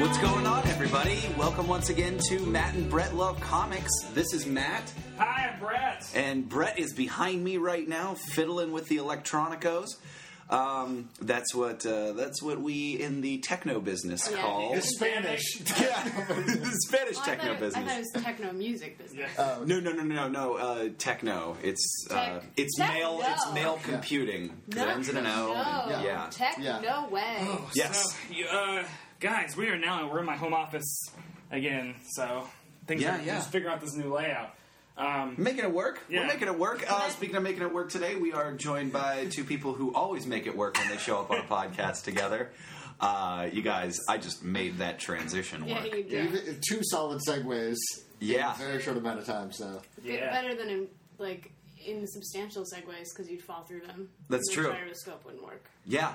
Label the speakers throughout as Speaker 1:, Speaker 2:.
Speaker 1: What's going on, everybody? Welcome once again to Matt and Brett Love Comics. This is Matt,
Speaker 2: Hi, I'm Brett.
Speaker 1: and Brett is behind me right now, fiddling with the electronicos. Um, that's what uh, that's what we in the techno business
Speaker 3: Oh, Yeah.
Speaker 1: call
Speaker 3: It's
Speaker 2: Spanish.
Speaker 1: yeah, Spanish
Speaker 3: Well,
Speaker 1: techno
Speaker 3: I thought it- I
Speaker 1: business.
Speaker 3: thought it was techno music business.
Speaker 1: no, no, no, no, no. Uh, techno. It's uh,
Speaker 3: Tech-
Speaker 1: it's
Speaker 3: Tech-
Speaker 1: male. It's
Speaker 3: no.
Speaker 1: male
Speaker 3: Yeah.
Speaker 1: computing.
Speaker 3: No,
Speaker 1: It ends in an O.
Speaker 3: No,
Speaker 1: and- yeah.
Speaker 3: tech,
Speaker 4: Yeah.
Speaker 3: no way.
Speaker 1: Yes.
Speaker 2: So, you, uh, guys, we are now we're in my home office again. So things
Speaker 1: Yeah,
Speaker 2: are
Speaker 1: yeah.
Speaker 2: just figuring out this new layout. Um,
Speaker 1: Making it work. We're
Speaker 2: Yeah.
Speaker 1: making it work. Uh,
Speaker 3: I-
Speaker 1: speaking of making it work today, we are joined by two people who always make it work when they show up on a podcast together. Uh, you guys, I just made that transition
Speaker 3: Yeah,
Speaker 1: work.
Speaker 3: you do.
Speaker 4: Even- uh, two solid segues.
Speaker 1: Yeah.
Speaker 4: In a very short amount of time, so.
Speaker 3: Bit
Speaker 2: Yeah.
Speaker 3: Better than in like insubstantial segues because you'd fall through them.
Speaker 1: That's
Speaker 3: the
Speaker 1: true.
Speaker 3: Gyroscope wouldn't work.
Speaker 1: Yeah.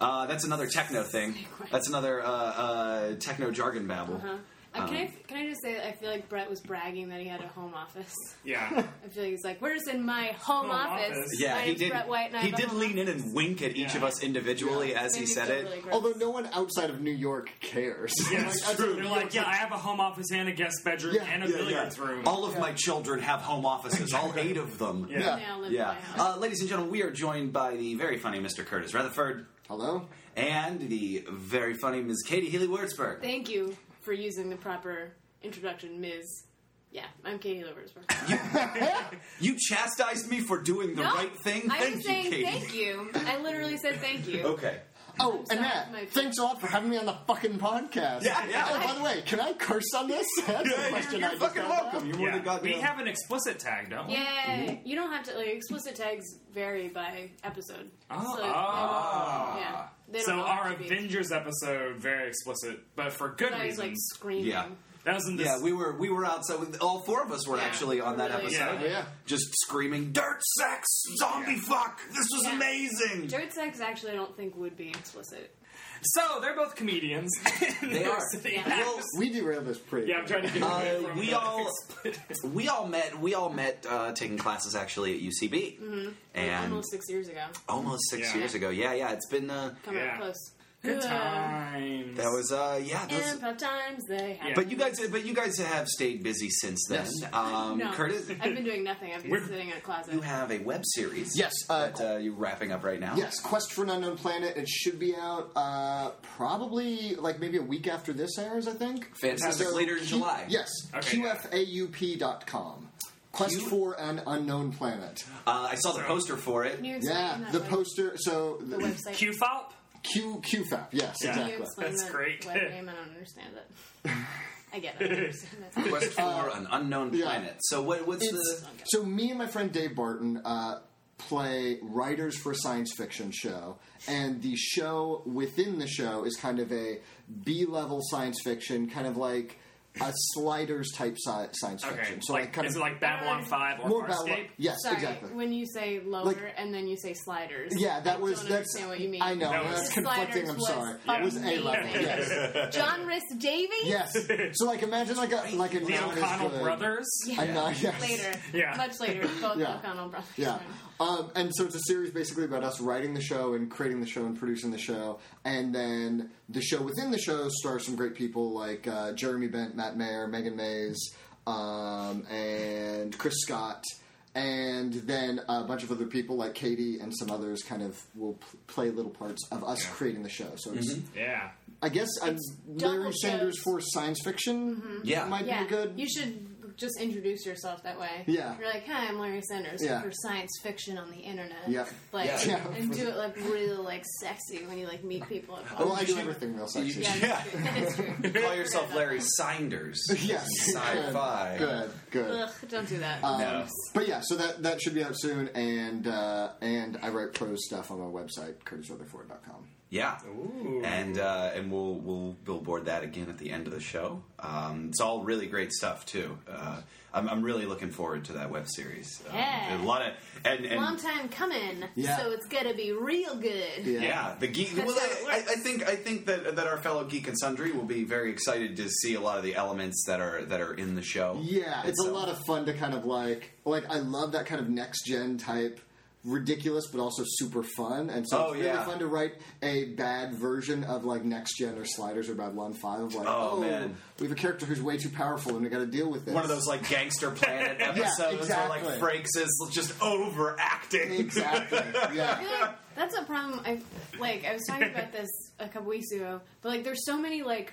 Speaker 1: Uh, that's another techno thing. That's another uh, uh, techno jargon babble.
Speaker 3: Huh? Uh,
Speaker 1: Um,
Speaker 3: can, I, can I just say that I feel like Brett was bragging that he had a home office.
Speaker 2: yeah.
Speaker 3: I feel like he's like, we're just in my home,
Speaker 2: Home
Speaker 3: office.
Speaker 2: office.
Speaker 1: Yeah,
Speaker 3: my
Speaker 1: he
Speaker 3: name's
Speaker 1: did.
Speaker 3: Brett White and I
Speaker 1: He
Speaker 3: have a
Speaker 1: did
Speaker 3: home
Speaker 1: lean in
Speaker 3: office."
Speaker 1: and wink at each
Speaker 2: Yeah.
Speaker 1: of us individually as
Speaker 3: Made
Speaker 1: he
Speaker 3: me
Speaker 1: said
Speaker 3: feel
Speaker 1: it.
Speaker 3: really gross.
Speaker 4: Although no one outside of New York cares.
Speaker 2: Yeah,
Speaker 4: Like,
Speaker 2: it's
Speaker 4: that's
Speaker 2: true.
Speaker 4: what
Speaker 2: They're
Speaker 4: New
Speaker 2: like,
Speaker 4: York's
Speaker 2: yeah, I have a home office and a guest bedroom
Speaker 4: Yeah,
Speaker 2: and a
Speaker 1: Yeah, yeah.
Speaker 2: billiards room.
Speaker 1: All of my children have home offices. All eight of them.
Speaker 2: Yeah.
Speaker 4: Yeah.
Speaker 3: Now live in my
Speaker 1: Yeah.
Speaker 3: house.
Speaker 1: Uh, ladies and gentlemen, we are joined by the very funny Mr. Curtis Rutherford
Speaker 4: Hello?
Speaker 1: and the very funny Ms. Katie Healy Wurzburg.
Speaker 3: Thank you for using the proper introduction, Ms. Yeah, I'm Katie Loversberg.
Speaker 1: You chastised me for doing the right thing.
Speaker 3: I'm
Speaker 1: thank you,
Speaker 3: saying
Speaker 1: Katie.
Speaker 3: thank you. I literally said thank you.
Speaker 1: Okay.
Speaker 4: Oh,
Speaker 3: sorry,
Speaker 4: Annette,
Speaker 3: my-
Speaker 4: thanks a lot for having me on the fucking podcast.
Speaker 1: Yeah, yeah.
Speaker 4: Oh, by the way, can I curse on this? That's
Speaker 1: Yeah,
Speaker 4: the question
Speaker 1: you're
Speaker 4: I just
Speaker 1: fucking
Speaker 4: got.
Speaker 1: welcome. You're more
Speaker 2: yeah.
Speaker 1: than goddamn.
Speaker 2: we have an explicit tag, don't we?
Speaker 3: Yay! You don't have to like explicit tags vary by episode.
Speaker 1: Ah.
Speaker 2: Oh.
Speaker 3: So, yeah. They don't
Speaker 2: So
Speaker 3: all have
Speaker 2: our
Speaker 3: to be-
Speaker 2: Avengers episode very explicit, but for good
Speaker 3: I was like
Speaker 2: reasons.
Speaker 3: screaming.
Speaker 1: Yeah.
Speaker 2: that was in this.
Speaker 1: yeah, we were we were outside. With, all four of us were
Speaker 3: Yeah,
Speaker 1: actually on that
Speaker 3: really.
Speaker 1: episode,
Speaker 2: Yeah.
Speaker 4: Oh, yeah.
Speaker 1: just screaming "dirt sex, zombie
Speaker 2: Yeah.
Speaker 1: fuck." This was
Speaker 3: Yeah.
Speaker 1: amazing.
Speaker 3: Dirt sex actually I don't think would be explicit.
Speaker 2: so they're both comedians.
Speaker 1: They are.
Speaker 3: Yeah.
Speaker 1: Well,
Speaker 4: We derailed this pretty.
Speaker 2: Yeah, I'm trying to get away
Speaker 1: Uh,
Speaker 2: from
Speaker 1: we
Speaker 2: the
Speaker 1: all-
Speaker 2: explicit.
Speaker 1: we all met. We all met uh, taking classes actually at UCB, and
Speaker 3: Mm-hmm. Almost six years ago.
Speaker 1: almost six
Speaker 2: Yeah.
Speaker 1: years ago. Yeah, yeah. It's been uh,
Speaker 3: Coming
Speaker 2: Yeah.
Speaker 3: up close.
Speaker 2: Good
Speaker 3: Uh,
Speaker 2: times.
Speaker 1: that was uh, yeah. Those,
Speaker 3: Improv times they happen.
Speaker 1: But you guys, but you guys have stayed busy since then.
Speaker 4: Yes.
Speaker 1: Um,
Speaker 3: No.
Speaker 1: Curtis,
Speaker 3: I've been doing nothing. I've been
Speaker 2: We're-
Speaker 3: sitting in a closet.
Speaker 1: you have a web series.
Speaker 4: Yes, uh,
Speaker 1: that uh, you're wrapping up right now.
Speaker 4: Yes, Quest for an Unknown Planet. It should be out uh, probably like maybe a week after this airs, I think.
Speaker 1: Fantastic
Speaker 4: So,
Speaker 1: Later in
Speaker 4: Q-
Speaker 1: July.
Speaker 4: Yes,
Speaker 2: Okay.
Speaker 4: qfaup.com. Quest
Speaker 1: Q-
Speaker 4: for an Unknown Planet.
Speaker 1: Uh, I saw the poster for it.
Speaker 3: Can you explain
Speaker 4: Yeah,
Speaker 3: that
Speaker 4: the
Speaker 3: web-
Speaker 4: poster. So
Speaker 3: The website.
Speaker 2: Q Fop.
Speaker 4: Q QFAP. Yes,
Speaker 2: Yeah.
Speaker 3: Can you
Speaker 4: exactly.
Speaker 3: explain
Speaker 2: That's
Speaker 3: that
Speaker 2: great.
Speaker 3: web name? I don't understand it. I get it. I understand it.
Speaker 1: Quest for an unknown
Speaker 4: yeah.
Speaker 1: planet. So what, what's
Speaker 4: It's-
Speaker 1: the?
Speaker 4: so me and my friend Dave Barton uh, play writers for a science fiction show, and the show within the show is kind of a B level science fiction, kind of like a sliders type sci- science
Speaker 2: Okay.
Speaker 4: fiction. So
Speaker 2: like,
Speaker 4: like, kind
Speaker 2: is
Speaker 4: of
Speaker 2: it like Babylon Five or
Speaker 4: more
Speaker 2: Farscape?
Speaker 4: Babylon. Yes,
Speaker 3: Sorry,
Speaker 4: exactly.
Speaker 3: when you say lower
Speaker 4: Like-
Speaker 3: and then you say sliders.
Speaker 4: yeah, that
Speaker 3: I
Speaker 4: was
Speaker 3: don't
Speaker 4: that's.
Speaker 3: understand what you mean.
Speaker 4: I know
Speaker 2: That was-
Speaker 4: that's conflicting.
Speaker 3: Sliders
Speaker 4: I'm
Speaker 3: was
Speaker 4: sorry. It was a level.
Speaker 3: amazing.
Speaker 4: Yes,
Speaker 3: John Rhys Davies.
Speaker 4: yes. So like imagine like a like a
Speaker 2: The
Speaker 4: not as
Speaker 2: O'Connell
Speaker 4: good-
Speaker 2: brothers.
Speaker 4: I know. Yes.
Speaker 3: Later.
Speaker 2: Yeah.
Speaker 3: Much later. Both
Speaker 4: Yeah.
Speaker 3: O'Connell brothers.
Speaker 4: Yeah. Um, and so it's a series basically about us writing the show and creating the show and producing the show. And then the show within the show stars some great people like uh, Jeremy Bent, Matt Mayer, Megan Mays, um, and Chris Scott. And then a bunch of other people like Katie and some others kind of will p- play little parts of us creating the show. So it's,
Speaker 2: Yeah.
Speaker 4: I guess I'm
Speaker 3: double
Speaker 4: Larry Sanders
Speaker 3: shows.
Speaker 4: for science fiction
Speaker 1: Yeah.
Speaker 4: might
Speaker 3: Yeah.
Speaker 4: be good.
Speaker 3: You should just introduce yourself that way.
Speaker 4: Yeah.
Speaker 3: You're like, hi, I'm Larry Sanders
Speaker 4: Yeah.
Speaker 3: for science fiction on the internet.
Speaker 4: Yeah.
Speaker 3: Like,
Speaker 1: Yeah.
Speaker 4: Yeah.
Speaker 3: and do it like real like sexy when you like meet people. At
Speaker 4: well,
Speaker 3: college.
Speaker 4: I do everything real sexy.
Speaker 3: yeah, that's true. That is true.
Speaker 1: Call yourself Larry Sinders.
Speaker 4: Yes.
Speaker 1: Sci-fi.
Speaker 4: Good. Good.
Speaker 3: Ugh, don't do that.
Speaker 1: No.
Speaker 4: But yeah, so that that should be out soon, and uh, and I write prose stuff on my website, curtisrutherford.com.
Speaker 1: Yeah. And uh, and we'll we'll billboard that again at the end of the show. Um, it's all really great stuff too. Uh, I'm, I'm really looking forward to that web series. Um,
Speaker 3: Yeah.
Speaker 1: A lot of and, and
Speaker 3: Long time coming.
Speaker 4: Yeah.
Speaker 3: So it's gonna be real good.
Speaker 4: Yeah.
Speaker 1: yeah, the geek. Well, I, I, I think I think that that our fellow geek and sundry will be very excited to see a lot of the elements that are that are in the show. uh,
Speaker 4: Yeah, it's a
Speaker 1: itself.
Speaker 4: lot of fun to kind of like like I love that kind of next gen type ridiculous but also super fun. And so
Speaker 1: Oh,
Speaker 4: it's really
Speaker 1: yeah.
Speaker 4: fun to write a bad version of like Next Gen or Sliders or Babylon Five of like,
Speaker 1: Oh,
Speaker 4: oh,
Speaker 1: man.
Speaker 4: we have a character who's way too powerful and we got to deal with this.
Speaker 1: One of those like gangster planet episodes where
Speaker 4: exactly.
Speaker 1: like Frakes is just overacting.
Speaker 4: exactly.
Speaker 3: I
Speaker 4: Yeah.
Speaker 3: feel like that's a problem. I like. I was talking about this a couple weeks ago, but like, there's so many like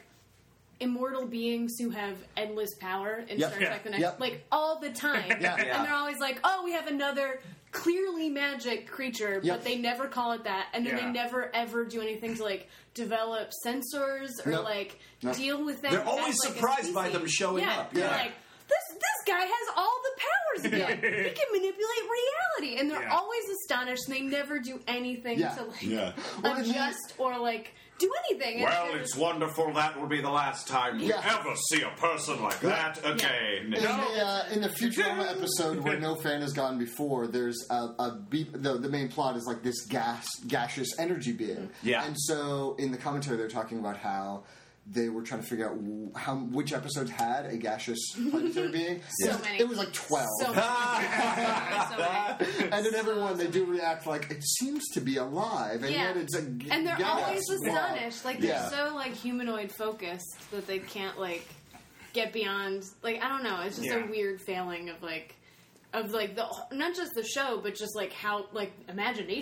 Speaker 3: immortal beings who have endless power in
Speaker 4: Yep.
Speaker 3: Star
Speaker 2: Yeah.
Speaker 3: Trek: The Next,
Speaker 4: Yep.
Speaker 3: like all the time,
Speaker 4: Yeah.
Speaker 1: Yeah.
Speaker 3: and they're always like, "Oh, we have another." Clearly magic creature,
Speaker 4: Yep.
Speaker 3: but they never call it that, and then
Speaker 2: Yeah.
Speaker 3: they never ever do anything to like develop sensors or
Speaker 4: No.
Speaker 3: like
Speaker 4: No.
Speaker 3: deal with them.
Speaker 1: They're always
Speaker 3: as, like, a
Speaker 1: surprised by them
Speaker 3: species.
Speaker 1: showing
Speaker 3: Yeah,
Speaker 1: up.
Speaker 3: They're
Speaker 1: Yeah.
Speaker 3: like, this this guy has all the powers again. he can manipulate reality, and they're
Speaker 2: Yeah.
Speaker 3: always astonished. And they never do anything
Speaker 4: Yeah.
Speaker 3: to like
Speaker 1: Yeah.
Speaker 4: Well, and
Speaker 3: adjust or like do anything. And they're just-
Speaker 1: wonderful. That will be the last time we
Speaker 4: Yeah.
Speaker 1: ever see a person like that again.
Speaker 4: In, the, uh, in the Futurama episode where no fan has gone before, there's a, a beep. The, the main plot is like this gas, gaseous energy being.
Speaker 1: Yeah.
Speaker 4: And so in the commentary, they're talking about how they were trying to figure out wh- how which episodes had a gaseous planetary being.
Speaker 3: So
Speaker 4: It was-
Speaker 3: many.
Speaker 4: It was like twelve.
Speaker 3: so many.
Speaker 4: and in every one, they do react like it seems to be alive, and
Speaker 3: Yeah.
Speaker 4: yet it's a g-
Speaker 3: And they're
Speaker 4: gas
Speaker 3: always
Speaker 4: blob.
Speaker 3: astonished. Like they're
Speaker 4: Yeah.
Speaker 3: so like humanoid focused that they can't like get beyond like I don't know, it's just
Speaker 2: Yeah.
Speaker 3: a weird failing of like of like the not just the show, but just like how like imagination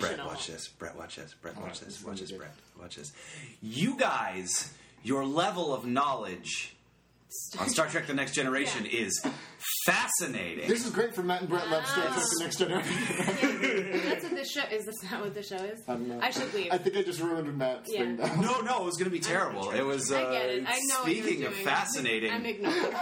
Speaker 1: Brett,
Speaker 3: of
Speaker 1: watch this. Brett, watch this. Brett,
Speaker 4: Oh,
Speaker 1: watch this. Watch this, Brett. Watch this. You guys, your level of knowledge on Star Trek The Next Generation is fascinating.
Speaker 4: This is great for Matt and Brett Love Star Trek: The Next Generation.
Speaker 3: That's what this show is. That's not what this show is. I,
Speaker 4: don't know.
Speaker 3: should leave.
Speaker 4: I think I just ruined Matt's
Speaker 3: Yeah.
Speaker 4: thing. Though.
Speaker 1: no, no, it was going to be terrible. It was. Uh,
Speaker 3: I get it. I know. what you're
Speaker 1: Speaking of
Speaker 3: doing.
Speaker 1: fascinating,
Speaker 3: I'm ignoring.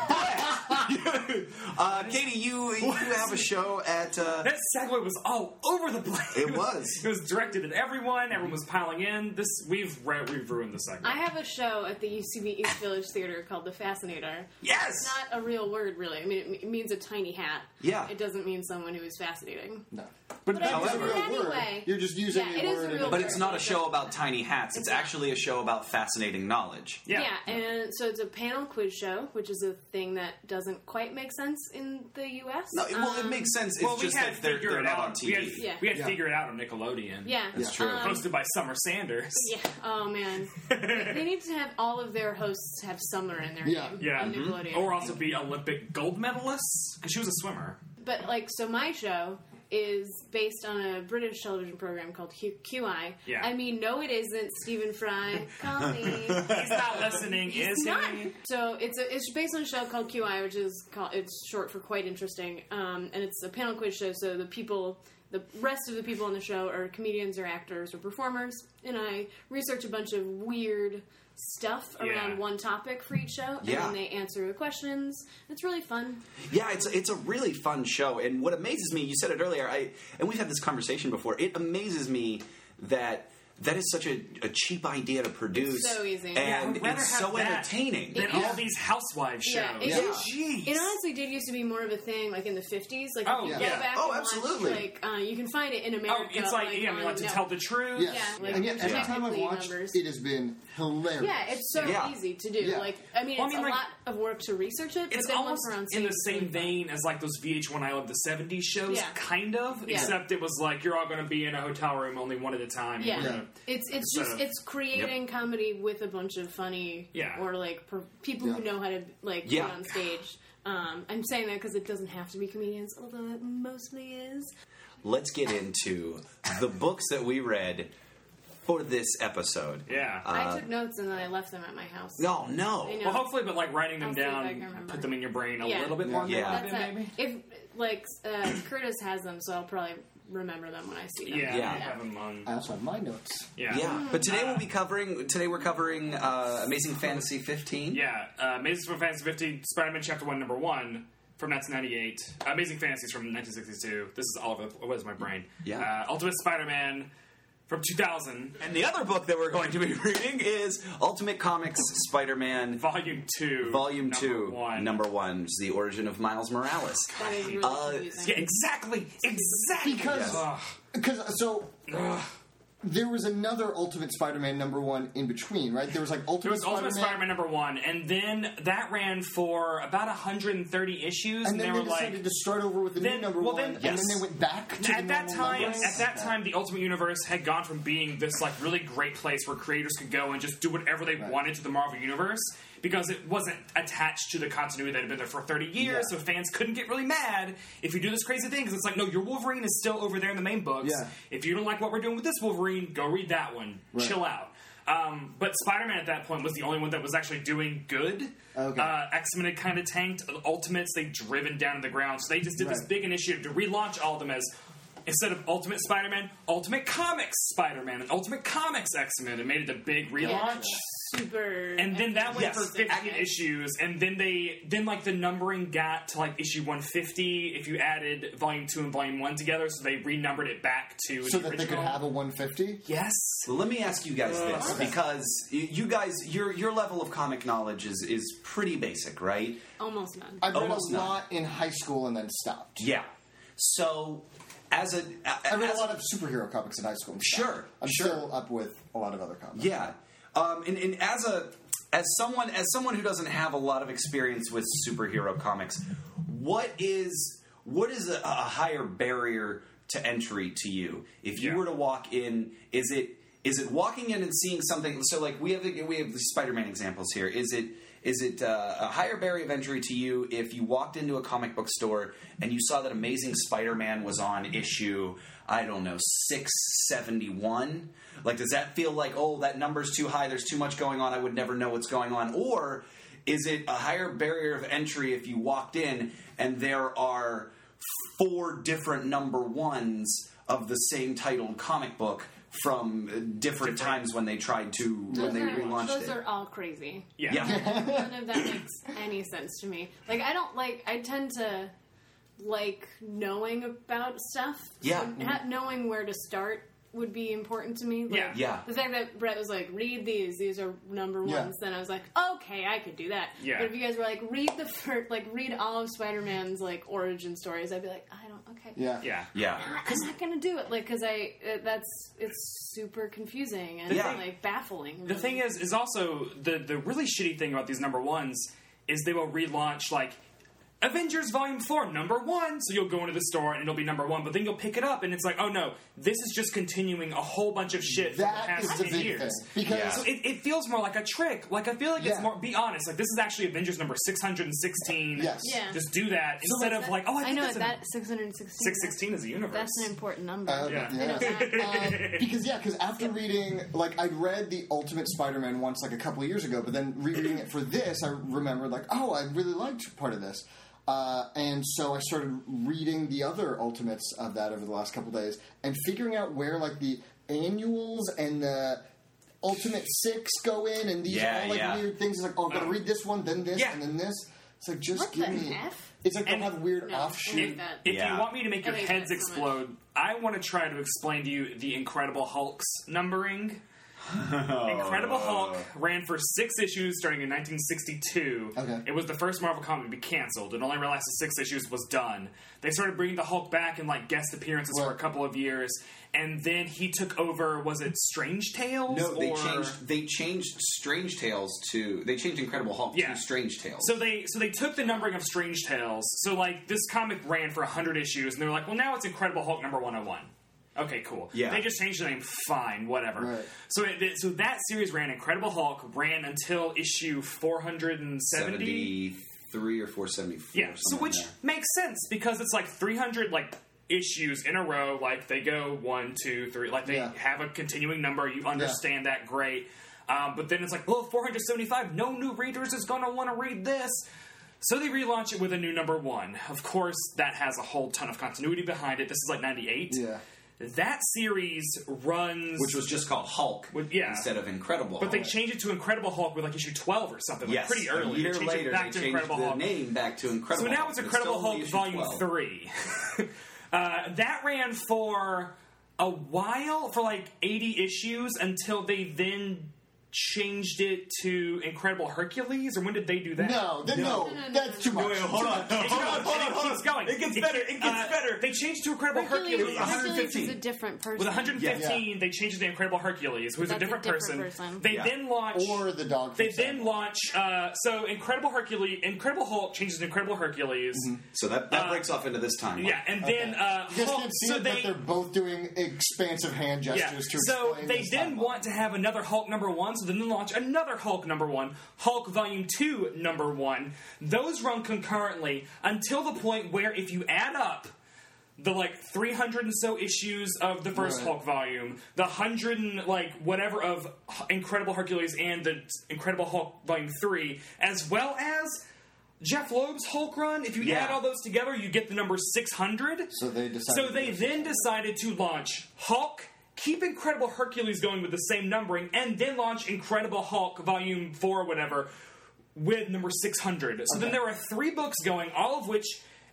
Speaker 1: uh, Katie, you you have a show at. Uh,
Speaker 2: That segue was all over the place.
Speaker 1: It was.
Speaker 2: It was directed at everyone. Everyone was piling in. This we've re- we've ruined the segue.
Speaker 3: I have a show at the UCB East Village Theater called The Fascinator.
Speaker 1: yes.
Speaker 3: Not a real word, really. I mean, it, it means a tiny hat.
Speaker 1: Yeah.
Speaker 3: It doesn't mean someone who is fascinating.
Speaker 4: No.
Speaker 2: but
Speaker 3: I
Speaker 2: that was
Speaker 3: just-
Speaker 4: It's a real
Speaker 3: Anyway.
Speaker 4: word. You're just using
Speaker 3: Yeah,
Speaker 4: a
Speaker 3: it is a
Speaker 4: word. in
Speaker 3: real
Speaker 4: a-
Speaker 1: But it's not a show about tiny hats. It's actually a show about fascinating knowledge.
Speaker 2: yeah.
Speaker 3: and so it's a panel quiz show, which is a thing that doesn't quite make sense in the U.S.
Speaker 1: No, it, well, it
Speaker 3: Um,
Speaker 1: makes sense. It's
Speaker 2: Well,
Speaker 1: just
Speaker 2: we had
Speaker 1: that they're,
Speaker 2: figure
Speaker 1: they're
Speaker 2: it
Speaker 1: not
Speaker 2: out.
Speaker 1: on TV.
Speaker 2: We had,
Speaker 3: Yeah.
Speaker 2: we had
Speaker 4: Yeah.
Speaker 2: figure it out on Nickelodeon.
Speaker 3: Yeah,
Speaker 1: That's true.
Speaker 3: um,
Speaker 2: Hosted by Summer Sanders.
Speaker 3: Yeah. Oh man, Like, they need to have all of their hosts have summer in their
Speaker 4: Yeah.
Speaker 3: name.
Speaker 1: Mm-hmm.
Speaker 2: Yeah. Mm-hmm.
Speaker 3: on Nickelodeon.
Speaker 2: Or also be Olympic gold medalists because she was a swimmer.
Speaker 3: But like, so my show is based on a British television program called Q- QI.
Speaker 2: Yeah.
Speaker 3: I mean, no, it isn't. Stephen Fry, call me.
Speaker 2: He's not listening, is
Speaker 3: It's
Speaker 2: he?
Speaker 3: not. So it's a, it's based on a show called QI, which is called it's short for quite interesting, um, and it's a panel quiz show. So the people, the rest of the people on the show are comedians or actors or performers, and I research a bunch of weird stuff
Speaker 2: Yeah.
Speaker 3: around one topic for each show,
Speaker 1: Yeah.
Speaker 3: and then they answer the questions. It's really fun.
Speaker 1: Yeah, it's it's a really fun show, and what amazes me, you said it earlier, I and we've had this conversation before. It amazes me that that is such a, a cheap idea to produce,
Speaker 3: so easy.
Speaker 2: Yeah,
Speaker 1: and
Speaker 2: I'd rather
Speaker 1: it's
Speaker 2: have
Speaker 1: so
Speaker 2: that
Speaker 1: entertaining.
Speaker 2: Than
Speaker 3: Yeah.
Speaker 2: all these housewives shows.
Speaker 3: Yeah, it-
Speaker 1: yeah,
Speaker 3: Yeah.
Speaker 1: jeez.
Speaker 3: It honestly did used to be more of a thing, like in the fifties. Like
Speaker 2: Oh,
Speaker 3: if you
Speaker 2: yeah.
Speaker 3: go back
Speaker 1: Oh,
Speaker 3: and
Speaker 1: absolutely.
Speaker 3: watch, like uh, you can find it in America.
Speaker 2: oh, it's like, yeah, we
Speaker 3: on
Speaker 2: want to
Speaker 3: Netflix.
Speaker 2: tell the truth.
Speaker 4: Yes.
Speaker 3: Yeah, like,
Speaker 4: and yet, every
Speaker 1: yeah.
Speaker 4: time I've
Speaker 3: technically
Speaker 4: watched,
Speaker 3: numbers.
Speaker 4: it has been hilarious.
Speaker 3: Yeah, it's so
Speaker 1: Yeah.
Speaker 3: easy to do.
Speaker 4: Yeah.
Speaker 3: Like, I mean,
Speaker 2: Well, I
Speaker 3: it's
Speaker 2: mean,
Speaker 3: a
Speaker 2: like-
Speaker 3: lot of work to research it.
Speaker 2: It's
Speaker 3: but then
Speaker 2: almost
Speaker 3: once around
Speaker 2: in the same vein as like those VH1 I Love the 70s shows,
Speaker 3: Yeah.
Speaker 2: kind of,
Speaker 3: Yeah.
Speaker 2: except it was like you're all going to be in a hotel room only one at a time.
Speaker 3: Yeah.
Speaker 2: We're gonna-
Speaker 3: It's it's
Speaker 2: Instead
Speaker 3: just
Speaker 2: of-
Speaker 3: it's creating comedy with a bunch of funny
Speaker 2: Yeah.
Speaker 3: or like per, people who
Speaker 4: Yeah.
Speaker 3: know how to like
Speaker 1: Yeah.
Speaker 3: get on stage. Um, I'm saying that because it doesn't have to be comedians, although it mostly is.
Speaker 1: Let's get into the books that we read for this episode.
Speaker 2: Yeah.
Speaker 3: I took notes and then I left them at my house.
Speaker 1: No, no,
Speaker 3: I know.
Speaker 2: Well, hopefully, but like writing them
Speaker 3: I'll see if I can
Speaker 2: down,
Speaker 3: remember.
Speaker 2: put them in your brain a
Speaker 3: Yeah.
Speaker 2: little bit more.
Speaker 1: Yeah.
Speaker 2: than
Speaker 3: That's it.
Speaker 2: maybe.
Speaker 3: If like uh, Curtis has them, so I'll probably remember them when I see them.
Speaker 2: Yeah,
Speaker 1: Yeah.
Speaker 2: I have them on.
Speaker 4: I also have my notes.
Speaker 2: Yeah. Uh,
Speaker 1: yeah.
Speaker 3: Mm-hmm.
Speaker 1: But today we'll be covering. Today we're covering uh, Amazing Fantasy 15.
Speaker 2: Yeah, uh, Amazing Fantasy 50, Spider Man Chapter 1, Number 1 from 1998. Amazing Fantasies from 1962. This is all over the. What is my brain?
Speaker 1: Yeah.
Speaker 2: Uh, Ultimate Spider Man from 2000,
Speaker 1: And the other book that we're going to be reading is Ultimate Comics Spider-Man
Speaker 2: Volume 2.
Speaker 1: Volume
Speaker 2: number
Speaker 1: 2,
Speaker 2: One.
Speaker 1: number 1, which is the origin of Miles Morales.
Speaker 3: That is really
Speaker 1: Uh,
Speaker 3: confusing.
Speaker 2: Yeah, exactly. Exactly.
Speaker 4: Because-
Speaker 2: Ugh.
Speaker 4: Because uh, so
Speaker 2: Ugh.
Speaker 4: there was another Ultimate Spider-Man number one in between, right? There was like Ultimate
Speaker 2: There was
Speaker 4: Spider-Man,
Speaker 2: Ultimate Spider-Man number one, and then that ran for about 130 issues, and,
Speaker 4: and then
Speaker 2: they
Speaker 4: they,
Speaker 2: were
Speaker 4: decided
Speaker 2: like,
Speaker 4: to start over with the
Speaker 2: Then-
Speaker 4: new number
Speaker 2: well,
Speaker 4: one,
Speaker 2: then-
Speaker 4: and
Speaker 2: yes.
Speaker 4: then they went back to
Speaker 2: at
Speaker 4: the
Speaker 2: that
Speaker 4: normal
Speaker 2: time,
Speaker 4: numbers.
Speaker 2: at that time, the Ultimate Universe had gone from being this like really great place where creators could go and just do whatever they wanted to the Marvel Universe because it wasn't attached to the continuity that had been there for 30 years. So
Speaker 4: Yeah.
Speaker 2: fans couldn't get really mad if you do this crazy thing because it's like, no, your Wolverine is still over there in the main books.
Speaker 4: Yeah.
Speaker 2: If you don't like what we're doing with this Wolverine, go read that one.
Speaker 4: Right.
Speaker 2: Chill out. Um, but Spider-Man at that point was the only one that was actually doing good.
Speaker 4: Okay.
Speaker 2: Uh, X-Men had kind of tanked. The Ultimates they driven down to the ground, so they just did this
Speaker 4: Right.
Speaker 2: big initiative to relaunch all of them as instead of Ultimate Spider-Man, Ultimate Comics Spider-Man, and Ultimate Comics X-Men, and made it a big relaunch.
Speaker 3: Super.
Speaker 2: And then that went
Speaker 1: Yes.
Speaker 2: for 50
Speaker 1: Ac-
Speaker 2: issues, and then they then like the numbering got to like issue 150 if you added volume two and volume one together, so they renumbered it back to
Speaker 4: so
Speaker 2: the
Speaker 4: that they
Speaker 2: original.
Speaker 4: could have a 150.
Speaker 2: yes.
Speaker 1: Well, let me ask you guys this
Speaker 4: okay.
Speaker 1: because y- you guys, your your level of comic knowledge is is pretty basic, right?
Speaker 3: almost none.
Speaker 4: I read
Speaker 2: Oh,
Speaker 1: Almost
Speaker 4: a
Speaker 1: none.
Speaker 4: lot in high school and then stopped.
Speaker 1: Yeah. So, as a,
Speaker 4: I read
Speaker 1: as
Speaker 4: a lot of superhero comics in high school. and
Speaker 1: Sure,
Speaker 4: stopped. I'm
Speaker 1: sure.
Speaker 4: still up with a lot of other comics.
Speaker 1: Yeah, um, and, and as a as someone as someone who doesn't have a lot of experience with superhero comics, what is what is a, a higher barrier to entry to you? If you
Speaker 2: Yeah.
Speaker 1: were to walk in, is it is it walking in and seeing something? So like we have the, we have the Spider Man examples here. Is it is it uh, a higher barrier of entry to you if you walked into a comic book store and you saw that Amazing Spider Man was on issue, I don't know, 671? Like, does that feel like, oh, that number's too high, there's too much going on, I would never know what's going on? Or is it a higher barrier of entry if you walked in and there are four different number ones of the same titled comic book? From uh, different, times when they tried to when they
Speaker 3: Those are-
Speaker 1: relaunched
Speaker 3: those
Speaker 1: it,
Speaker 3: are all crazy.
Speaker 2: Yeah.
Speaker 1: yeah,
Speaker 3: None of that makes any sense to me. Like I don't like. I tend to like knowing about stuff.
Speaker 1: Yeah.
Speaker 3: So not knowing where to start would be important to me. Like,
Speaker 2: Yeah.
Speaker 1: yeah.
Speaker 3: The fact that Brett was like, "Read these; these are number ones,"
Speaker 4: Yeah.
Speaker 3: then I was like, "Okay, I could do that."
Speaker 2: Yeah.
Speaker 3: But if you guys were like, "Read the first, like, read all of Spider-Man's like origin stories," I'd be like, "I don't. Okay,
Speaker 4: Yeah.
Speaker 2: Yeah.
Speaker 1: yeah.
Speaker 3: I'm not gonna do it." Like, because I uh, that's it's super confusing and
Speaker 1: Yeah.
Speaker 3: like baffling.
Speaker 2: The thing is, is also the the really shitty thing about these number ones is they will relaunch like Avengers Volume Four Number One, so you'll go into the store and it'll be number one, but then you'll pick it up and it's like, oh no, this is just continuing a whole bunch of shit from the
Speaker 4: That
Speaker 2: past
Speaker 4: is the
Speaker 2: 10
Speaker 4: big
Speaker 2: years.
Speaker 4: thing because
Speaker 1: Yeah.
Speaker 2: So it, it feels more like a trick. Like I feel like it's
Speaker 4: Yeah.
Speaker 2: more. Be honest. Like this is actually Avengers number six hundred and sixteen.
Speaker 4: Yes.
Speaker 3: Yeah.
Speaker 2: Just do that instead of like, oh, I,
Speaker 3: I
Speaker 2: think
Speaker 3: know
Speaker 2: that's an-
Speaker 3: that 616.
Speaker 2: 616 is a universe.
Speaker 3: That's an important number.
Speaker 4: Uh,
Speaker 2: Yeah.
Speaker 3: They don't act-
Speaker 4: Uh, because yeah, because after reading, like I read the Ultimate Spider-Man once, like a couple of years ago, but then rereading it for this, I remembered like, oh, I really liked part of this, uh, and so I started reading the other Ultimates of that over the last couple of days and figuring out where like the annuals and the Ultimate Six go in, and these
Speaker 1: Yeah,
Speaker 4: all like
Speaker 1: yeah.
Speaker 4: weird things. It's like, oh, I'm gonna read this one, then this,
Speaker 2: Yeah.
Speaker 4: and then this. It's like just
Speaker 3: What
Speaker 4: give
Speaker 3: the
Speaker 4: me.
Speaker 3: F?
Speaker 4: It's like
Speaker 2: And-
Speaker 4: they'll have weird
Speaker 3: No, I
Speaker 4: offshoot.
Speaker 3: hate that.
Speaker 2: If
Speaker 1: Yeah.
Speaker 2: you want me to make your
Speaker 3: I hate
Speaker 2: heads
Speaker 3: that so much.
Speaker 2: explode, I want to try to explain to you the Incredible Hulk's numbering. Incredible
Speaker 1: Oh.
Speaker 2: Hulk ran for six issues starting in 1962.
Speaker 4: Okay.
Speaker 2: It was the first Marvel comic to be canceled. It only ran lasted six issues, was done. They started bringing the Hulk back in like guest appearances for
Speaker 4: Right.
Speaker 2: a couple of years, and then he took over. Was it Strange Tales?
Speaker 1: No, they
Speaker 2: or-
Speaker 1: changed. They changed Strange Tales to. They changed Incredible Hulk
Speaker 2: Yeah.
Speaker 1: to Strange Tales.
Speaker 2: So they so they took the numbering of Strange Tales. So like this comic ran for hundred issues, and they were like, well, now it's Incredible Hulk number one hundred one. Okay, cool.
Speaker 1: Yeah.
Speaker 2: they just changed the name. Fine, whatever.
Speaker 4: Right.
Speaker 2: So it, it- so that series ran. Incredible Hulk ran until issue four hundred and seventy.
Speaker 1: seventy-three or four seventy-four.
Speaker 2: Yeah. So which makes sense because it's like three hundred like issues in a row. Like they go one, two, three. Like they
Speaker 4: Yeah.
Speaker 2: have a continuing number. You understand that great. Um, but then it's like, well, 475. No new readers is going to want to read this. So they relaunch it with a new number one. Of course, that has a whole ton of continuity behind it. This is like 98.
Speaker 4: Yeah.
Speaker 2: That series runs.
Speaker 1: which was just called Hulk
Speaker 2: With- yeah.
Speaker 1: instead of Incredible.
Speaker 2: But they
Speaker 1: Hulk.
Speaker 2: changed it to Incredible Hulk with like issue 12 or something. Like
Speaker 1: yes,
Speaker 2: pretty early.
Speaker 1: A year
Speaker 2: they changed
Speaker 1: later,
Speaker 2: it back
Speaker 1: they
Speaker 2: to
Speaker 1: changed
Speaker 2: Incredible
Speaker 1: the
Speaker 2: Hulk.
Speaker 1: name back to Incredible.
Speaker 2: So now
Speaker 1: Hulk,
Speaker 2: it's
Speaker 1: but
Speaker 2: Incredible
Speaker 1: still only
Speaker 2: Hulk
Speaker 1: issue
Speaker 2: Volume
Speaker 1: 12.
Speaker 2: 3. uh, that ran for a while, for like 80 issues, until they then changed it to Incredible Hercules, or when did they do that?
Speaker 4: No, th- no,
Speaker 3: No, no, no,
Speaker 4: that's
Speaker 3: no.
Speaker 4: too much.
Speaker 5: Wait, wait, hold on. Hold on,
Speaker 2: It's not-
Speaker 5: hold on,
Speaker 2: and it
Speaker 5: hold on.
Speaker 2: keeps going.
Speaker 5: It gets better. It gets
Speaker 2: uh,
Speaker 5: better.
Speaker 2: They changed to Incredible
Speaker 3: Hercules,
Speaker 2: Hercules.
Speaker 3: Hercules is a
Speaker 1: 115.
Speaker 3: different person.
Speaker 2: With 115,
Speaker 4: Yeah.
Speaker 2: they changed to the Incredible Hercules, who's a
Speaker 3: That's a
Speaker 2: different,
Speaker 3: different
Speaker 2: person.
Speaker 3: person.
Speaker 2: They
Speaker 1: Yeah.
Speaker 2: then launched.
Speaker 4: Or the dog.
Speaker 2: they
Speaker 4: from Sam.
Speaker 2: then launch. Uh, so Incredible Hercules, Incredible Hulk changes to Incredible Hercules.
Speaker 5: Mm-hmm.
Speaker 1: So that, that breaks off into this time.
Speaker 2: Uh, Yeah, and then uh,
Speaker 4: You guys
Speaker 2: Hulk.
Speaker 4: can't see
Speaker 2: so
Speaker 4: it,
Speaker 2: they
Speaker 4: but they're both doing expansive hand gestures
Speaker 2: Yeah.
Speaker 4: to
Speaker 2: So
Speaker 4: explain
Speaker 2: they
Speaker 4: this
Speaker 2: then
Speaker 4: timeline.
Speaker 2: want to have another Hulk number one, so then they launch another Hulk number one, Hulk Volume Two number one. Those run concurrently until the point where, if you add up the like 300 and so issues of the first
Speaker 4: Right.
Speaker 2: Hulk volume, the hundred and like whatever of H- Incredible Hercules and the Incredible Hulk Volume Three, as well as Jeff Loeb's Hulk run. If you
Speaker 1: Yeah.
Speaker 2: add all those together, you get the number 600.
Speaker 4: So they decided
Speaker 2: So
Speaker 4: to
Speaker 2: they
Speaker 4: do
Speaker 2: then decided to launch Hulk, keep Incredible Hercules going with the same numbering, and then launch Incredible Hulk Volume 4 or whatever with number 600. So then there are three books going, all of which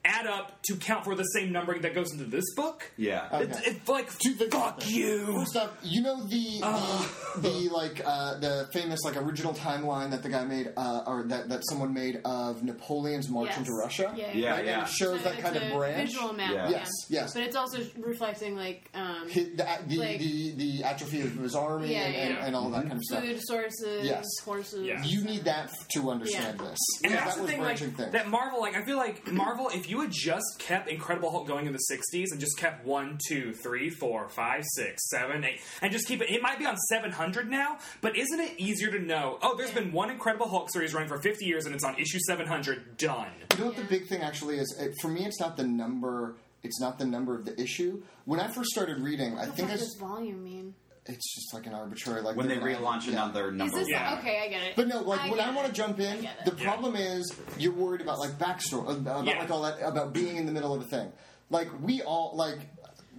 Speaker 2: add up to count for the same numbering that goes into this book.
Speaker 1: Yeah.
Speaker 4: Okay.
Speaker 2: It's, it's like,
Speaker 4: the-
Speaker 2: fuck you!
Speaker 4: First up, you know the
Speaker 2: Ah.
Speaker 4: the, the like uh, the famous like original timeline that the guy made uh, or that, that someone made of Napoleon's march
Speaker 3: Yes.
Speaker 4: into Russia.
Speaker 3: Yeah,
Speaker 1: Yeah,
Speaker 4: Right?
Speaker 1: yeah.
Speaker 4: And it shows that
Speaker 3: it's
Speaker 4: kind
Speaker 3: a
Speaker 4: of branch.
Speaker 3: Visual map.
Speaker 1: Yeah.
Speaker 4: Yes, yes.
Speaker 3: But it's also reflecting like um,
Speaker 4: Hi- the, the,
Speaker 3: Like-
Speaker 4: the, the atrophy of his army
Speaker 3: Yeah,
Speaker 4: and,
Speaker 3: yeah,
Speaker 4: and,
Speaker 3: yeah.
Speaker 4: and all
Speaker 2: Mm-hmm.
Speaker 4: that kind of stuff.
Speaker 3: food sources,
Speaker 4: Yes.
Speaker 3: horses.
Speaker 2: Yeah.
Speaker 4: You need that f- to understand
Speaker 3: Yeah.
Speaker 4: this.
Speaker 2: And
Speaker 4: Yeah,
Speaker 2: that's
Speaker 4: that
Speaker 2: the
Speaker 4: was
Speaker 2: thing, like
Speaker 4: branching thing.
Speaker 2: that Marvel. Like I feel like Marvel, if you had just kept Incredible Hulk going in the '60s and just kept one, two, three, four, five, six, seven, eight, and just keep it, it might be on 700 now. But isn't it easier to know? Oh, there's been one Incredible Hulk series running for 50 years, and it's on issue 700. Done.
Speaker 4: You know what the big thing actually is? It, for me, it's not the number. It's not the number of the issue. When I first started reading,
Speaker 3: What
Speaker 4: I
Speaker 3: the
Speaker 4: think
Speaker 3: fuck
Speaker 4: I
Speaker 3: does
Speaker 4: s-
Speaker 3: volume mean?
Speaker 4: it's just like an arbitrary like
Speaker 1: When they
Speaker 4: they're gonna-
Speaker 1: relaunch
Speaker 4: yeah.
Speaker 1: another
Speaker 3: Is
Speaker 1: number
Speaker 3: this
Speaker 1: one.
Speaker 3: okay? I get it.
Speaker 4: But no, like when
Speaker 3: get
Speaker 4: I want to
Speaker 3: it.
Speaker 4: jump
Speaker 3: I
Speaker 4: in,
Speaker 3: get
Speaker 4: the
Speaker 3: it.
Speaker 4: problem is you're worried about like backstory, uh, about
Speaker 2: Yeah.
Speaker 4: like all that, about being in the middle of a thing. Like we all like.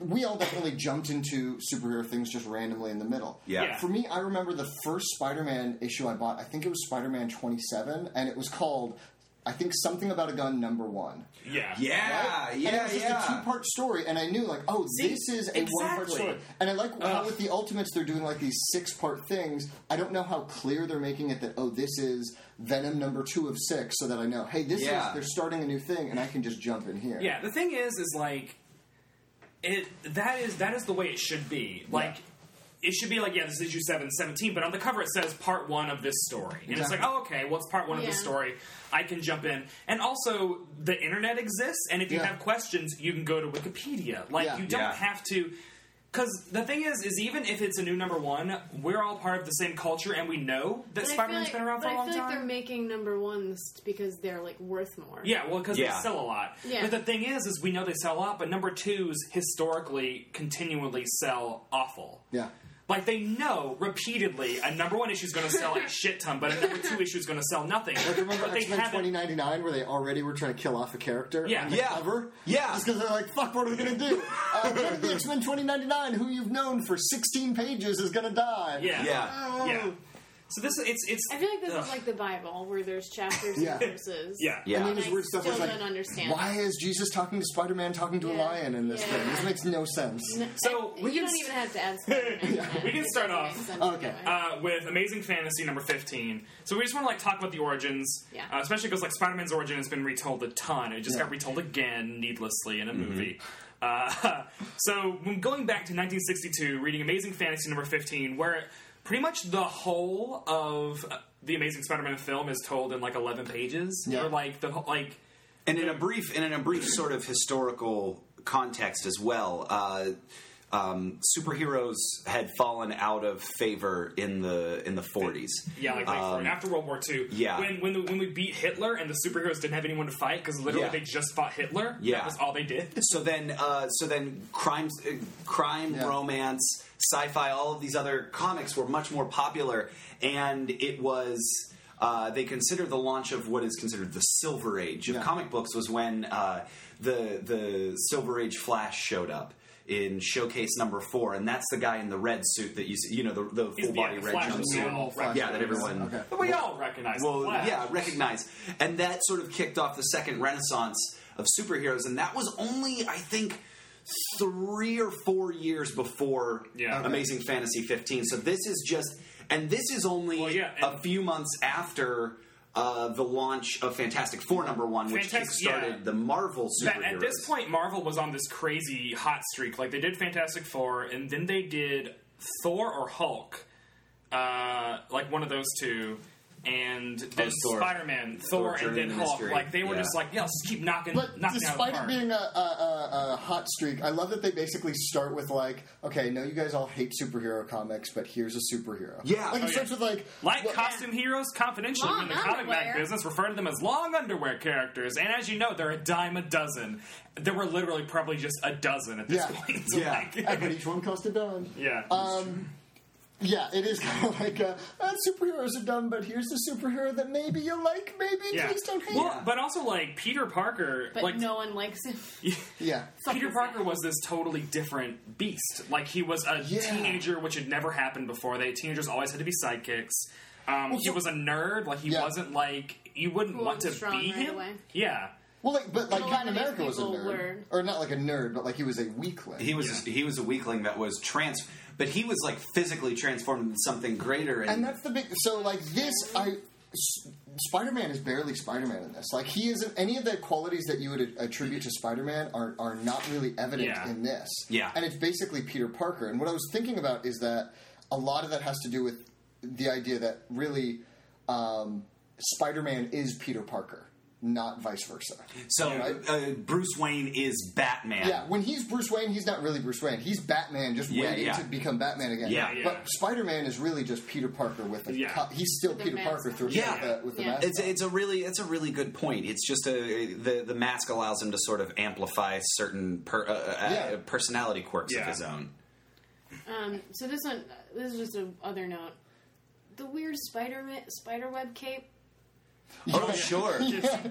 Speaker 4: We all definitely jumped into superhero things just randomly in the middle.
Speaker 1: Yeah. Yeah.
Speaker 4: For me, I remember the first Spider-Man issue I bought. I think it was Spider-Man 27, and it was called, I think, something about a gun number one.
Speaker 2: Yeah.
Speaker 1: Yeah,
Speaker 4: Right? and it
Speaker 1: yeah,
Speaker 4: was just a
Speaker 1: yeah.
Speaker 4: two-part story, and I knew like, oh,
Speaker 2: See,
Speaker 4: this is a one-part
Speaker 2: exactly. Uh-huh.
Speaker 4: story. And I like how
Speaker 2: Ugh.
Speaker 4: with the Ultimates they're doing like these six-part things. I don't know how clear they're making it that oh, this is Venom number two of six, so that I know hey, this
Speaker 1: Yeah.
Speaker 4: is they're starting a new thing, and I can just jump in here.
Speaker 2: Yeah, the thing is, is like it. That is that is the way it should be. Like it should be like yeah, this is issue seven seventeen, but on the cover it says part one of this story, and it's
Speaker 4: Exactly.
Speaker 2: like oh okay, what's part one of this
Speaker 3: Yeah.
Speaker 2: story? I can jump in, and also the internet exists, and if you
Speaker 4: Yeah.
Speaker 2: have questions, you can go to Wikipedia. Like
Speaker 4: Yeah.
Speaker 2: you don't
Speaker 1: Yeah.
Speaker 2: have to. Because the thing is, is even if it's a new number one, we're all part of the same culture, and we know that
Speaker 3: But I feel
Speaker 2: Spider-Man's
Speaker 3: like-
Speaker 2: been around for
Speaker 3: but
Speaker 2: a
Speaker 3: I
Speaker 2: long
Speaker 3: feel like
Speaker 2: time.
Speaker 3: they're making number ones because they're like worth more.
Speaker 2: Yeah, well, because
Speaker 1: Yeah.
Speaker 2: they sell a lot.
Speaker 3: Yeah.
Speaker 2: But the thing is, is we know they sell a lot, but number twos historically continually sell awful.
Speaker 4: yeah.
Speaker 2: Like they know repeatedly a number one issue is going to sell a shit ton, but a number two issue is going to sell nothing.
Speaker 4: Remember
Speaker 2: but they
Speaker 4: X Men
Speaker 2: haven't.
Speaker 4: twenty ninety nine, where they already were trying to kill off a character
Speaker 2: Yeah.
Speaker 4: on the
Speaker 1: Yeah.
Speaker 4: cover,
Speaker 1: Yeah.
Speaker 4: just because they're like, "Fuck, what are we gonna do?" Uh, one of the X Men twenty ninety nine, who you've known for sixteen pages, is gonna die. Oh.
Speaker 2: yeah,
Speaker 1: Yeah.
Speaker 2: yeah. So this it's it's.
Speaker 3: I feel like this is
Speaker 2: ugh.
Speaker 3: like the Bible where there's chapters
Speaker 4: Yeah.
Speaker 3: and verses.
Speaker 2: yeah,
Speaker 1: Yeah.
Speaker 4: And then
Speaker 3: I
Speaker 4: there's weird stuff
Speaker 3: still
Speaker 4: where it's
Speaker 3: don't
Speaker 4: like,
Speaker 3: understand.
Speaker 4: why is Jesus talking to Spider-Man talking to a
Speaker 3: Yeah.
Speaker 4: lion in this
Speaker 3: Yeah.
Speaker 4: thing? This makes no sense.
Speaker 3: N-
Speaker 2: So,
Speaker 3: I-
Speaker 2: we
Speaker 3: you
Speaker 2: can
Speaker 3: don't
Speaker 2: s-
Speaker 3: even have to ask. that.
Speaker 2: We can start off.
Speaker 3: Makes sense
Speaker 4: Okay.
Speaker 3: anyway.
Speaker 2: uh, with Amazing Fantasy number fifteen. So we just want to like talk about the origins,
Speaker 3: Yeah.
Speaker 2: uh, especially because like Spider Man's origin has been retold a ton. It just
Speaker 4: Yeah.
Speaker 2: got retold again needlessly
Speaker 1: Mm-hmm.
Speaker 2: in a movie. Uh, so when going back to 1962, reading Amazing Fantasy number fifteen, where pretty much the whole of uh, the Amazing Spider Man film is told in like eleven pages,
Speaker 4: Yeah.
Speaker 2: or like the whole- like.
Speaker 1: And in a brief, and in a brief sort of historical context as well, uh, um, superheroes had fallen out of favor in the in the forties.
Speaker 2: Yeah, like late forties, after World War II.
Speaker 1: Um, yeah.
Speaker 2: when when, the, when we beat Hitler and the superheroes didn't have anyone to fight because literally
Speaker 1: Yeah.
Speaker 2: they just fought Hitler.
Speaker 1: Yeah.
Speaker 2: that was all they did.
Speaker 1: So then, uh, so then, crimes, uh, crime,
Speaker 4: Yeah.
Speaker 1: romance, sci-fi, all of these other comics were much more popular, and it was. Uh, they consider the launch of what is considered the Silver Age of
Speaker 4: Yeah.
Speaker 1: comic books was when uh, the the Silver Age Flash showed up in showcase number four, and that's the guy in the red suit that you see, you know the, the
Speaker 2: He's
Speaker 1: full body
Speaker 2: the
Speaker 1: red
Speaker 2: Flash that we
Speaker 1: jumpsuit.
Speaker 2: all recognize.
Speaker 1: Yeah, that everyone-
Speaker 4: Okay.
Speaker 2: But we all recognize.
Speaker 1: Well,
Speaker 2: the Flash.
Speaker 1: yeah, recognize. And that sort of kicked off the second renaissance of superheroes, and that was only, I think, three or four years before
Speaker 2: Yeah. Okay.
Speaker 1: Amazing Fantasy 15. So this is just And this is only
Speaker 2: Well, yeah,
Speaker 1: a
Speaker 2: and-
Speaker 1: few months after uh, the launch of Fantastic Four number one, which
Speaker 2: Fantastic-
Speaker 1: kickstarted
Speaker 2: yeah.
Speaker 1: the Marvel
Speaker 2: That-
Speaker 1: superheroes.
Speaker 2: at this point, Marvel was on this crazy hot streak. Like they did Fantastic Four, and then they did Thor or Hulk, uh, like one of those two, and then
Speaker 1: Oh, Thor.
Speaker 2: Spider Man, Thor,
Speaker 1: Journey
Speaker 2: and then
Speaker 1: to
Speaker 2: Hulk.
Speaker 1: Mystery,
Speaker 2: Like they were
Speaker 1: yeah.
Speaker 2: just like, yeah, let's just keep knocking,
Speaker 4: But
Speaker 2: knocking out
Speaker 4: despite
Speaker 2: the
Speaker 4: it
Speaker 2: park.
Speaker 4: being a, a, a, a uh, hot streak, I love that they basically start with like, okay, no, you guys all hate superhero comics, but here's a superhero.
Speaker 1: Yeah.
Speaker 4: like it
Speaker 1: Oh,
Speaker 4: starts with like,
Speaker 2: Like
Speaker 4: what-
Speaker 2: costume heroes, confidentially
Speaker 3: Long
Speaker 2: in the comic
Speaker 3: underwear.
Speaker 2: mag business, refer to them as long underwear characters. And as you know, they're a dime a dozen. There were literally probably just a dozen at this
Speaker 4: Yeah.
Speaker 2: point.
Speaker 1: Yeah.
Speaker 4: Uh,
Speaker 2: Like-
Speaker 4: but each one cost a dime.
Speaker 2: yeah.
Speaker 4: Um, yeah, it is kind of like uh, uh, superheroes are dumb, but here's the superhero that maybe you like, maybe
Speaker 2: yeah.
Speaker 4: please don't hate.
Speaker 2: Well,
Speaker 1: Yeah.
Speaker 2: but also like Peter Parker,
Speaker 3: But
Speaker 2: like
Speaker 3: no one likes him.
Speaker 4: yeah,
Speaker 2: Peter Parker was this totally different beast. Like he was a
Speaker 4: Yeah.
Speaker 2: teenager, which had never happened before. They teenagers always had to be sidekicks. Um, he
Speaker 4: so-
Speaker 2: was a nerd. Like he
Speaker 4: Yeah.
Speaker 2: wasn't like you wouldn't
Speaker 3: Cool
Speaker 2: want
Speaker 3: and
Speaker 2: to
Speaker 3: strong
Speaker 2: be
Speaker 3: right
Speaker 2: him.
Speaker 3: away.
Speaker 2: Yeah,
Speaker 4: Well, like, but like
Speaker 3: a lot
Speaker 4: Captain
Speaker 3: of these
Speaker 4: America was a
Speaker 3: people
Speaker 4: nerd,
Speaker 3: were-
Speaker 4: or not like a nerd, but like he was a weakling.
Speaker 1: he was he was a weakling that was trans, but he was like physically transformed into something greater. And,
Speaker 4: and that's the big. So like this, I S- Spider-Man is barely Spider-Man in this. Like he isn't any of the qualities that you would a- attribute to Spider-Man are are not really evident
Speaker 2: Yeah.
Speaker 4: in this.
Speaker 1: Yeah.
Speaker 4: and it's basically Peter Parker. And what I was thinking about is that a lot of that has to do with the idea that really um, Spider-Man is Peter Parker, not vice versa.
Speaker 1: so uh, Bruce Wayne is Batman.
Speaker 4: Yeah, when he's Bruce Wayne, he's not really Bruce Wayne. He's Batman, just
Speaker 1: Yeah,
Speaker 4: waiting
Speaker 1: yeah.
Speaker 4: to become Batman again.
Speaker 1: Yeah, yeah.
Speaker 4: But Spider Man is really just Peter Parker with a.
Speaker 2: Yeah.
Speaker 4: co- he's still
Speaker 3: The
Speaker 4: Peter
Speaker 3: mask
Speaker 4: Parker
Speaker 3: on.
Speaker 4: through
Speaker 1: Yeah.
Speaker 4: with the, with the
Speaker 3: Yeah.
Speaker 4: mask.
Speaker 1: It's
Speaker 4: on.
Speaker 1: a, it's a really it's a really good point. It's just a the the mask allows him to sort of amplify certain per, uh, uh,
Speaker 4: Yeah.
Speaker 1: uh, personality quirks of
Speaker 2: Yeah.
Speaker 1: his own.
Speaker 3: Um, so this one, this is just a other note. The weird spider spider web cape.
Speaker 1: Oh sure,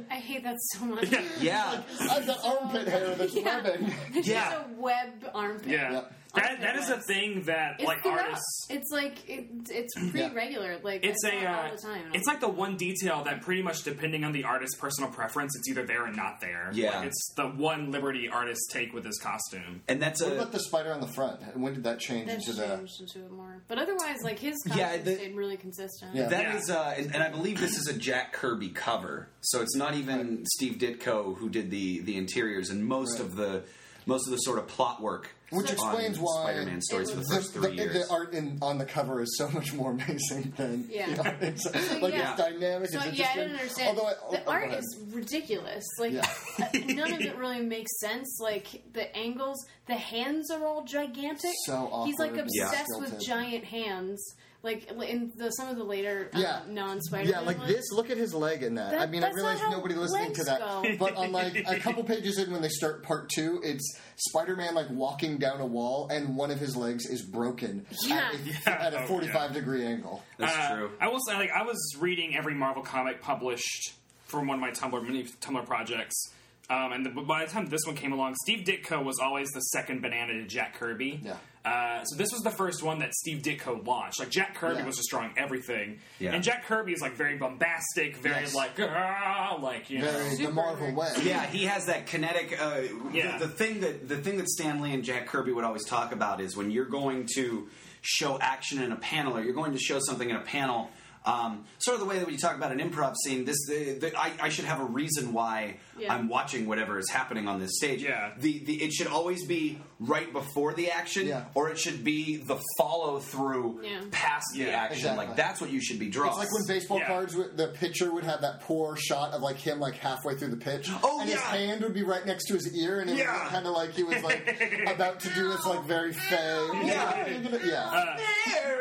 Speaker 3: I hate that so much.
Speaker 2: Yeah.
Speaker 1: yeah.
Speaker 4: I've got armpit hair that's
Speaker 3: Yeah.
Speaker 4: rubbing.
Speaker 3: It's
Speaker 1: Yeah.
Speaker 3: just a web armpit.
Speaker 2: yeah.
Speaker 4: Yep.
Speaker 2: That that is a thing that
Speaker 3: It's
Speaker 2: like
Speaker 3: throughout.
Speaker 2: artists.
Speaker 3: It's like it, it's pretty
Speaker 4: Yeah.
Speaker 3: regular. Like
Speaker 2: It's
Speaker 3: I saw
Speaker 2: a
Speaker 3: it
Speaker 2: uh,
Speaker 3: all the time.
Speaker 2: it's like the one detail that pretty much depending on the artist's personal preference, it's either there or not there.
Speaker 1: Yeah.
Speaker 2: like, it's the one liberty artists take with this costume.
Speaker 1: And that's
Speaker 4: What
Speaker 1: a
Speaker 4: about the spider on the front? And When did that change
Speaker 3: that's
Speaker 4: into the?
Speaker 3: changed into it more. But otherwise, like his costume
Speaker 1: Yeah, the-
Speaker 3: stayed really consistent.
Speaker 4: Yeah.
Speaker 1: That
Speaker 2: Yeah.
Speaker 1: is, uh, and, and I believe this is a Jack Kirby cover, so it's not even Steve Ditko who did the the interiors and most
Speaker 4: Right.
Speaker 1: of the most of the sort of plot work,
Speaker 4: Which
Speaker 1: on
Speaker 4: explains why
Speaker 1: Spider-Man stories for the
Speaker 3: it
Speaker 1: first
Speaker 4: the,
Speaker 1: three
Speaker 4: the-
Speaker 1: years.
Speaker 4: the art in, on the cover is so much more amazing than
Speaker 3: Yeah.
Speaker 4: the art. It's, like
Speaker 3: yeah.
Speaker 4: it's dynamic.
Speaker 3: So
Speaker 4: it's
Speaker 3: yeah, I
Speaker 4: interesting.
Speaker 3: didn't understand.
Speaker 4: Although I, oh,
Speaker 3: the
Speaker 4: oh,
Speaker 3: art
Speaker 4: go ahead.
Speaker 3: is ridiculous. Like
Speaker 4: Yeah.
Speaker 3: none of it really makes sense. Like the angles, the hands are all gigantic.
Speaker 4: So
Speaker 3: He's like
Speaker 4: awkward.
Speaker 3: obsessed
Speaker 4: Yeah.
Speaker 3: with
Speaker 4: Stilted.
Speaker 3: giant hands. Like in the, some of the later uh,
Speaker 4: Yeah.
Speaker 3: non-Spider.
Speaker 4: Yeah, like this. Look at his leg in that.
Speaker 3: That-
Speaker 4: I mean, I
Speaker 3: that's
Speaker 4: realize
Speaker 3: not how
Speaker 4: nobody listening to
Speaker 3: legs
Speaker 4: that,
Speaker 3: go.
Speaker 4: but on like a couple pages in, when they start part two, it's Spider-Man like walking down a wall, and one of his legs is broken
Speaker 3: Yeah.
Speaker 4: at a,
Speaker 2: Yeah.
Speaker 4: at a
Speaker 2: Oh,
Speaker 4: forty-five degree angle.
Speaker 1: That's
Speaker 2: Uh,
Speaker 1: true.
Speaker 2: I will say, like, I was reading every Marvel comic published from one of my Tumblr many Tumblr projects, um, and the, by the time this one came along, Steve Ditko was always the second banana to Jack Kirby.
Speaker 4: Yeah.
Speaker 2: Uh, so this was the first one that Steve Ditko launched. Like Jack Kirby
Speaker 4: Yeah.
Speaker 2: was just drawing everything,
Speaker 1: Yeah.
Speaker 2: and Jack Kirby is like very bombastic, very
Speaker 4: Yes.
Speaker 2: like, "Ah," like you know,
Speaker 4: Very the
Speaker 3: Super
Speaker 4: Marvel
Speaker 3: nerd.
Speaker 4: way.
Speaker 1: Yeah, he has that kinetic. Uh,
Speaker 2: Yeah.
Speaker 1: the, the thing that the thing that Stan Lee and Jack Kirby would always talk about is when you're going to show action in a panel, or you're going to show something in a panel. Um, sort of the way that when you talk about an improv scene, this the, the, I, I should have a reason why
Speaker 3: Yeah.
Speaker 1: I'm watching whatever is happening on this stage.
Speaker 2: Yeah.
Speaker 1: the, the it should always be right before the action,
Speaker 4: Yeah.
Speaker 1: or it should be the follow through
Speaker 3: Yeah.
Speaker 1: past the
Speaker 2: Yeah,
Speaker 1: action.
Speaker 4: exactly.
Speaker 1: Like that's what you should be drawing.
Speaker 4: It's like when baseball
Speaker 2: Yeah.
Speaker 4: cards, would- the pitcher would have that poor shot of like him like halfway through the pitch,
Speaker 1: Oh,
Speaker 4: and his
Speaker 1: yeah.
Speaker 4: hand would be right next to his ear, and it
Speaker 1: Yeah.
Speaker 4: was kind of like he was like about to do this like very fey.
Speaker 1: Yeah.
Speaker 4: You're gonna- yeah.
Speaker 2: Uh,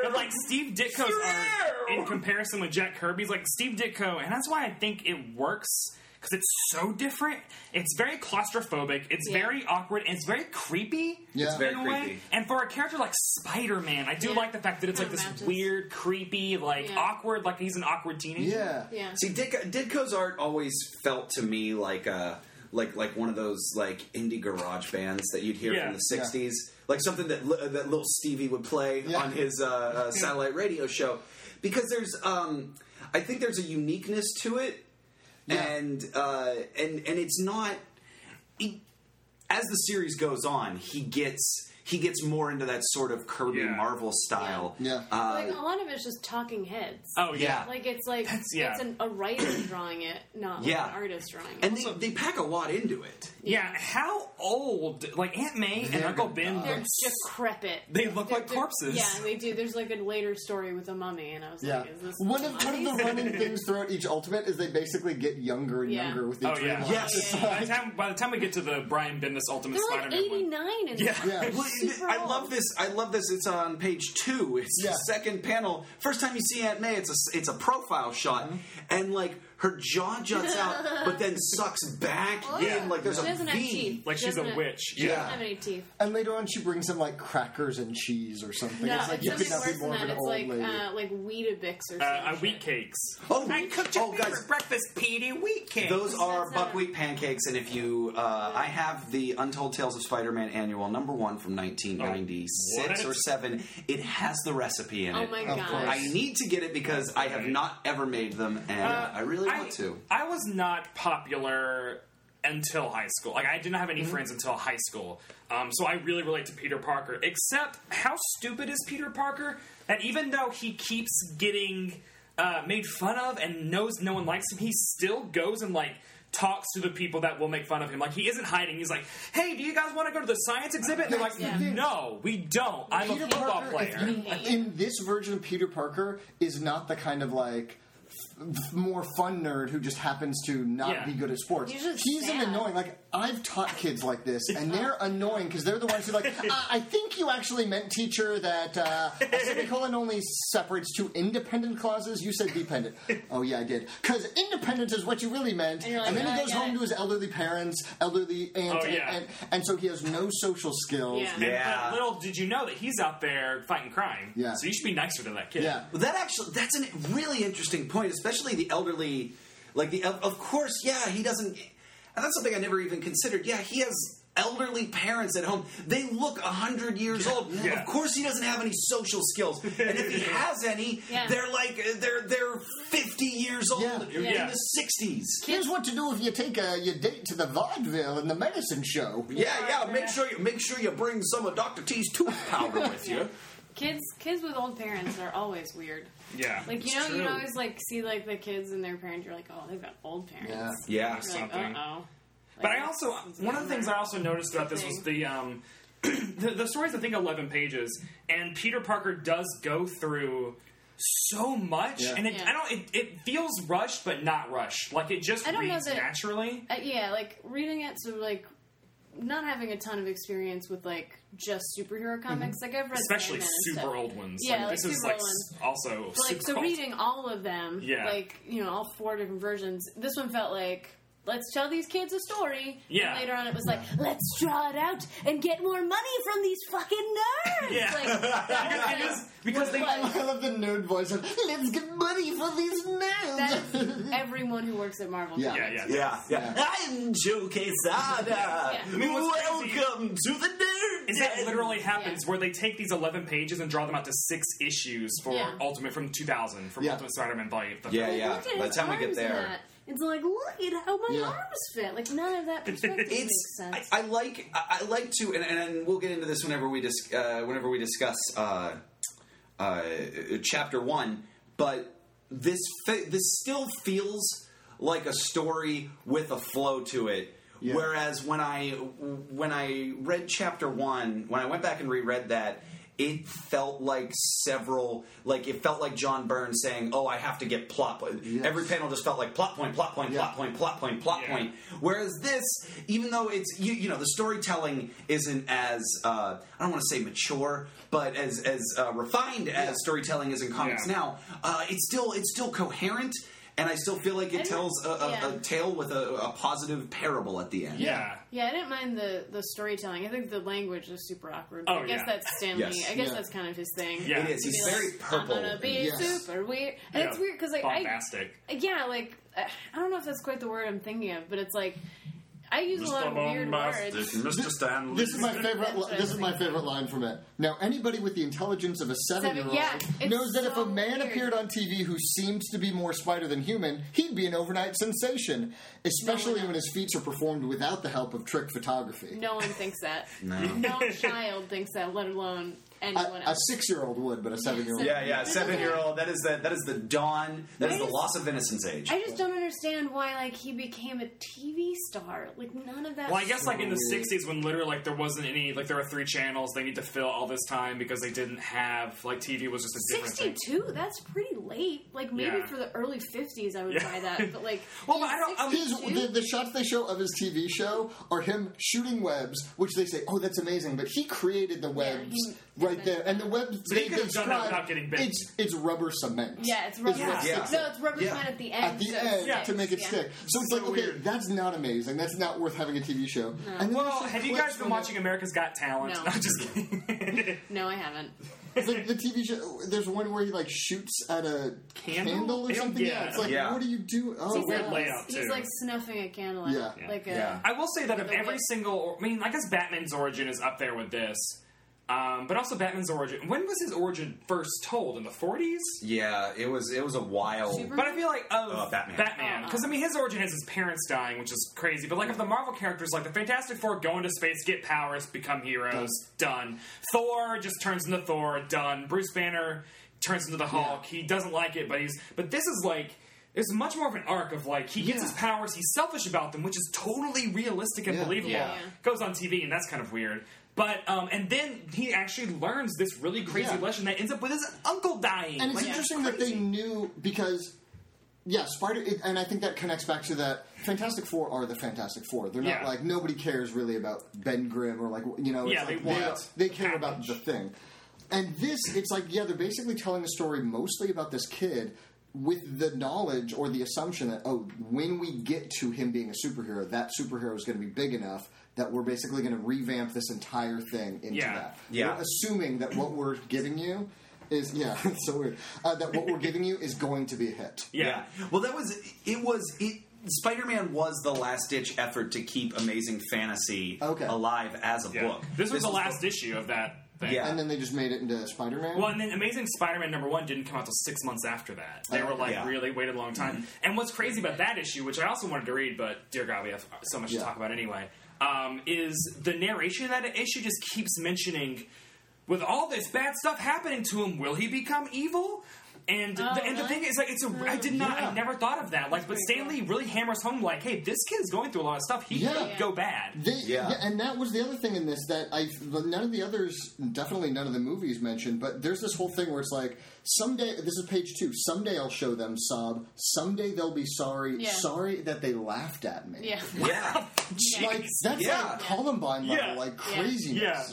Speaker 2: But like Steve Ditko's art in comparison with Jack Kirby's, like Steve Ditko, and that's why I think it works because it's so different. It's very claustrophobic. It's
Speaker 3: Yeah.
Speaker 2: very awkward. And it's very creepy.
Speaker 4: Yeah.
Speaker 1: It's very
Speaker 2: in a way.
Speaker 1: creepy.
Speaker 2: And for a character like Spider Man, I do
Speaker 3: Yeah.
Speaker 2: like the fact that it's like
Speaker 3: Kinda
Speaker 2: this
Speaker 3: matches.
Speaker 2: weird, creepy, like
Speaker 3: Yeah.
Speaker 2: awkward, like he's an awkward teenager.
Speaker 4: yeah,
Speaker 3: Yeah.
Speaker 1: See, Ditko, Ditko's art always felt to me like a like like one of those like indie garage bands that you'd hear
Speaker 2: Yeah.
Speaker 1: from the '60s, like something that li- that little Stevie would play
Speaker 4: Yeah.
Speaker 1: on his uh, uh, satellite radio show, because there's um, I think there's a uniqueness to it,
Speaker 4: Yeah.
Speaker 1: and uh, and and it's not. It, as the series goes on, he gets he gets more into that sort of Kirby
Speaker 2: Yeah.
Speaker 1: Marvel style.
Speaker 4: Yeah.
Speaker 1: Uh,
Speaker 3: like a lot of it's just talking heads.
Speaker 2: Oh yeah.
Speaker 1: Yeah.
Speaker 3: Like it's like
Speaker 2: That's- yeah.
Speaker 3: it's an, a writer drawing it, not like
Speaker 1: Yeah.
Speaker 3: an artist drawing it.
Speaker 1: and they, they pack a lot into it.
Speaker 2: Yeah, how old? Like Aunt May and
Speaker 4: They're
Speaker 2: Uncle
Speaker 4: gonna
Speaker 2: Ben
Speaker 4: die.
Speaker 3: they're
Speaker 2: look
Speaker 3: decrepit.
Speaker 2: They look
Speaker 3: They're-
Speaker 2: like
Speaker 3: they're-
Speaker 2: corpses.
Speaker 3: Yeah, and they do. There's like a later story with a mummy, and I was
Speaker 4: Yeah.
Speaker 3: like, is this
Speaker 4: One of, one of the running things throughout each Ultimate is they basically get younger and
Speaker 3: Yeah.
Speaker 4: younger with each
Speaker 2: Oh yeah.
Speaker 4: real life.
Speaker 1: Yes.
Speaker 2: By the time by the time we get to the Brian Bendis Ultimate
Speaker 3: They're like
Speaker 2: Spider-Man one.
Speaker 3: 89 and
Speaker 2: Yeah.
Speaker 4: Yeah.
Speaker 1: Well,
Speaker 3: Super
Speaker 1: I
Speaker 3: old.
Speaker 1: love this. I love this. It's on page two. It's
Speaker 4: Yeah.
Speaker 1: the second panel. First time you see Aunt May, it's a it's a profile shot, and like her jaw juts out, but then sucks back in like there's
Speaker 3: she
Speaker 1: a
Speaker 3: doesn't have
Speaker 1: V.
Speaker 3: teeth.
Speaker 2: Like
Speaker 3: She
Speaker 2: she's a
Speaker 3: doesn't have-
Speaker 2: witch.
Speaker 3: She doesn't
Speaker 1: Yeah.
Speaker 3: have any teeth.
Speaker 4: And later on, she brings him like crackers and cheese or something.
Speaker 3: No,
Speaker 4: it's like
Speaker 3: it's
Speaker 4: you could
Speaker 3: something
Speaker 4: not be
Speaker 3: worse
Speaker 4: more
Speaker 3: than
Speaker 4: of
Speaker 3: that.
Speaker 4: an
Speaker 3: It's
Speaker 4: old
Speaker 3: like
Speaker 4: lady.
Speaker 3: uh, like Weetabix or something.
Speaker 2: Uh, uh, wheat cakes.
Speaker 1: Oh, oh, guys.
Speaker 2: breakfast, Petey. Wheat cakes.
Speaker 1: Those are
Speaker 3: That's not-
Speaker 1: buckwheat pancakes, and if you, uh, I have the Untold Tales of Spider-Man annual number one from 1996
Speaker 2: Oh,
Speaker 1: or
Speaker 2: what?
Speaker 1: seven. It has the recipe in
Speaker 3: Oh
Speaker 1: it.
Speaker 3: my
Speaker 4: Of course.
Speaker 3: god.
Speaker 1: I need to get it because I have not ever made them, and
Speaker 2: Uh,
Speaker 1: I really
Speaker 2: I,
Speaker 1: want to.
Speaker 2: I was not popular until high school. Like I did not have
Speaker 1: Mm-hmm.
Speaker 2: any friends until high school. Um, so I really relate to Peter Parker. Except how stupid is Peter Parker that even though he keeps getting uh, made fun of and knows no one likes him, he still goes and like talks to the people that will make fun of him. Like he isn't hiding. He's like, "Hey, do you guys want to go to the science exhibit?" And they're like,
Speaker 4: That's the thing.
Speaker 2: "No, we don't. I'm
Speaker 4: Peter
Speaker 2: a football
Speaker 4: Parker,
Speaker 2: player."
Speaker 4: if you-
Speaker 3: Right.
Speaker 4: in this version of Peter Parker, is not the kind of like f- more fun nerd who just happens to not
Speaker 2: Yeah.
Speaker 4: be good at sports.
Speaker 3: He's just
Speaker 4: an
Speaker 3: sad.
Speaker 4: annoying. Like I've taught kids like this, and they're annoying because they're the ones who like. "Uh, I think you actually meant teacher that uh, a semicolon only separates two independent clauses. You said dependent. oh yeah, I did. Because independent is what you really meant.
Speaker 3: And
Speaker 4: And,
Speaker 3: you're like,
Speaker 4: then
Speaker 3: "Oh,
Speaker 4: he
Speaker 3: I
Speaker 4: goes
Speaker 3: get
Speaker 4: home
Speaker 3: it."
Speaker 4: to his elderly parents, elderly aunt,
Speaker 2: Oh, yeah.
Speaker 4: and, and so he has no social skills.
Speaker 3: Yeah.
Speaker 2: And- uh,
Speaker 1: Yeah.
Speaker 2: But little did you know that he's out there fighting crime.
Speaker 4: Yeah.
Speaker 2: So you should be nicer to that kid.
Speaker 4: yeah.
Speaker 1: Well, that actually that's a really interesting point, especially the elderly. Like the of of course, yeah, he doesn't. And that's something I never even considered. Yeah, he has elderly parents at home. They look hundred years old.
Speaker 2: Yeah.
Speaker 1: Of course, he doesn't have any social skills, and if he has any,
Speaker 3: Yeah.
Speaker 1: they're like uh, they're they're fifty years old
Speaker 4: Yeah.
Speaker 1: in
Speaker 2: Yeah.
Speaker 1: the sixties.
Speaker 4: Here's what to do if you take uh, your date to the vaudeville and the medicine show.
Speaker 1: Yeah, yeah. Make sure you make sure you bring some of Doctor T's tooth powder with you.
Speaker 3: Kids, kids with old parents are always weird.
Speaker 2: Yeah.
Speaker 3: Like you
Speaker 2: It's
Speaker 3: know, you
Speaker 2: true.
Speaker 3: always like see like the kids and their parents. You're like, oh, they've got old parents.
Speaker 4: Yeah.
Speaker 1: Yeah.
Speaker 3: You're like,
Speaker 2: Something.
Speaker 3: uh oh.
Speaker 2: But I also one of the things I also noticed about this was
Speaker 3: Thing.
Speaker 2: the um the, the story's I think eleven pages, and Peter Parker does go through so much,
Speaker 4: Yeah.
Speaker 2: and it,
Speaker 3: Yeah.
Speaker 2: I don't. It, it feels rushed, but not rushed. Like it just
Speaker 3: I don't know
Speaker 2: reads
Speaker 3: that-
Speaker 2: naturally.
Speaker 3: uh, yeah, like reading it, so like not having a ton of experience with like just superhero comics. Like I've read
Speaker 2: Mhm. Especially
Speaker 3: Sandman and
Speaker 2: super
Speaker 3: stuff.
Speaker 2: old ones.
Speaker 3: Yeah,
Speaker 2: Like,
Speaker 3: like
Speaker 2: this is
Speaker 3: super
Speaker 2: like
Speaker 3: old
Speaker 2: s- also
Speaker 3: But, like
Speaker 2: super
Speaker 3: so
Speaker 2: old.
Speaker 3: reading all of them
Speaker 2: Yeah.
Speaker 3: like you know all four different versions this one felt like let's tell these kids a story
Speaker 2: Yeah.
Speaker 3: and later on it was like let's draw it out and get more money from these fucking nerds
Speaker 2: Yeah.
Speaker 3: like that
Speaker 2: Because-
Speaker 3: was
Speaker 2: because
Speaker 3: what
Speaker 2: they-
Speaker 3: it was.
Speaker 4: I love the nerd voice of, let's get money for these nerds.
Speaker 3: that's everyone who works at Marvel
Speaker 4: Yeah.
Speaker 2: Yeah, yeah,
Speaker 1: Yeah, yeah. I'm Joe Quesada.
Speaker 3: I
Speaker 2: mean, what's crazy-
Speaker 1: Welcome to the nerd.
Speaker 2: Is that literally happens
Speaker 3: Yeah.
Speaker 2: where they take these 11 pages and draw them out to six issues for
Speaker 3: Yeah.
Speaker 2: Ultimate from 2000 from
Speaker 4: Yeah.
Speaker 2: Ultimate Spider-Man Volume. the
Speaker 1: Yeah,
Speaker 2: first.
Speaker 3: Like,
Speaker 1: yeah.
Speaker 3: look at
Speaker 1: By the
Speaker 3: his
Speaker 1: time we get
Speaker 3: arms in
Speaker 1: there-
Speaker 3: that. it's like look at how my
Speaker 4: Yeah.
Speaker 3: arms fit like none of that perspective makes
Speaker 1: It's I,
Speaker 3: sense
Speaker 1: I like I I like to and, and we'll get into this whenever we dis, uh, whenever we discuss uh, uh, chapter one, but this fe- this still feels like a story with a flow to it.
Speaker 4: Yeah.
Speaker 1: Whereas when I when I read chapter one, when I went back and reread that, it felt like several like it felt like John Byrne saying, "Oh, I have to get plot." po-" Every panel just felt like plot point, plot point,
Speaker 4: Yeah.
Speaker 1: plot point, plot point, plot
Speaker 2: Yeah.
Speaker 1: point. Whereas this, even though it's you, you know the storytelling isn't as uh, I don't want to say mature, but as as uh, refined as storytelling is in comics
Speaker 2: Yeah.
Speaker 1: now, uh, it's still it's still coherent, and I still feel like it
Speaker 3: And-
Speaker 1: tells a, a,
Speaker 3: yeah.
Speaker 1: a tale with a, a positive parable at the end.
Speaker 2: Yeah.
Speaker 3: Yeah, I didn't mind the the storytelling. I think the language is super awkward.
Speaker 2: Oh,
Speaker 3: I guess
Speaker 2: yeah.
Speaker 3: that's Stanley.
Speaker 1: Yes.
Speaker 3: I guess
Speaker 4: Yeah.
Speaker 3: that's kind of his thing.
Speaker 2: Yeah.
Speaker 1: It is.
Speaker 3: To be
Speaker 1: He's
Speaker 3: like,
Speaker 1: very purple.
Speaker 3: I'm gonna be
Speaker 4: Yes.
Speaker 3: super weird, and it's
Speaker 2: Yeah.
Speaker 3: weird because like I,
Speaker 2: bombastic.
Speaker 3: yeah, like I I don't know if that's quite the word I'm thinking of, but it's like. I I use a lot of weird words.
Speaker 5: Mr. Stanley.
Speaker 4: This is my favorite. Li- this is my favorite line from it. Now, anybody with the intelligence of a seven-year-old
Speaker 3: yeah, it's
Speaker 4: knows that if
Speaker 3: so
Speaker 4: a man
Speaker 3: weird.
Speaker 4: appeared on TV who seemed to be more spider than human, he'd be an overnight sensation, especially when his feats are performed without the help of trick photography.
Speaker 3: No one thinks that.
Speaker 1: No.
Speaker 3: No child thinks that, let alone
Speaker 4: A,
Speaker 3: anyone
Speaker 4: a
Speaker 3: else.
Speaker 4: six-year-old would, but a seven-year-old.
Speaker 1: Yeah, yeah, seven year old. That is the that is the dawn. That is the loss of innocence age.
Speaker 3: I just don't understand why, like, he became a TV star. Like, none of that.
Speaker 2: Well, I guess like in
Speaker 4: Oh.
Speaker 2: the '60s, when literally like there wasn't any, like there were three channels, they need to fill all this time because they didn't have like TV was just a different thing.
Speaker 3: sixty-two. That's pretty late. Like, maybe
Speaker 2: Yeah.
Speaker 3: for the early fifties, I would
Speaker 2: Yeah.
Speaker 3: buy that. But like,
Speaker 2: Well, but I don't- I'm-
Speaker 4: His,
Speaker 3: 62?
Speaker 4: the, the shots they show of his TV show are him shooting webs, which they say, "Oh, that's amazing," but he created the webs
Speaker 3: he-
Speaker 4: right there, and the webs
Speaker 2: he
Speaker 4: they
Speaker 2: could have done that
Speaker 4: describe-
Speaker 2: without getting bitten.
Speaker 4: It's it's rubber cement.
Speaker 3: yeah, it's rubber.
Speaker 4: what
Speaker 1: Yeah.
Speaker 4: sticks
Speaker 3: No, it's rubber
Speaker 1: Yeah.
Speaker 3: cement at the end.
Speaker 4: at the
Speaker 3: so
Speaker 4: end
Speaker 3: sticks,
Speaker 4: to make it
Speaker 3: yeah.
Speaker 4: stick. So it's like, okay, that's not amazing. That's not worth having a TV show. And then
Speaker 2: Well,
Speaker 4: there's just
Speaker 2: have you
Speaker 4: clips
Speaker 2: guys been
Speaker 4: from
Speaker 2: watching America's Got Talent?
Speaker 3: No.
Speaker 2: No, I'm just kidding.
Speaker 3: No, I haven't.
Speaker 4: The, it's like the TV show. There's one where he like shoots at a candle,
Speaker 2: Candle?
Speaker 4: or
Speaker 2: Yeah.
Speaker 4: something. Yeah, it's like,
Speaker 1: Yeah.
Speaker 4: what do you do? Oh,
Speaker 3: He's
Speaker 4: wait.
Speaker 2: weird
Speaker 3: like,
Speaker 2: layout,
Speaker 3: He's
Speaker 2: too.
Speaker 3: like snuffing a candle. out,
Speaker 4: Yeah.
Speaker 1: Yeah.
Speaker 3: Like a.
Speaker 1: Yeah.
Speaker 2: I will say that of
Speaker 3: The
Speaker 2: every
Speaker 3: whip.
Speaker 2: single, I mean, I guess Batman's origin is up there with this, um, but also Batman's origin. When was his origin first told? In the 40s?
Speaker 1: yeah, it was it was a while.
Speaker 3: Super-
Speaker 2: But I feel like of
Speaker 1: Uh, Batman.
Speaker 3: Oh.
Speaker 2: because I mean his origin is his parents dying, which is crazy. But like of the Marvel characters, like the Fantastic Four go into space, get powers, become heroes, done. Thor just turns into Thor, done. Bruce Banner turns into the Hulk. He doesn't like it, but he's but this is like. It's much more of an arc of like he gets
Speaker 4: Yeah.
Speaker 2: his powers, he's selfish about them, which is totally realistic and
Speaker 4: Yeah.
Speaker 2: believable.
Speaker 3: Yeah, yeah.
Speaker 2: Goes on TV and that's kind of weird. But um, and then he actually learns this really crazy
Speaker 4: Yeah.
Speaker 2: lesson that ends up with his uncle dying.
Speaker 4: And it's
Speaker 2: Like,
Speaker 4: interesting that they
Speaker 2: crazy.
Speaker 4: knew because. Yeah, Spider, it, and I think that connects back to that. Fantastic Four are the Fantastic Four. They're not
Speaker 2: Yeah.
Speaker 4: like nobody cares really about Ben Grimm or like you know. It's
Speaker 2: Yeah,
Speaker 4: like
Speaker 2: they want
Speaker 4: they, care
Speaker 2: the
Speaker 4: about
Speaker 2: package.
Speaker 4: the thing. And this, it's like yeah, they're basically telling a story mostly about this kid with the knowledge or the assumption that oh, when we get to him being a superhero, that superhero is going to be big enough that we're basically going to revamp this entire thing into
Speaker 2: Yeah.
Speaker 4: that.
Speaker 1: Yeah.
Speaker 4: We're assuming that what we're giving you is yeah, it's so weird. Uh, that what we're giving you is going to be a hit.
Speaker 2: yeah.
Speaker 1: Well, that was it. Was it? Spider-Man was the last-ditch effort to keep Amazing Fantasy
Speaker 4: Okay.
Speaker 1: alive as a
Speaker 2: Yeah.
Speaker 1: book.
Speaker 2: This was the last issue of that thing.
Speaker 1: Yeah.
Speaker 4: And then they just made it into Spider Man.
Speaker 2: Well, and then Amazing Spider-Man number one didn't come out till six months after that. They were like
Speaker 1: Yeah.
Speaker 2: really waited a long time. And what's crazy about that issue, which I also wanted to read, but dear God, we have so much
Speaker 4: Yeah.
Speaker 2: to talk about anyway, um, is the narration of that issue just keeps mentioning, with all this bad stuff happening to him, will he become evil? And
Speaker 3: Oh,
Speaker 2: the, and the
Speaker 3: really?
Speaker 2: thing is, like, it's a. I did not.
Speaker 4: Yeah.
Speaker 2: I never thought of that. Like, but
Speaker 3: pretty
Speaker 2: Stanley really hammers home, like, hey, this kid is going through a lot of stuff. He
Speaker 4: Yeah.
Speaker 2: could go bad.
Speaker 4: They,
Speaker 1: Yeah.
Speaker 4: yeah. and that was the other thing in this that I none of the others, definitely none of the movies mentioned. But there's this whole thing where it's like someday. This is page two. Someday I'll show them sob. Someday they'll be sorry.
Speaker 3: Yeah.
Speaker 4: Sorry that they laughed at me.
Speaker 3: Yeah.
Speaker 1: yeah.
Speaker 4: like that's
Speaker 1: Yeah.
Speaker 4: like Columbine level,
Speaker 2: Yeah.
Speaker 4: like
Speaker 3: Yeah.
Speaker 4: craziness.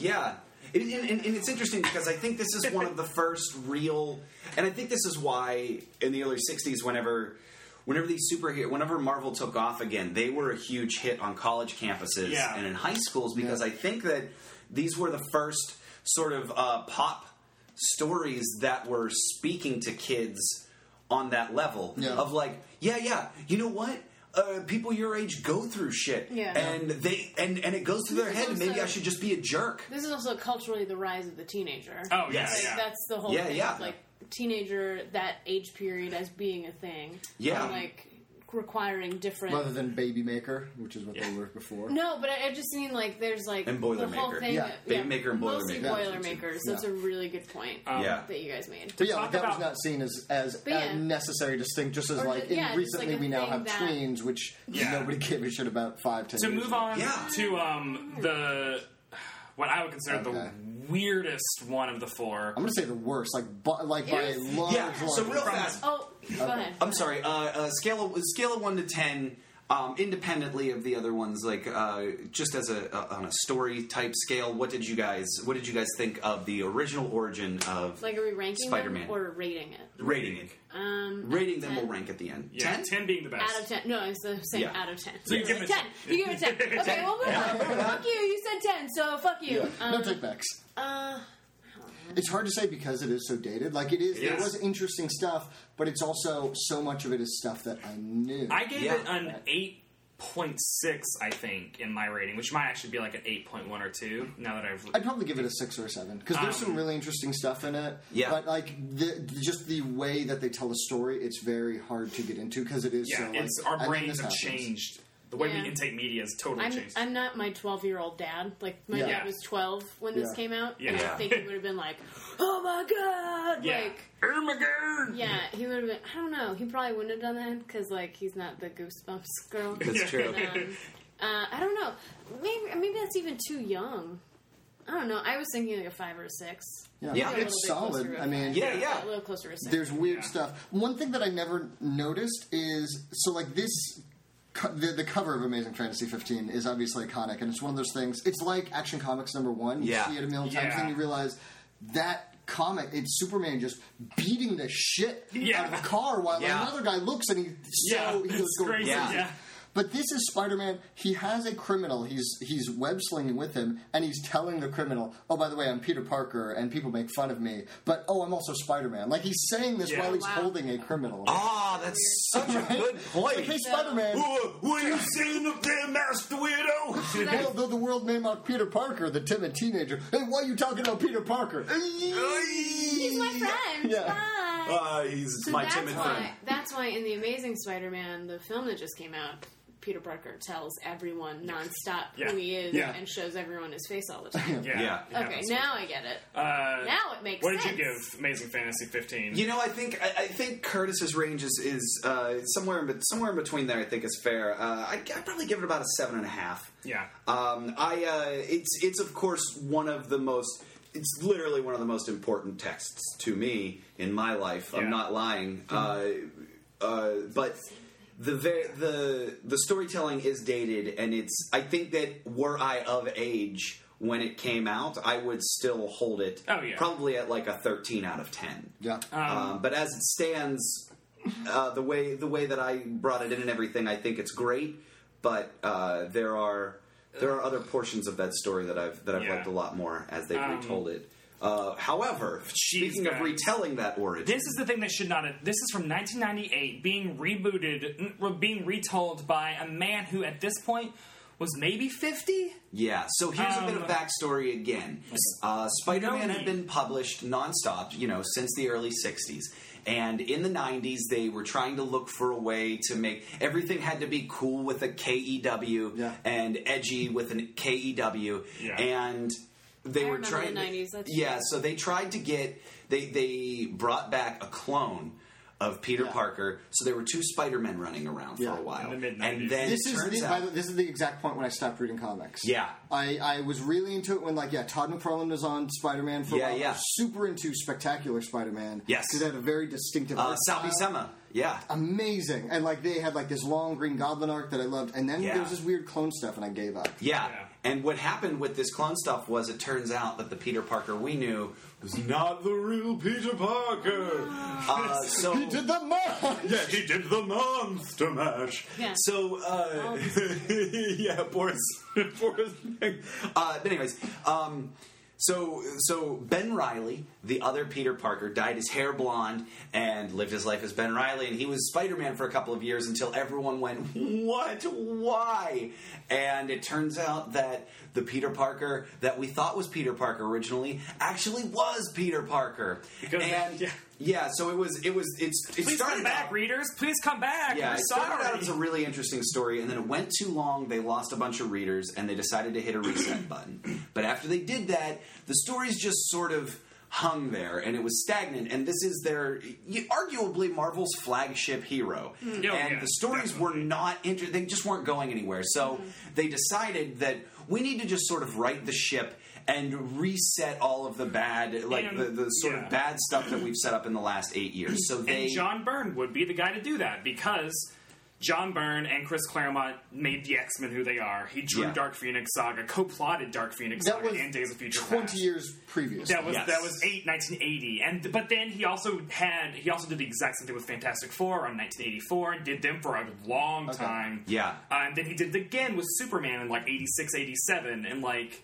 Speaker 2: Yeah.
Speaker 1: Yeah. It, and, and, and it's interesting because I think this is one of the first real, and I think this is why in the early '60s, whenever, whenever these superhero, whenever Marvel took off again, they were a huge hit on college campuses
Speaker 2: Yeah.
Speaker 1: and in high schools because I think that these were the first sort of uh, pop stories that were speaking to kids on that level
Speaker 4: Yeah.
Speaker 1: of like, yeah, yeah, you know what. Uh, people your age go through shit,
Speaker 3: Yeah.
Speaker 1: and they and and it goes through their
Speaker 3: This
Speaker 1: head.
Speaker 3: is
Speaker 1: Maybe
Speaker 3: also-
Speaker 1: I should just be a jerk.
Speaker 3: This is also culturally the rise of the teenager.
Speaker 2: Oh
Speaker 1: Yes.
Speaker 2: yeah,
Speaker 3: Like,
Speaker 2: yeah.
Speaker 3: that's the whole
Speaker 1: Yeah,
Speaker 3: thing.
Speaker 1: yeah.
Speaker 3: of, Like teenager, that age period as being a thing.
Speaker 1: Yeah.
Speaker 3: And, like requiring different.
Speaker 4: Rather than Baby Maker, which is what they were before.
Speaker 3: no, but I, I just mean like there's like
Speaker 1: And
Speaker 3: the whole
Speaker 1: Boilermaker.
Speaker 3: thing.
Speaker 4: Yeah.
Speaker 1: Babymaker and
Speaker 3: mostly
Speaker 1: Boilermaker.
Speaker 3: Boilermakers. That's
Speaker 4: Yeah.
Speaker 3: a really good point
Speaker 2: Um,
Speaker 1: Yeah.
Speaker 3: that you guys made.
Speaker 4: But yeah,
Speaker 2: talk
Speaker 4: like that was
Speaker 2: about-
Speaker 4: not seen as as a
Speaker 3: yeah.
Speaker 4: necessary distinct. Just as
Speaker 3: Or
Speaker 4: like
Speaker 3: just- yeah,
Speaker 4: in
Speaker 3: just
Speaker 4: recently,
Speaker 3: like a
Speaker 4: we now
Speaker 3: thing
Speaker 4: have
Speaker 3: that-
Speaker 4: tweens, which
Speaker 2: Yeah.
Speaker 4: nobody gave a shit about five ten.
Speaker 2: to
Speaker 4: years
Speaker 2: move
Speaker 4: ago.
Speaker 2: on
Speaker 1: Yeah.
Speaker 2: to um, the what I would consider
Speaker 4: Okay.
Speaker 2: the weirdest one of the four.
Speaker 4: I'm gonna say the worst, like by, like by a
Speaker 3: Yes.
Speaker 4: large.
Speaker 1: Yeah, so
Speaker 4: large-
Speaker 1: real fast.
Speaker 3: Oh, go ahead.
Speaker 1: I'm sorry. Uh, uh, scale of, scale of one to ten, um, independently of the other ones, like uh, just as a uh, on a story type scale. What did you guys What did you guys think of the original origin of
Speaker 3: Like, are we ranking
Speaker 1: Spider-Man.
Speaker 3: them or rating it?
Speaker 1: rating it?
Speaker 3: Um,
Speaker 1: Rating
Speaker 3: out of
Speaker 1: them will
Speaker 3: 10.
Speaker 1: rank at the end.
Speaker 2: Yeah,
Speaker 1: Ten.
Speaker 2: ten being the best.
Speaker 3: Out of ten. No, I was saying
Speaker 1: Yeah.
Speaker 3: out of ten.
Speaker 2: So you
Speaker 3: Like,
Speaker 2: give it-
Speaker 3: ten. You give it ten. Okay, well, we're
Speaker 1: Yeah.
Speaker 3: fuck you. You said ten, so fuck you.
Speaker 4: Yeah.
Speaker 3: Um,
Speaker 4: no takebacks.
Speaker 3: uh,
Speaker 4: It's hard to say because it is so dated. Like it is, there
Speaker 2: Yes.
Speaker 4: was interesting stuff, but it's also so much of it is stuff that I knew.
Speaker 2: I gave
Speaker 1: Yeah.
Speaker 2: it an eight 0.6, I think, in my rating, which might actually be like an 8.1 or 2 now that I've.
Speaker 4: I'd probably give it a six or a seven because there's
Speaker 2: Um,
Speaker 4: some really interesting stuff in it.
Speaker 1: Yeah.
Speaker 4: but like the, the- just the way that they tell a story, it's very hard to get into because it is.
Speaker 2: yeah,
Speaker 4: so, like,
Speaker 2: it's, our
Speaker 4: and then
Speaker 2: brains
Speaker 4: this
Speaker 2: have
Speaker 4: happens.
Speaker 2: changed. The way
Speaker 3: Yeah.
Speaker 2: we intake media has totally
Speaker 3: I'm,
Speaker 2: changed.
Speaker 3: I'm not my 12 year old dad. Like, my
Speaker 4: Yeah.
Speaker 3: dad was 12 when this
Speaker 4: Yeah.
Speaker 3: came out.
Speaker 2: Yeah.
Speaker 3: And I
Speaker 2: Yeah.
Speaker 3: think he would have been like, oh my god!
Speaker 2: yeah.
Speaker 3: Like,
Speaker 2: Armageddon!
Speaker 3: yeah, he would have been, I don't know, he probably wouldn't have done that because, like, he's not the Goosebumps girl.
Speaker 1: That's true.
Speaker 3: Um, uh, I don't know. Maybe maybe that's even too young. I don't know. I was thinking like a five or a six.
Speaker 1: Yeah.
Speaker 3: A
Speaker 4: Yeah,
Speaker 3: little
Speaker 4: it's
Speaker 3: bit closer
Speaker 4: solid.
Speaker 3: to a
Speaker 4: I mean,
Speaker 3: five.
Speaker 1: Yeah, yeah.
Speaker 3: a little closer to a six.
Speaker 4: there's weird
Speaker 2: Yeah.
Speaker 4: stuff. One thing that I never noticed is so like this. co- The, the cover of Amazing Fantasy 15 is obviously iconic, and it's one of those things. It's like Action Comics number one. You
Speaker 1: Yeah.
Speaker 4: see it a million times,
Speaker 2: Yeah.
Speaker 4: then you realize that comic. It's Superman just beating the shit
Speaker 2: Yeah.
Speaker 4: out of a car while
Speaker 1: Yeah.
Speaker 4: another guy looks and he so
Speaker 2: Yeah,
Speaker 4: he goes
Speaker 2: it's
Speaker 4: going
Speaker 2: crazy.
Speaker 1: Yeah.
Speaker 2: yeah.
Speaker 4: But this is Spider-Man. He has a criminal. He's he's web slinging with him, and he's telling the criminal, "Oh, by the way, I'm Peter Parker, and people make fun of me, but oh, I'm also Spider-Man." Like he's saying this
Speaker 2: Yeah.
Speaker 4: while he's
Speaker 3: Wow.
Speaker 4: holding a criminal.
Speaker 1: Ah, that's such a good
Speaker 4: Like,
Speaker 1: point.
Speaker 4: hey, Spider-Man.
Speaker 1: Whoa, what are you saying up there, Master Weirdo?
Speaker 4: Though, though the world may mock Peter Parker, the timid teenager. Hey, why are you talking about Peter Parker?
Speaker 3: He's my friend.
Speaker 4: Yeah.
Speaker 3: Bye.
Speaker 1: Ah, he's
Speaker 3: So
Speaker 1: my
Speaker 3: that's
Speaker 1: timid
Speaker 3: why,
Speaker 1: friend.
Speaker 3: That's why in the Amazing Spider-Man, the film that just came out, Peter Parker tells everyone nonstop
Speaker 2: Yeah.
Speaker 3: who he is
Speaker 2: Yeah.
Speaker 3: and shows everyone his face all the time.
Speaker 2: Yeah.
Speaker 1: Yeah.
Speaker 3: okay, now I get it.
Speaker 2: Uh,
Speaker 3: now it makes
Speaker 2: what did
Speaker 3: sense.
Speaker 2: you give Amazing Fantasy 15?
Speaker 1: You know, I think I, I think Curtis's range is, is uh, somewhere in, bet- somewhere in between there. I think is fair. Uh, I'd, I'd probably give it about a seven and a half.
Speaker 2: Yeah.
Speaker 1: Um, I uh, it's it's of course one of the most. It's literally one of the most important texts to me in my life.
Speaker 2: Yeah. Mm-hmm.
Speaker 1: I'm not lying. Uh, uh, but the very the the storytelling is dated, and it's. I think that were I of age when it came out, I would still hold it.
Speaker 2: Oh, yeah.
Speaker 1: Probably at like a 13 out of 10.
Speaker 4: Yeah.
Speaker 1: Um, but as it stands, uh, the way the way that I brought it in and everything, I think it's great. But uh, there are there are other portions of that story that I've that I've
Speaker 2: Yeah. Um,
Speaker 1: liked a lot more as they've retold it. Uh, however, speaking of
Speaker 2: guys.
Speaker 1: retelling that origin,
Speaker 2: This is the thing that should not. Have, this is from 1998, being rebooted, n- re- being retold by a man who, at this point, was maybe 50.
Speaker 1: yeah. So here's a bit of
Speaker 2: Um,
Speaker 1: backstory again. Uh, Spider-Man
Speaker 2: No
Speaker 1: had
Speaker 2: need.
Speaker 1: been published nonstop, you know, since the early '60s. And in the '90s, they were trying to look for a way to make everything had to be cool with a K E W
Speaker 4: Yeah.
Speaker 1: and edgy with an K E W.
Speaker 2: Yeah.
Speaker 1: And they
Speaker 3: I
Speaker 1: were
Speaker 3: remember
Speaker 1: trying
Speaker 3: the
Speaker 1: to-
Speaker 3: 90s, that's
Speaker 1: yeah, so they tried to get they they brought back a clone of Peter
Speaker 4: Yeah.
Speaker 1: Parker. So there were two Spider-Men running around
Speaker 4: Yeah.
Speaker 1: for a while,
Speaker 2: In the mid-nineties.
Speaker 1: and then
Speaker 4: this
Speaker 1: it
Speaker 4: is
Speaker 1: turns
Speaker 4: the, by
Speaker 1: out,
Speaker 4: the, this is the exact point when I stopped reading comics.
Speaker 1: Yeah.
Speaker 4: I, I was really into it when like yeah Todd McFarlane was on Spider Man for
Speaker 1: Yeah,
Speaker 4: a while.
Speaker 1: yeah.
Speaker 4: I was super into Spectacular Spider Man.
Speaker 1: Yes.
Speaker 4: because it had a very distinctive.
Speaker 1: uh,
Speaker 4: art
Speaker 1: Salvi
Speaker 4: style.
Speaker 1: Sema, yeah,
Speaker 4: amazing. And like they had like this long Green Goblin arc that I loved, and then
Speaker 1: Yeah.
Speaker 4: there was this weird clone stuff, and I gave up.
Speaker 1: yeah.
Speaker 2: Yeah.
Speaker 1: And what happened with this clone stuff was it turns out that the Peter Parker we knew was not the real Peter Parker. Uh, so
Speaker 4: Ah. He did the most.
Speaker 1: Yeah, he did the monster mash.
Speaker 3: Yeah.
Speaker 1: So, uh,
Speaker 3: Oh.
Speaker 1: yeah, Boris, Boris. Uh, but anyways, um, so so Ben Riley, the other Peter Parker, dyed his hair blonde and lived his life as Ben Riley, and he was Spider Man for a couple of years until everyone went, "What? Why?" And it turns out that the Peter Parker that we thought was Peter Parker originally actually was Peter Parker,
Speaker 2: Because-
Speaker 1: and.
Speaker 2: yeah.
Speaker 1: Yeah, so it was. It was. It's. It
Speaker 2: Please
Speaker 1: started
Speaker 2: come back,
Speaker 1: out-
Speaker 2: readers. Please come back.
Speaker 1: yeah,
Speaker 2: We're
Speaker 1: it
Speaker 2: sorry.
Speaker 1: started out as a really interesting story, and then it went too long. They lost a bunch of readers, and they decided to hit a reset button. But after they did that, the stories just sort of hung there, and it was stagnant. And this is their y- arguably Marvel's flagship hero, and
Speaker 2: Mm. Oh, Yeah, yeah,
Speaker 1: the stories were not inter- They just weren't going anywhere. So
Speaker 2: Mm-hmm.
Speaker 1: they decided that we need to just sort of right the ship. And reset all of the bad, like
Speaker 2: And-
Speaker 1: the, the sort
Speaker 2: yeah.
Speaker 1: of bad stuff that we've set up in the last eight years. So they,
Speaker 2: and John Byrne would be the guy to do that because John Byrne and Chris Claremont made the X Men who they are. He drew
Speaker 1: Yeah.
Speaker 2: Dark Phoenix Saga, co-plotted Dark Phoenix
Speaker 4: That
Speaker 2: Saga
Speaker 4: was
Speaker 2: and Days of Future Past.
Speaker 4: Twenty years previous.
Speaker 2: That was
Speaker 1: Yes.
Speaker 2: that was eight, 1980. and but then he also had he also did the exact same thing with Fantastic Four around 1984 and did them for a long time.
Speaker 1: Yeah.
Speaker 2: Uh, and then he did it again with Superman in like 86, 87, and like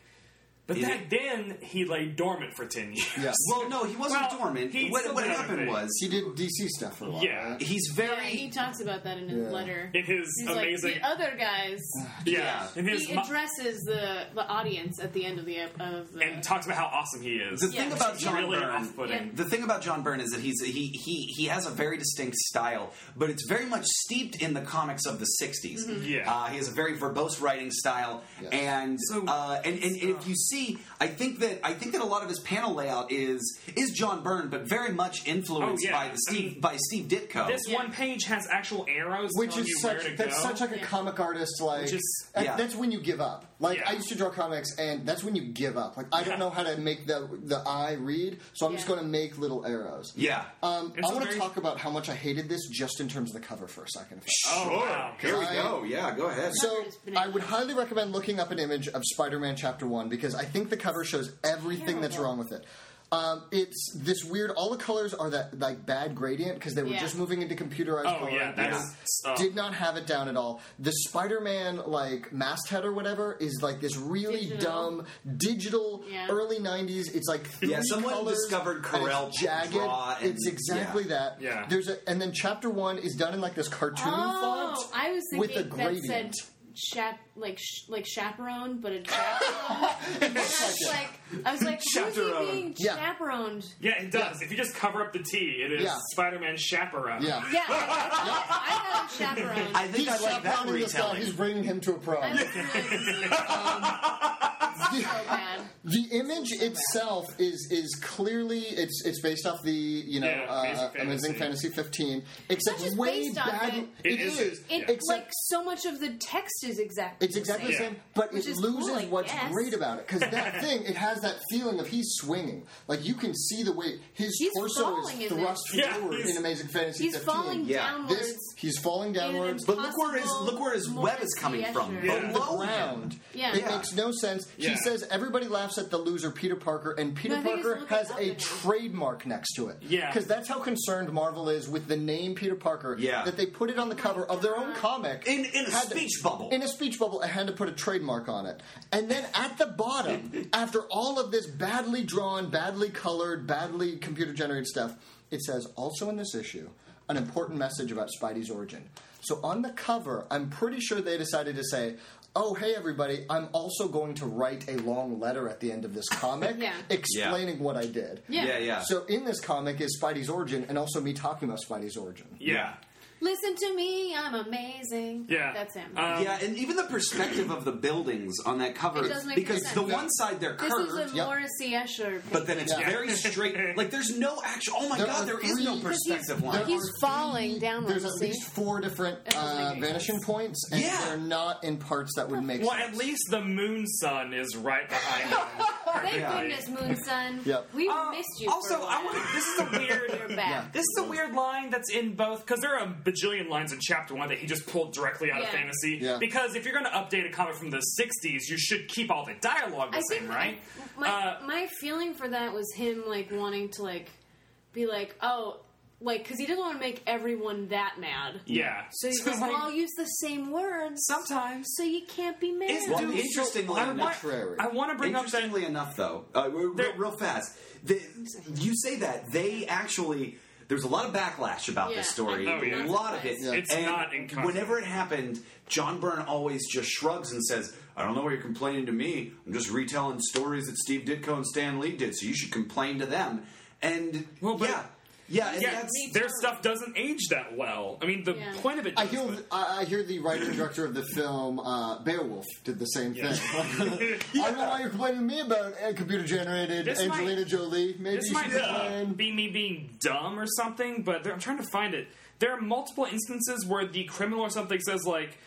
Speaker 2: But
Speaker 1: Is
Speaker 2: that
Speaker 1: it-
Speaker 2: then he lay dormant for ten years.
Speaker 4: Yeah.
Speaker 1: Well, no, he wasn't
Speaker 2: Well,
Speaker 1: dormant.
Speaker 2: he
Speaker 1: What,
Speaker 2: still
Speaker 1: what
Speaker 2: did other
Speaker 1: happened
Speaker 2: things.
Speaker 1: was
Speaker 4: He did DC stuff for a while.
Speaker 2: Yeah.
Speaker 4: right?
Speaker 1: he's
Speaker 3: Yeah,
Speaker 1: very
Speaker 3: he talks about that in his
Speaker 4: Yeah.
Speaker 3: letter.
Speaker 2: in his
Speaker 3: He's
Speaker 2: amazing,
Speaker 3: like the other guys.
Speaker 2: yeah,
Speaker 1: Yeah.
Speaker 2: in his
Speaker 3: he
Speaker 2: mo-
Speaker 3: addresses the the audience at the end of the ep- of the.
Speaker 2: and talks about how awesome he is.
Speaker 1: the thing
Speaker 3: Yeah.
Speaker 1: about
Speaker 2: It's
Speaker 1: John
Speaker 2: really
Speaker 1: Byrne.
Speaker 2: off-putting.
Speaker 3: Yeah.
Speaker 1: The thing about John Byrne is that he's he he he has a very distinct style, but it's very much steeped in the comics of the '60s.
Speaker 2: Yeah.
Speaker 1: uh, he has a very verbose writing style,
Speaker 4: Yeah.
Speaker 1: and,
Speaker 2: So-
Speaker 1: uh, and and and if you see, I think that I think that a lot of his panel layout is is John Byrne, but very much influenced
Speaker 2: Oh, yeah.
Speaker 1: by the Steve
Speaker 2: I mean,
Speaker 1: by Steve Ditko.
Speaker 2: This
Speaker 3: Yeah.
Speaker 2: one page has actual arrows,
Speaker 4: which
Speaker 2: telling you
Speaker 4: is
Speaker 2: where to
Speaker 4: such that's
Speaker 2: go.
Speaker 4: such like a
Speaker 3: Yeah.
Speaker 4: comic artist like
Speaker 2: Which is-
Speaker 4: that-
Speaker 1: Yeah.
Speaker 4: that's when you give up like
Speaker 2: Yeah.
Speaker 4: i used to draw comics and that's when you give up like i don't know how to make the the eye read so i'm just
Speaker 3: Yeah.
Speaker 4: going to make little arrows
Speaker 1: yeah.
Speaker 4: um,
Speaker 2: It's
Speaker 4: i
Speaker 2: a
Speaker 4: want to
Speaker 2: very-
Speaker 4: talk about how much i hated this just in terms of the cover for a second if I-
Speaker 2: Oh, wow.
Speaker 1: Here we
Speaker 4: I-
Speaker 1: go. Yeah, go ahead.
Speaker 4: so
Speaker 3: Cover is
Speaker 4: I
Speaker 3: bananas.
Speaker 4: would highly recommend looking up an image of Spider-Man Chapter One because I think the cover shows everything that's
Speaker 3: Terrible.
Speaker 4: wrong with it. Um, it's this weird. All the colors are that like bad gradient because they were
Speaker 3: Yeah.
Speaker 4: just moving into computerized.
Speaker 2: Oh
Speaker 4: color.
Speaker 2: yeah,
Speaker 4: They
Speaker 2: that's uh,
Speaker 4: did not have it down at all. The Spider-Man like masthead or whatever is like this really
Speaker 3: Digital.
Speaker 4: dumb digital
Speaker 3: Yeah.
Speaker 4: early '90s. It's like three
Speaker 1: Yeah, someone
Speaker 4: colors,
Speaker 1: discovered
Speaker 4: and it's
Speaker 1: Corel
Speaker 4: jagged.
Speaker 1: Draw and-
Speaker 4: it's exactly
Speaker 1: yeah.
Speaker 4: that.
Speaker 2: Yeah.
Speaker 4: There's a and then Chapter One is done in like this cartoon
Speaker 3: oh,
Speaker 4: font.
Speaker 3: I was thinking
Speaker 4: with a
Speaker 3: that said
Speaker 4: gradient.
Speaker 3: chap like sh- like chaperone, but a chaperone. and I was like, I was like, who's
Speaker 1: Chaperone.
Speaker 3: he being
Speaker 4: Yeah.
Speaker 3: chaperoned?
Speaker 2: yeah, it does. If you just cover up the T, it is
Speaker 4: Yeah.
Speaker 2: Spider-Man chaperone.
Speaker 4: Yeah.
Speaker 3: Yeah, I, I, I thought of chaperone.
Speaker 1: I think I like that
Speaker 4: chaperoning this guy.
Speaker 1: retelling.
Speaker 4: He's bringing him to a
Speaker 3: I
Speaker 4: prom.
Speaker 3: was really confused. um, so bad.
Speaker 4: The image itself is is clearly it's it's based off the you know
Speaker 2: Yeah, Amazing
Speaker 4: uh, Amazing
Speaker 2: Fantasy.
Speaker 4: Fantasy 15, except
Speaker 3: It's not just
Speaker 4: way
Speaker 3: based on
Speaker 4: bad.
Speaker 3: it.
Speaker 2: It is.
Speaker 3: It
Speaker 2: Yeah.
Speaker 4: Except-
Speaker 3: like so much of the text is exactly
Speaker 4: It's exactly the
Speaker 2: Yeah.
Speaker 4: same, but
Speaker 3: Which
Speaker 4: it
Speaker 3: is cool,
Speaker 4: loses
Speaker 3: I
Speaker 4: what's
Speaker 3: guess.
Speaker 4: great about it because that thing it has that feeling of he's swinging. Like you can see the weight his
Speaker 3: He's
Speaker 4: torso
Speaker 3: falling in
Speaker 4: is thrust
Speaker 2: this. Yeah,
Speaker 4: forward
Speaker 2: he's-
Speaker 4: in Amazing Fantasy
Speaker 3: He's
Speaker 4: 15.
Speaker 3: falling
Speaker 1: Yeah.
Speaker 3: downwards.
Speaker 4: This he's falling downwards.
Speaker 1: But look where his look where his
Speaker 3: Possible
Speaker 1: web is coming
Speaker 3: Morris
Speaker 1: from.
Speaker 3: Escher.
Speaker 2: Yeah.
Speaker 1: Below
Speaker 4: the ground.
Speaker 3: Yeah.
Speaker 4: It
Speaker 1: Yeah.
Speaker 4: makes no sense.
Speaker 2: Yeah.
Speaker 4: He says everybody laughs at the loser Peter Parker, and Peter
Speaker 3: No, I think he's
Speaker 4: Parker
Speaker 3: looking
Speaker 4: has
Speaker 3: up
Speaker 4: a
Speaker 3: at it.
Speaker 4: trademark next to it.
Speaker 2: Yeah.
Speaker 4: Because that's how concerned Marvel is with the name Peter Parker.
Speaker 1: Yeah.
Speaker 4: That they put it on the cover of their
Speaker 3: Uh-huh.
Speaker 4: own comic.
Speaker 1: In- in a
Speaker 4: Had to-
Speaker 1: speech bubble.
Speaker 4: In a speech bubble, I had to put a trademark on it. And then at the bottom, after all of this badly drawn, badly colored, badly computer generated stuff, it says also in this issue an important message about Spidey's origin. So on the cover, I'm pretty sure they decided to say, "Oh, hey everybody, I'm also going to write a long letter at the end of this comic
Speaker 3: Yeah.
Speaker 4: explaining what I did."
Speaker 3: Yeah.
Speaker 1: Yeah, yeah.
Speaker 4: So in this comic is Spidey's origin and also me talking about Spidey's origin.
Speaker 2: yeah.
Speaker 3: Listen to me, I'm amazing.
Speaker 2: Yeah.
Speaker 3: that's him.
Speaker 2: Um,
Speaker 1: yeah, and even the perspective of the buildings on that cover
Speaker 3: It does make
Speaker 1: because
Speaker 3: sense.
Speaker 1: the one side they're
Speaker 3: this
Speaker 1: curved,
Speaker 3: is a
Speaker 4: yep.
Speaker 3: Morrissey Escher.
Speaker 1: but then it's
Speaker 4: Yeah.
Speaker 1: very straight. Like there's no actual. Oh my
Speaker 4: There
Speaker 1: god,
Speaker 4: are
Speaker 1: there is no
Speaker 4: three-
Speaker 3: Because he's-
Speaker 1: perspective line.
Speaker 4: There
Speaker 3: He's
Speaker 4: are three-
Speaker 3: falling downwards,
Speaker 4: There's at
Speaker 3: see?
Speaker 4: least four different
Speaker 3: That doesn't make
Speaker 4: uh,
Speaker 3: any
Speaker 4: vanishing
Speaker 3: sense.
Speaker 4: points, and
Speaker 1: Yeah.
Speaker 4: they're not in parts that would make
Speaker 2: well,
Speaker 4: sense.
Speaker 2: at least the moon sun is right behind him.
Speaker 3: Thank
Speaker 1: Yeah.
Speaker 3: goodness, Moon Sun.
Speaker 4: Yep.
Speaker 3: We
Speaker 2: Uh,
Speaker 3: missed you.
Speaker 2: also,
Speaker 3: for a
Speaker 2: I
Speaker 3: while.
Speaker 2: want this is a
Speaker 3: You're
Speaker 2: weird.
Speaker 3: back.
Speaker 2: This is a weird line that's in both because there are a bajillion lines in chapter one that he just pulled directly out of
Speaker 3: Yeah.
Speaker 2: fantasy.
Speaker 4: Yeah.
Speaker 2: Because if you're going to update a comic from the '60s, you should keep all the dialogue the
Speaker 3: I
Speaker 2: same,
Speaker 3: think
Speaker 2: right?
Speaker 3: My,
Speaker 2: Uh,
Speaker 3: my feeling for that was him like wanting to like be like, oh, like because he didn't want to make everyone that mad.
Speaker 2: yeah.
Speaker 3: So he's
Speaker 2: So,
Speaker 3: like,
Speaker 2: like,
Speaker 3: well, I'll use the same words,
Speaker 2: sometimes
Speaker 3: so you can't be mad.
Speaker 2: Is
Speaker 1: Well,
Speaker 2: dude,
Speaker 1: interestingly
Speaker 2: I
Speaker 1: enough-
Speaker 4: Contrary.
Speaker 2: want, I want to bring up that
Speaker 1: Interestingly enough, though, uh, real,
Speaker 2: There-
Speaker 1: real fast, the, you say that they actually. There's a lot of backlash about this
Speaker 3: Yeah.
Speaker 1: story.
Speaker 2: Oh, yeah.
Speaker 1: A lot of it.
Speaker 3: Yeah.
Speaker 2: It's
Speaker 1: and
Speaker 2: not in context.
Speaker 1: Whenever it happened, John Byrne always just shrugs and says, I don't know why you're complaining to me. I'm just retelling stories that Steve Ditko and Stan Lee did, so you should complain to them. And
Speaker 2: Well, but-
Speaker 1: yeah. Yeah, and
Speaker 2: yeah,
Speaker 1: that's
Speaker 2: their stuff doesn't age that well. I mean, the
Speaker 3: Yeah.
Speaker 2: point of it.
Speaker 4: I
Speaker 2: does,
Speaker 4: hear,
Speaker 2: but-
Speaker 4: I I hear the writer and director of the film uh, Beowulf did the same
Speaker 2: Yeah.
Speaker 4: thing. I don't know why you're complaining to me about uh, computer generated
Speaker 2: This might-
Speaker 4: Angelina Jolie. Maybe
Speaker 2: This
Speaker 4: you
Speaker 2: might
Speaker 4: should complain.
Speaker 2: be me being dumb or something, but there, I'm trying to find it. There are multiple instances where the criminal or something says like,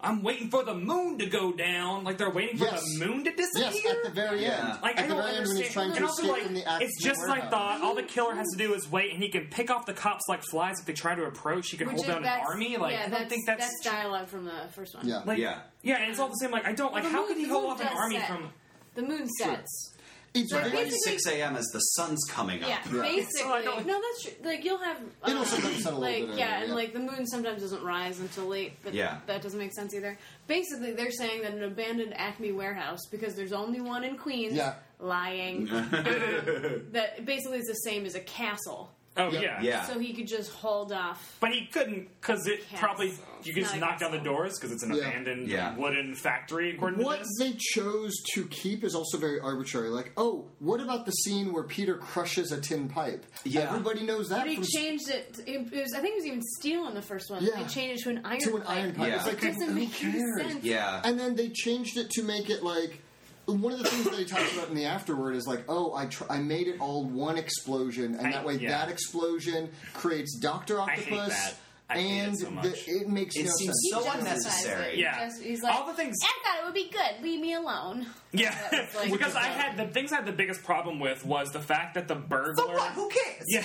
Speaker 2: "I'm waiting for the moon to go down," like they're waiting for
Speaker 4: Yes.
Speaker 2: the moon to disappear.
Speaker 4: Yes, at the very
Speaker 1: Yeah.
Speaker 4: end.
Speaker 2: like
Speaker 4: at
Speaker 2: I
Speaker 4: the
Speaker 2: don't
Speaker 4: very end when he's
Speaker 2: understand.
Speaker 4: trying to
Speaker 2: And also,
Speaker 4: escape
Speaker 2: like,
Speaker 4: from the Acme
Speaker 2: it's just like the
Speaker 4: warehouse.
Speaker 2: all the killer has to do is wait, and he can pick off the cops like flies if they try to approach. He can
Speaker 3: Which
Speaker 2: hold
Speaker 3: is-
Speaker 2: down an
Speaker 3: that's-
Speaker 2: army. Like
Speaker 3: yeah,
Speaker 2: I don't
Speaker 3: that's,
Speaker 2: think that's,
Speaker 3: dialogue from the first one.
Speaker 4: Yeah.
Speaker 2: like
Speaker 1: Yeah.
Speaker 2: yeah, and it's all the same. Like I don't like
Speaker 3: The
Speaker 2: how
Speaker 3: moon-
Speaker 2: could he
Speaker 3: the
Speaker 2: hold
Speaker 3: moon
Speaker 2: off an
Speaker 3: does
Speaker 2: army
Speaker 3: set.
Speaker 2: from?
Speaker 3: The moon sets.
Speaker 4: It's
Speaker 3: Like,
Speaker 4: very-
Speaker 1: Like
Speaker 3: Basically-
Speaker 1: six a.m. as the sun's coming up.
Speaker 3: Yeah,
Speaker 4: Yeah.
Speaker 3: basically.
Speaker 2: So I don't-
Speaker 3: no, that's true. Like you'll have.
Speaker 4: It'll
Speaker 3: um,
Speaker 4: sometimes settle a
Speaker 3: like,
Speaker 4: little bit
Speaker 3: Yeah,
Speaker 4: earlier,
Speaker 3: and
Speaker 4: yeah.
Speaker 3: like the moon sometimes doesn't rise until late, but
Speaker 1: Yeah.
Speaker 3: that doesn't make sense either. Basically, they're saying that an abandoned Acme warehouse because there's only one in Queens.
Speaker 4: Yeah.
Speaker 3: Lying. that basically is the same as a castle.
Speaker 2: Oh
Speaker 4: Yeah.
Speaker 2: yeah.
Speaker 1: Yeah.
Speaker 3: So he could just hauled off.
Speaker 2: But he couldn't because it
Speaker 3: Castle.
Speaker 2: probably you could
Speaker 3: It's
Speaker 2: just
Speaker 3: not a
Speaker 2: knock down the
Speaker 3: castle.
Speaker 2: doors because it's an
Speaker 4: Yeah.
Speaker 2: abandoned
Speaker 1: Yeah.
Speaker 2: wooden factory. According to
Speaker 4: What
Speaker 2: this.
Speaker 4: they chose to keep is also very arbitrary. Like, oh, what about the scene where Peter crushes a tin pipe?
Speaker 1: Yeah.
Speaker 4: Everybody knows that.
Speaker 3: But he
Speaker 4: from s-
Speaker 3: changed it. It was, I think it was even steel in the first one.
Speaker 4: Yeah.
Speaker 3: They changed it to an iron.
Speaker 4: to an iron pipe.
Speaker 1: Yeah.
Speaker 4: It's like,
Speaker 3: It doesn't
Speaker 4: who
Speaker 3: make any
Speaker 4: cares?
Speaker 3: sense.
Speaker 1: Yeah.
Speaker 4: And then they changed it to make it like one of the things that they talked about in the afterward is like, oh, I tr- I made it all one explosion, and
Speaker 2: I-
Speaker 4: that way
Speaker 2: yeah.
Speaker 4: that explosion creates Doctor
Speaker 2: hate
Speaker 4: Octopus,
Speaker 2: that. I hate
Speaker 4: and
Speaker 2: it so
Speaker 4: the-
Speaker 2: much.
Speaker 4: it makes
Speaker 1: It
Speaker 4: no
Speaker 1: seems
Speaker 4: sense.
Speaker 1: so
Speaker 3: He justifies
Speaker 1: unnecessary.
Speaker 3: it.
Speaker 2: Yeah.
Speaker 3: Just- he's like,
Speaker 2: All the things-
Speaker 3: I thought it would be good. Leave me alone.
Speaker 2: Yeah,
Speaker 3: It's like-
Speaker 2: because I had the things I had the biggest problem with was the fact that the burglar.
Speaker 1: So what? Who cares?
Speaker 2: Yeah.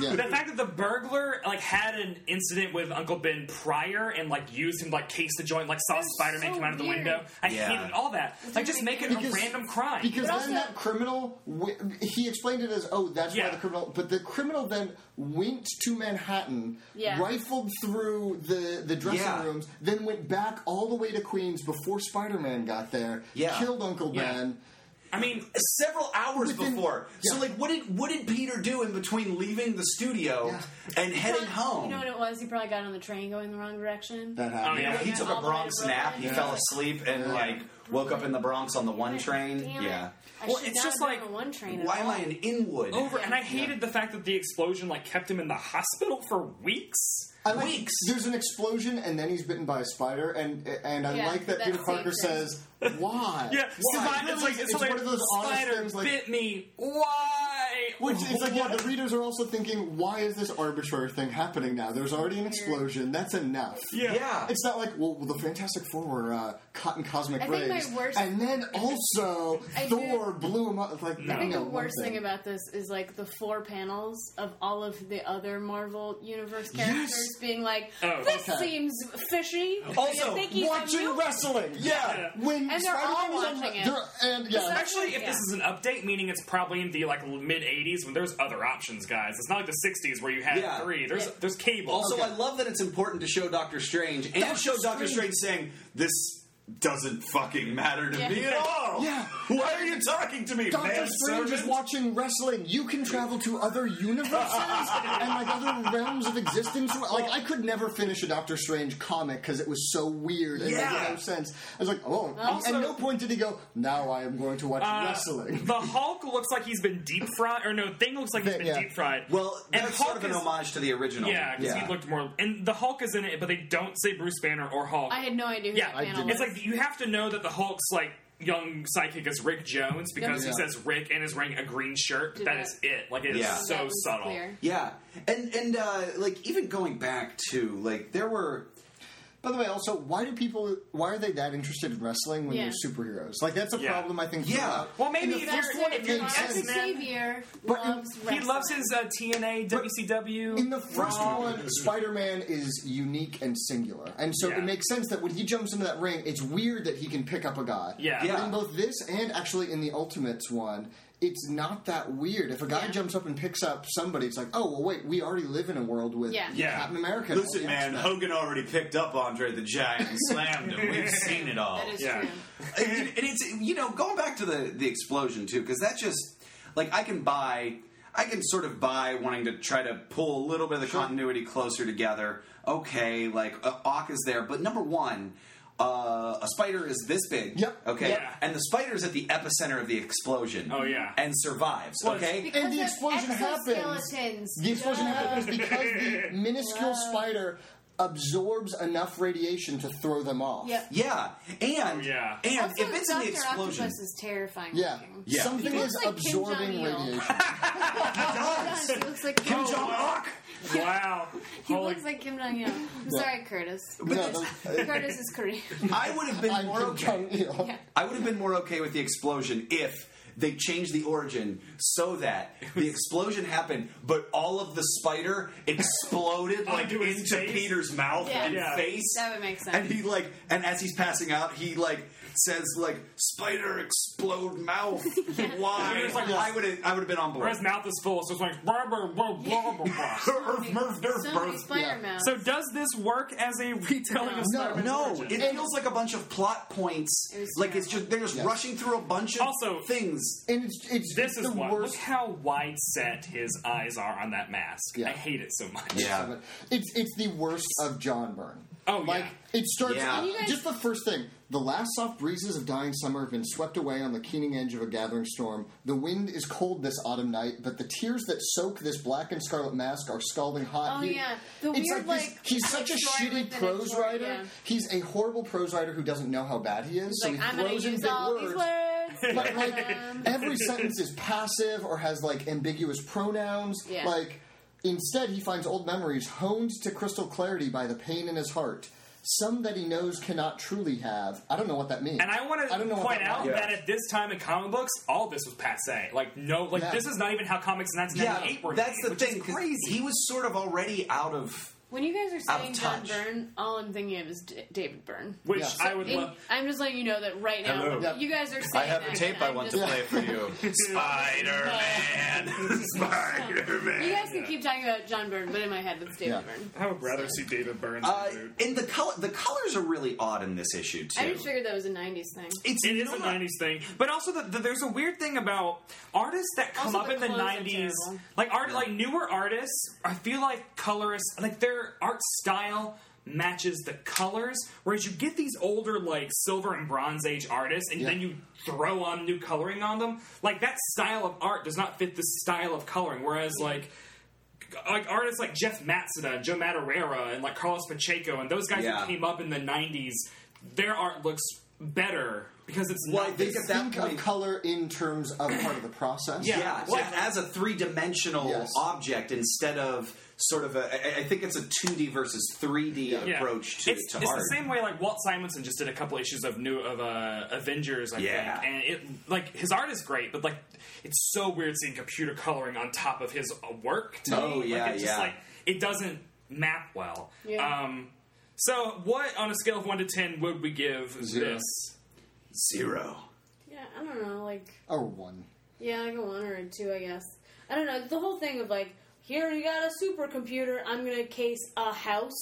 Speaker 4: Yeah.
Speaker 2: the fact that the burglar like had an incident with Uncle Ben prior and like used him to, like case the joint, like saw
Speaker 3: That's
Speaker 2: Spider Man
Speaker 3: so
Speaker 2: come out of the
Speaker 3: weird.
Speaker 2: window. I
Speaker 1: Yeah.
Speaker 2: hated all that. Like just make it a
Speaker 4: Because-
Speaker 2: random crime.
Speaker 4: Because
Speaker 3: But
Speaker 4: then
Speaker 3: also-
Speaker 4: that criminal, w- he explained it as, oh, that's why
Speaker 2: Yeah.
Speaker 4: the criminal. But the criminal then went to Manhattan,
Speaker 3: Yeah.
Speaker 4: rifled through the the dressing
Speaker 1: Yeah.
Speaker 4: rooms, then went back all the way to Queens before Spider Man got there,
Speaker 1: Yeah.
Speaker 4: killed Uncle
Speaker 2: Yeah.
Speaker 4: Ben.
Speaker 2: I mean,
Speaker 1: several hours
Speaker 4: Within-
Speaker 1: before. So
Speaker 4: yeah.
Speaker 1: like, what did what did Peter do in between leaving the studio
Speaker 4: Yeah.
Speaker 1: and heading home?
Speaker 3: You know what it was? He probably got on the train going the wrong direction.
Speaker 4: That happened.
Speaker 2: Oh, yeah.
Speaker 1: he
Speaker 3: Yeah,
Speaker 1: took
Speaker 3: all
Speaker 1: a
Speaker 3: the way
Speaker 1: Bronx
Speaker 3: to
Speaker 1: nap. He
Speaker 3: Brooklyn.
Speaker 1: fell asleep and
Speaker 4: Yeah.
Speaker 1: like woke up in the Bronx on the one train.
Speaker 3: Damn it.
Speaker 1: yeah.
Speaker 3: I
Speaker 2: Well,
Speaker 3: should
Speaker 2: it's
Speaker 3: not
Speaker 2: just
Speaker 3: have been
Speaker 2: like,
Speaker 3: on one train. at
Speaker 1: Why am
Speaker 3: all.
Speaker 1: I in Inwood?
Speaker 2: over and I
Speaker 3: Yeah.
Speaker 2: hated the fact that the explosion like kept him in the hospital for weeks.
Speaker 4: I like,
Speaker 1: Weeks.
Speaker 4: There's an explosion, and then he's bitten by a spider, and and I
Speaker 3: Yeah,
Speaker 4: like that
Speaker 3: that
Speaker 4: Peter
Speaker 3: saved
Speaker 4: Parker
Speaker 3: him.
Speaker 4: says, "Why?
Speaker 2: Yeah,
Speaker 4: Why?"
Speaker 2: spider- it's like it's,
Speaker 4: It's
Speaker 2: like
Speaker 4: one of those honest
Speaker 2: spider
Speaker 4: things, like
Speaker 2: bit me. Why?
Speaker 4: Which is like, yeah,
Speaker 2: What?
Speaker 4: the readers are also thinking, why is this arbitrary thing happening now? There's already an explosion. That's enough.
Speaker 2: yeah.
Speaker 1: yeah.
Speaker 4: It's not like, well, the Fantastic Four were uh, caught in cosmic
Speaker 3: I think my
Speaker 4: rays.
Speaker 3: worst-
Speaker 4: and then also,
Speaker 3: I
Speaker 4: Thor blew him up. It's Like,
Speaker 3: I
Speaker 4: no,
Speaker 3: think
Speaker 4: no,
Speaker 3: the
Speaker 4: one
Speaker 3: worst thing about this is like the four panels of all of the other Marvel Universe characters being like,
Speaker 2: Oh,
Speaker 3: "This
Speaker 4: okay.
Speaker 3: seems fishy."
Speaker 1: Also,
Speaker 3: I think he's
Speaker 4: Watching
Speaker 3: on
Speaker 4: wrestling!
Speaker 1: Yeah.
Speaker 4: When
Speaker 3: And they're all
Speaker 4: Spider-Man was on-
Speaker 3: watching it.
Speaker 4: they're- And, yeah.
Speaker 2: Especially if
Speaker 3: Yeah.
Speaker 2: this is an update, meaning it's probably in the like mid '80s when there's other options, guys. It's not like the '60s where you had
Speaker 1: Yeah.
Speaker 2: three. There's
Speaker 3: Yeah.
Speaker 2: there's cable.
Speaker 1: Also,
Speaker 4: Okay.
Speaker 1: I love that it's important to show Doctor Strange and show Doctor Strange saying this doesn't fucking matter to
Speaker 3: Yeah.
Speaker 1: me at all.
Speaker 4: Yeah.
Speaker 1: Why are you talking to me,
Speaker 4: Doctor
Speaker 1: man?
Speaker 4: Strange is
Speaker 1: servant?
Speaker 4: watching wrestling. You can travel to other universes and like other realms of existence. Like I could never finish a Doctor Strange comic because it was so weird and
Speaker 1: Yeah.
Speaker 4: made no sense. I was like, oh. and
Speaker 2: Also-
Speaker 4: at no point did he go. Now I am going to watch
Speaker 2: Uh,
Speaker 4: wrestling.
Speaker 2: the Hulk looks like he's been deep fried, or no, Thing looks like he's
Speaker 4: Thing,
Speaker 2: been
Speaker 4: yeah.
Speaker 2: deep fried.
Speaker 1: Well,
Speaker 2: and
Speaker 1: that's sort
Speaker 2: Hulk
Speaker 1: of an
Speaker 2: is,
Speaker 1: homage to the original.
Speaker 2: yeah, because he looked more. And the Hulk is in it, but they don't say Bruce Banner or Hulk.
Speaker 3: I had no idea. Who
Speaker 2: yeah,
Speaker 3: that panel
Speaker 2: it's
Speaker 3: was.
Speaker 2: like you have to know that the Hulk's like young sidekick is Rick Jones because
Speaker 4: Yeah.
Speaker 2: he says Rick and is wearing a green shirt. But
Speaker 3: Did
Speaker 2: that
Speaker 3: that-
Speaker 2: is it. Like it is
Speaker 1: Yeah.
Speaker 2: so
Speaker 3: That was
Speaker 2: subtle.
Speaker 3: clear.
Speaker 1: Yeah, and and uh, like even going back to like there were
Speaker 4: By the way, also, why do people? Why are they that interested in wrestling when
Speaker 3: Yeah.
Speaker 4: they're superheroes? Like that's a
Speaker 2: Yeah.
Speaker 4: problem. I think.
Speaker 1: Yeah.
Speaker 4: throughout.
Speaker 2: Well, maybe
Speaker 4: In the
Speaker 2: they're-
Speaker 4: first one, it
Speaker 2: if you're
Speaker 4: made
Speaker 2: not-
Speaker 4: sense.
Speaker 3: Isaac
Speaker 2: X-Men.
Speaker 3: Xavier
Speaker 4: But in-
Speaker 3: loves
Speaker 2: He
Speaker 3: wrestling.
Speaker 2: loves his uh, TNA, WCW.
Speaker 4: In the first
Speaker 2: Raw.
Speaker 4: one, Spider Man is unique and singular. And so
Speaker 2: Yeah.
Speaker 4: it makes sense that when he jumps into that ring, it's weird that he can pick up a guy.
Speaker 2: Yeah.
Speaker 1: Yeah.
Speaker 4: But in both this and actually in the Ultimates one, it's not that weird. If a guy
Speaker 3: Yeah.
Speaker 4: jumps up and picks up somebody, it's like, oh, well, wait, we already live in a world with
Speaker 3: Yeah.
Speaker 2: Yeah.
Speaker 4: Captain America. and all
Speaker 1: Listen,
Speaker 4: the
Speaker 1: man,
Speaker 4: X-Men.
Speaker 1: Hogan already picked up Andre the Giant and slammed him. We've seen it all.
Speaker 3: That is
Speaker 2: Yeah.
Speaker 3: true.
Speaker 1: and, and it's you know going back to the the explosion too because that just like I can buy I can sort of buy wanting to try to pull a little bit of the continuity closer together. Okay, like uh, Ock is there, but number one. Uh, a spider is this big.
Speaker 4: Yep.
Speaker 1: Okay.
Speaker 2: Yeah.
Speaker 1: And the spider's at the epicenter of the explosion.
Speaker 2: Oh, yeah.
Speaker 1: And survives.
Speaker 2: Well, it's
Speaker 1: okay.
Speaker 3: Because
Speaker 4: the
Speaker 3: of
Speaker 4: explosion happens.
Speaker 3: exoskeletons.
Speaker 4: The explosion
Speaker 3: Duh.
Speaker 4: happens because the minuscule spider absorbs enough radiation to throw them off.
Speaker 3: Yep.
Speaker 1: Yeah. And
Speaker 2: yeah.
Speaker 1: and
Speaker 3: Also,
Speaker 1: if it's
Speaker 3: Dr.
Speaker 1: in the explosion,
Speaker 3: Octopus is terrifying.
Speaker 4: Yeah.
Speaker 3: looking.
Speaker 1: Yeah.
Speaker 4: Something
Speaker 3: He
Speaker 4: is
Speaker 3: looks like Kim
Speaker 4: absorbing
Speaker 3: Jong-il.
Speaker 4: radiation.
Speaker 3: Does. He looks like Kim
Speaker 1: Kim Jong Ok.
Speaker 2: Wow.
Speaker 3: He
Speaker 2: Holy-
Speaker 3: looks like Kim Jong Il. I'm sorry, Curtis.
Speaker 4: No, that's-
Speaker 3: Curtis is Korean.
Speaker 1: I would have been
Speaker 4: I'm
Speaker 1: more
Speaker 4: Kim
Speaker 1: okay.
Speaker 4: Jong Il.
Speaker 3: Yeah.
Speaker 1: I would have been more okay with the explosion if they changed the origin so that the explosion happened, but all of the spider exploded like
Speaker 2: Onto his
Speaker 1: into
Speaker 2: face?
Speaker 1: Peter's mouth
Speaker 3: Yeah.
Speaker 1: and
Speaker 2: Yeah.
Speaker 1: face.
Speaker 3: That would make sense.
Speaker 1: And he like, and as he's passing out, he like says like "Spider explode mouth." Why?
Speaker 2: It's like-
Speaker 1: I would have. I would have been on
Speaker 2: Or
Speaker 1: board.
Speaker 2: his mouth is full, so it's like. "Brr, brr, brr, brr, brr, brr."
Speaker 1: Earth, Merv, Derf,
Speaker 3: Somebody
Speaker 1: Berth.
Speaker 3: Spider Man.
Speaker 2: so does this work as a retelling of
Speaker 3: No.
Speaker 2: Spider-Man's
Speaker 1: No,
Speaker 2: origin?
Speaker 1: it feels like a bunch of plot points.
Speaker 3: There's-
Speaker 1: Like it's just they're just
Speaker 4: Yeah.
Speaker 1: rushing through a bunch of
Speaker 2: Also-
Speaker 1: things.
Speaker 4: and it's it's
Speaker 2: This
Speaker 4: it's
Speaker 2: is
Speaker 4: the
Speaker 2: why. Look
Speaker 4: worst.
Speaker 2: how wide set his eyes are on that mask.
Speaker 4: Yeah.
Speaker 2: I hate it so much.
Speaker 1: Yeah.
Speaker 4: of it. It's it's the worst of John Byrne.
Speaker 2: Oh,
Speaker 4: like
Speaker 2: yeah.
Speaker 4: it starts
Speaker 1: Yeah. And you
Speaker 3: guys-
Speaker 4: just the first thing. The last soft breezes of dying summer have been swept away on the keening edge of a gathering storm. The wind is cold this autumn night, but the tears that soak this black and scarlet mask are scalding hot.
Speaker 3: Oh,
Speaker 4: He-
Speaker 3: yeah. The
Speaker 4: it's
Speaker 3: weird,
Speaker 4: like, this-
Speaker 3: like,
Speaker 4: he's such a
Speaker 3: story
Speaker 4: shitty
Speaker 3: within a
Speaker 4: prose
Speaker 3: story,
Speaker 4: writer.
Speaker 3: yeah.
Speaker 4: He's a horrible prose writer who doesn't know how bad he is. so
Speaker 3: like,
Speaker 4: he
Speaker 3: I'm gonna
Speaker 4: throws in
Speaker 3: use
Speaker 4: big
Speaker 3: all these words.
Speaker 4: but like
Speaker 3: Um,
Speaker 4: every sentence is passive or has like ambiguous pronouns.
Speaker 3: Yeah.
Speaker 4: Like instead, he finds old memories honed to crystal clarity by the pain in his heart. Some that he knows cannot truly have. I don't know what that means.
Speaker 2: And I want
Speaker 4: don't
Speaker 2: to
Speaker 4: know what
Speaker 2: point
Speaker 4: that
Speaker 2: out
Speaker 4: means.
Speaker 2: that at this time in comic books, all this was passe. Like no, like
Speaker 4: Yeah.
Speaker 2: this is not even how comics in 1998 were.
Speaker 1: that's
Speaker 2: made,
Speaker 1: the
Speaker 2: which
Speaker 1: thing.
Speaker 2: Is
Speaker 1: 'cause
Speaker 2: crazy.
Speaker 1: He was sort of already out of.
Speaker 3: when you guys are
Speaker 1: Out of
Speaker 3: saying John
Speaker 1: touch.
Speaker 3: Byrne, all I'm thinking of is D- David Byrne.
Speaker 2: which
Speaker 4: Yeah.
Speaker 2: I would
Speaker 3: It-
Speaker 2: love.
Speaker 3: I'm just letting you know that right now,
Speaker 1: Hello.
Speaker 4: Yep.
Speaker 3: you guys are saying that, and I'm just like-
Speaker 1: for you. Spider Man, Spider
Speaker 3: You
Speaker 1: Man.
Speaker 3: guys can keep talking about John Byrne, but in my head it's David
Speaker 4: Yeah.
Speaker 3: Byrne.
Speaker 2: I would rather see David Burns.
Speaker 1: Uh, and the color, the colors are really odd in this issue too.
Speaker 3: I just figured that was a '90s thing.
Speaker 1: it's
Speaker 2: it is a
Speaker 1: not-
Speaker 2: 90s thing but also the, the, there's a weird thing about artists that come
Speaker 3: Also,
Speaker 2: up
Speaker 3: the
Speaker 2: in the
Speaker 3: clothes are
Speaker 2: 90s
Speaker 3: terrible.
Speaker 2: like art like newer artists i feel like colorists like their art style matches the colors whereas you get these older like silver and bronze age artists and
Speaker 4: Yeah.
Speaker 2: then you throw on new coloring on them like that style of art does not fit the style of coloring whereas like like artists like Jeff Matsuda and Joe Madureira and like Carlos Pacheco and those guys
Speaker 1: Yeah.
Speaker 2: who came up in the '90s, their art looks better because it's
Speaker 1: Well, I
Speaker 2: not.
Speaker 1: think at
Speaker 2: this-
Speaker 1: that
Speaker 4: think
Speaker 1: point-
Speaker 4: of color in terms of part of the process.
Speaker 2: Yeah.
Speaker 1: Yeah,
Speaker 2: Well-
Speaker 1: like as a three dimensional
Speaker 4: Yes.
Speaker 1: object instead of sort of a. I- I think it's a 2D versus 3D
Speaker 2: yeah.
Speaker 1: approach to,
Speaker 2: it's,
Speaker 1: to
Speaker 2: it's
Speaker 1: art.
Speaker 2: the same way like Walt Simonson just did a couple issues of new of uh, Avengers, I
Speaker 1: Yeah.
Speaker 2: think, and it like his art is great, but like it's so weird seeing computer coloring on top of his uh, work. To
Speaker 1: Oh,
Speaker 2: me.
Speaker 1: yeah,
Speaker 2: like, it's Just,
Speaker 1: yeah.
Speaker 2: like it doesn't map well.
Speaker 3: Yeah.
Speaker 2: Um, so, what on a scale of one to ten would we give
Speaker 4: Zero.
Speaker 2: this?
Speaker 1: Zero.
Speaker 3: Yeah, I don't know, like
Speaker 4: Or one.
Speaker 3: yeah, like a one or a two, I guess. I don't know. The whole thing of like, here you got a supercomputer, I'm gonna case a house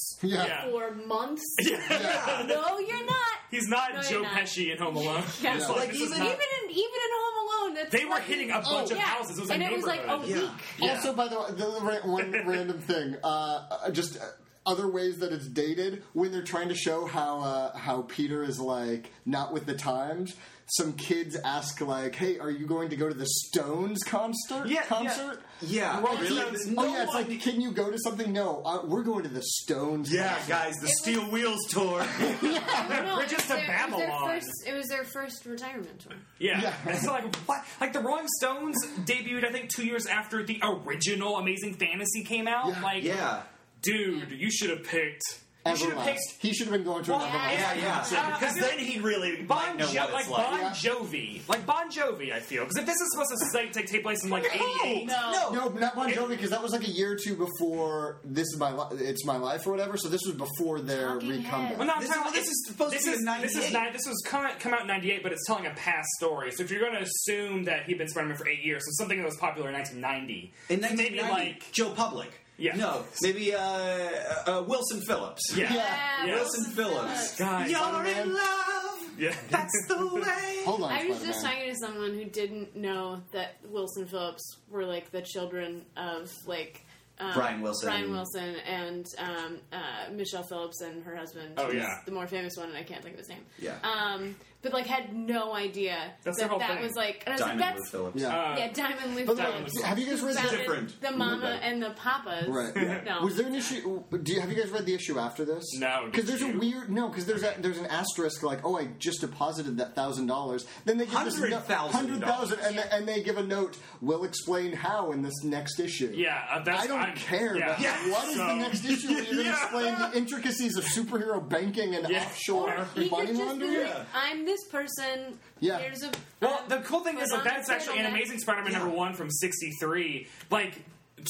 Speaker 4: Yeah.
Speaker 2: Yeah.
Speaker 3: for months.
Speaker 4: Yeah.
Speaker 3: No, you're not.
Speaker 2: He's not
Speaker 3: No,
Speaker 2: Joe
Speaker 3: you're not.
Speaker 2: Pesci in Home Alone.
Speaker 3: Yeah.
Speaker 2: It's like,
Speaker 1: Like,
Speaker 2: this is
Speaker 1: even-
Speaker 2: not-
Speaker 3: even in even in Home Alone, that's
Speaker 2: They were
Speaker 3: like- oh,
Speaker 2: hitting a bunch
Speaker 4: of
Speaker 2: houses. It was a
Speaker 3: and it was like a
Speaker 2: neighborhood.
Speaker 3: week.
Speaker 1: Yeah. Yeah.
Speaker 4: Also, by the way, the, the ra- one random thing, uh, uh, just uh, other ways that it's dated when they're trying to show how uh, how Peter is like not with the times. Some kids ask like, "Hey, are you going to go to the Stones concert?"
Speaker 1: Yeah, yeah.
Speaker 4: concert.
Speaker 1: Yeah,
Speaker 4: Well,
Speaker 1: really?
Speaker 4: it's-
Speaker 1: No
Speaker 4: oh yeah, it's
Speaker 1: one-
Speaker 4: like, can you go to something? No, uh, we're going to the Stones.
Speaker 1: Yeah, guys, the Steel Wheels tour.
Speaker 3: No,
Speaker 2: Bridges
Speaker 3: it was
Speaker 2: to
Speaker 3: their- it was their
Speaker 2: Babylon.
Speaker 3: first- It was their first retirement tour.
Speaker 2: yeah.
Speaker 4: Yeah.
Speaker 2: It's like what? Like the Rolling Stones debuted, I think, two years after the original Amazing Fantasy came out.
Speaker 4: Yeah.
Speaker 2: Like,
Speaker 1: yeah.
Speaker 2: dude, you should have picked. You should have
Speaker 4: Everlast.
Speaker 2: picked.
Speaker 4: He should have been going to
Speaker 2: Well,
Speaker 4: an Everlast.
Speaker 1: Yeah, yeah.
Speaker 2: Uh,
Speaker 1: Because then he really might
Speaker 2: Bon,
Speaker 1: know
Speaker 2: jo-
Speaker 1: what
Speaker 2: like
Speaker 1: it's like.
Speaker 2: Bon Jovi, like Bon Jovi, I feel because if this is supposed to say, take, take place in like '88,
Speaker 3: No.
Speaker 4: No, not Bon Jovi, because that was like a year or two before this is my li- it's my life or whatever. So this was before their
Speaker 3: Talking
Speaker 4: recomeback.
Speaker 3: Heads.
Speaker 2: Well, no, I'm
Speaker 1: This is-
Speaker 2: talking about
Speaker 1: this is supposed
Speaker 2: this
Speaker 1: to be
Speaker 2: is,
Speaker 1: in
Speaker 2: This is
Speaker 1: 98.
Speaker 2: ni- this was come, come out in '98, but it's telling a past story. So if you're going to assume that he'd been Spider-Man for eight years, so something that was popular in 1990,
Speaker 1: In
Speaker 2: so maybe
Speaker 1: 1990,
Speaker 2: like
Speaker 1: Joe Public.
Speaker 2: Yeah.
Speaker 1: No, maybe uh, uh, Wilson Phillips.
Speaker 2: yeah,
Speaker 4: Yeah.
Speaker 2: Yeah.
Speaker 1: Wilson Phillips.
Speaker 2: Guys,
Speaker 1: You're
Speaker 4: Spider-Man.
Speaker 1: in love.
Speaker 2: Yeah.
Speaker 1: That's the way.
Speaker 4: Hold on,
Speaker 3: I was
Speaker 4: Spider-Man.
Speaker 3: just talking to someone who didn't know that Wilson Phillips were like the children of like um,
Speaker 1: Brian Wilson.
Speaker 3: Brian Wilson and um, uh, Michelle Phillips and her husband.
Speaker 2: Oh,
Speaker 3: who's
Speaker 2: yeah.
Speaker 3: the more famous one, and I can't think of his name.
Speaker 1: Yeah.
Speaker 3: Um, but like had no idea
Speaker 2: That's their
Speaker 3: that
Speaker 2: whole
Speaker 3: that
Speaker 2: thing.
Speaker 3: was like. And I was
Speaker 1: Diamond
Speaker 3: like,
Speaker 1: Lou
Speaker 3: that's
Speaker 1: Phillips.
Speaker 4: Yeah.
Speaker 2: Uh,
Speaker 3: yeah, Diamond Lou
Speaker 4: But
Speaker 3: Phillips.
Speaker 4: like, have you guys
Speaker 3: who
Speaker 4: read
Speaker 3: founded
Speaker 4: the,
Speaker 1: different.
Speaker 3: The mama
Speaker 1: Okay.
Speaker 3: and the papas.
Speaker 4: right?
Speaker 3: No.
Speaker 4: Was there an issue? Do you, have you guys read the issue after this?
Speaker 2: No, did
Speaker 4: because there's a
Speaker 2: you?
Speaker 4: weird no, because there's a, there's an asterisk like, oh, I just deposited that thousand dollars. Then they give this no-
Speaker 1: $100,000.
Speaker 4: hundred thousand, and they- and they give a note. We'll explain how in this next issue.
Speaker 2: yeah, uh, that's
Speaker 4: I don't
Speaker 2: I'm-
Speaker 4: care.
Speaker 2: Yeah,
Speaker 4: about what is the
Speaker 2: so-
Speaker 4: next issue? Where you're going to
Speaker 2: Yeah.
Speaker 4: explain the intricacies of superhero banking and
Speaker 2: Yeah.
Speaker 4: offshore
Speaker 3: He could
Speaker 4: money
Speaker 3: just
Speaker 4: laundering.
Speaker 3: be like, I'm this person.
Speaker 4: Yeah.
Speaker 3: Here's a.
Speaker 2: Well, the cool thing is
Speaker 3: Put
Speaker 2: that
Speaker 3: on
Speaker 2: that's
Speaker 3: the
Speaker 2: actually an
Speaker 3: turtleneck.
Speaker 2: Amazing Spider-Man number one from '63. Like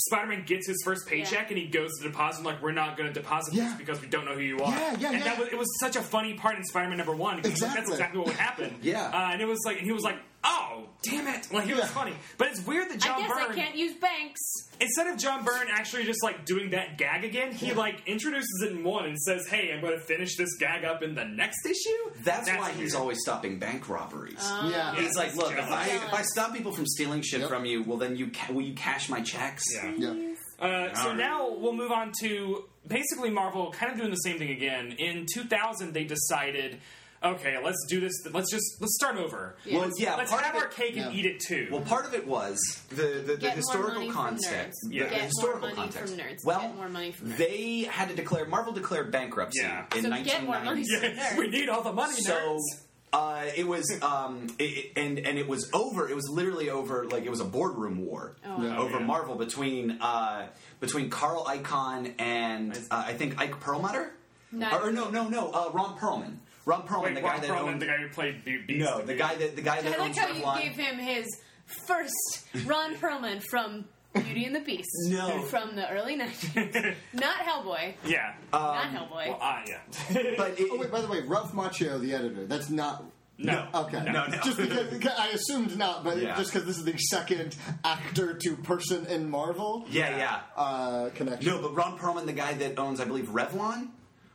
Speaker 2: Spider-Man gets his first paycheck
Speaker 3: Yeah.
Speaker 2: and he goes to deposit. And like, we're not going to deposit this
Speaker 4: Yeah.
Speaker 2: because we don't know who you are.
Speaker 4: Yeah, yeah,
Speaker 2: and
Speaker 4: yeah.
Speaker 2: that was it was such a funny part in Spider-Man number one. because it was like,
Speaker 4: Exactly.
Speaker 2: that's exactly what would happen.
Speaker 1: Yeah.
Speaker 2: uh, and it was like, and he was like, oh damn it! Like it was
Speaker 4: Yeah.
Speaker 2: funny, but it's weird that John
Speaker 3: I guess
Speaker 2: Byrne
Speaker 3: I can't use banks.
Speaker 2: instead of John Byrne actually just like doing that gag again, he like introduces it in one and says, "Hey, I'm going to finish this gag up in the next issue."
Speaker 1: That's, why
Speaker 2: weird.
Speaker 1: he's always stopping bank robberies.
Speaker 3: Oh.
Speaker 4: yeah.
Speaker 1: He's like, look, if I,
Speaker 3: jealous.
Speaker 1: if I stop people from stealing shit
Speaker 4: Yep.
Speaker 1: from you, well, then you ca- will you cash my checks?
Speaker 2: Yeah.
Speaker 4: Yeah.
Speaker 2: Uh, so
Speaker 1: Alright.
Speaker 2: now we'll move on to basically Marvel kind of doing the same thing again. In 2000, they decided, okay, let's do this. Let's just let's start over.
Speaker 1: Well, yeah.
Speaker 2: Let's
Speaker 1: part
Speaker 2: have
Speaker 1: of
Speaker 2: our
Speaker 1: it-
Speaker 2: cake and
Speaker 4: yeah.
Speaker 2: eat it too.
Speaker 1: Well, part of it was the the, the
Speaker 3: Get more
Speaker 1: historical
Speaker 3: money from
Speaker 1: concept.
Speaker 3: nerds.
Speaker 1: the-
Speaker 2: Yeah.
Speaker 1: the
Speaker 2: Get more
Speaker 1: historical
Speaker 3: money
Speaker 1: context.
Speaker 3: from nerds.
Speaker 1: Well,
Speaker 3: Get more money from nerds.
Speaker 1: they had to declare Marvel declared bankruptcy
Speaker 2: Yeah.
Speaker 1: in
Speaker 3: So get more money
Speaker 1: 1990.
Speaker 3: from
Speaker 2: Yes, we need all the money.
Speaker 1: So
Speaker 2: nerds.
Speaker 1: uh, it was, um, it, it- and and it was over. It was literally over. Like it was a boardroom war
Speaker 3: Oh, Yeah.
Speaker 4: wow.
Speaker 1: over
Speaker 2: Oh, yeah.
Speaker 1: Marvel between uh, between Carl Icahn and uh, I think Ike Perlmutter.
Speaker 3: No.
Speaker 1: Or, no, no, no. Uh, Ron Perlman. Ron Perlman,
Speaker 2: Wait,
Speaker 1: the
Speaker 2: Ron
Speaker 1: guy that
Speaker 2: Perlman,
Speaker 1: owned
Speaker 2: the guy who played Be- Beast.
Speaker 1: no, the guy that the guy
Speaker 3: I
Speaker 1: that
Speaker 3: like
Speaker 1: owns
Speaker 3: how you
Speaker 1: Revlon.
Speaker 3: gave him his first Ron Perlman from Beauty and the Beast.
Speaker 1: No.
Speaker 3: From the early 90s. Not Hellboy.
Speaker 2: Yeah.
Speaker 1: Uh,
Speaker 3: Not
Speaker 1: Um,
Speaker 3: Hellboy.
Speaker 2: well, ah, yeah.
Speaker 1: but it,
Speaker 4: Oh wait, by the way, Ralph Macchio, the editor. That's not.
Speaker 2: no.
Speaker 4: Okay.
Speaker 1: No, no.
Speaker 4: Just because I assumed not, but
Speaker 1: Yeah.
Speaker 4: just because this is the second actor to person in Marvel
Speaker 1: yeah, yeah.
Speaker 4: uh, connection.
Speaker 1: No, but Ron Perlman, the guy that owns, I believe, Revlon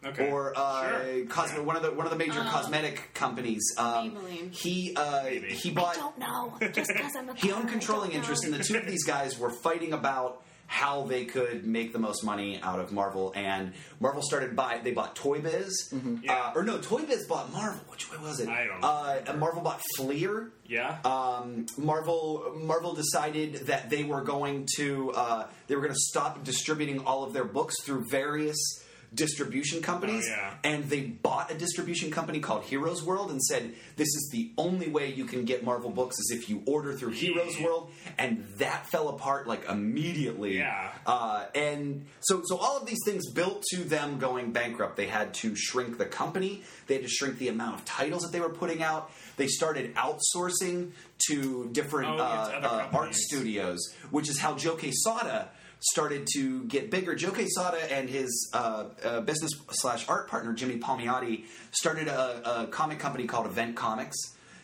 Speaker 2: Okay.
Speaker 1: or uh,
Speaker 2: Sure.
Speaker 1: Cosmo, one of the one of the major
Speaker 3: Oh.
Speaker 1: cosmetic companies. Um,
Speaker 3: Maybelline.
Speaker 1: he uh,
Speaker 2: Maybe.
Speaker 1: he
Speaker 3: I
Speaker 1: bought
Speaker 3: don't know. Just because I'm a
Speaker 1: he owned
Speaker 3: girl, I
Speaker 1: controlling
Speaker 3: don't
Speaker 1: interest,
Speaker 3: know.
Speaker 1: and the two of these guys were fighting about how they could make the most money out of Marvel. And Marvel started by they bought Toy Biz,
Speaker 2: Yeah.
Speaker 1: uh, or no, Toy Biz bought Marvel. Which way was it?
Speaker 2: Mm-hmm. I don't
Speaker 1: Uh, and Marvel bought Fleer.
Speaker 2: yeah.
Speaker 1: um, Marvel Marvel decided that they were going to uh, they were going to stop distributing all of their books through various distribution companies
Speaker 2: Oh, yeah.
Speaker 1: and they bought a distribution company called Heroes World and said this is the only way you can get Marvel books is if you order through Heroes World and that fell apart like immediately
Speaker 2: Yeah.
Speaker 1: uh, and so so all of these things built to them going bankrupt they had to shrink the company they had to shrink the amount of titles that they were putting out they started outsourcing to different
Speaker 2: Oh,
Speaker 1: uh,
Speaker 2: yeah, to other
Speaker 1: uh, art
Speaker 2: companies.
Speaker 1: studios which is how joe quesada started to get bigger joe quesada and his uh, uh, business slash art partner jimmy palmiotti started a, a comic company called event comics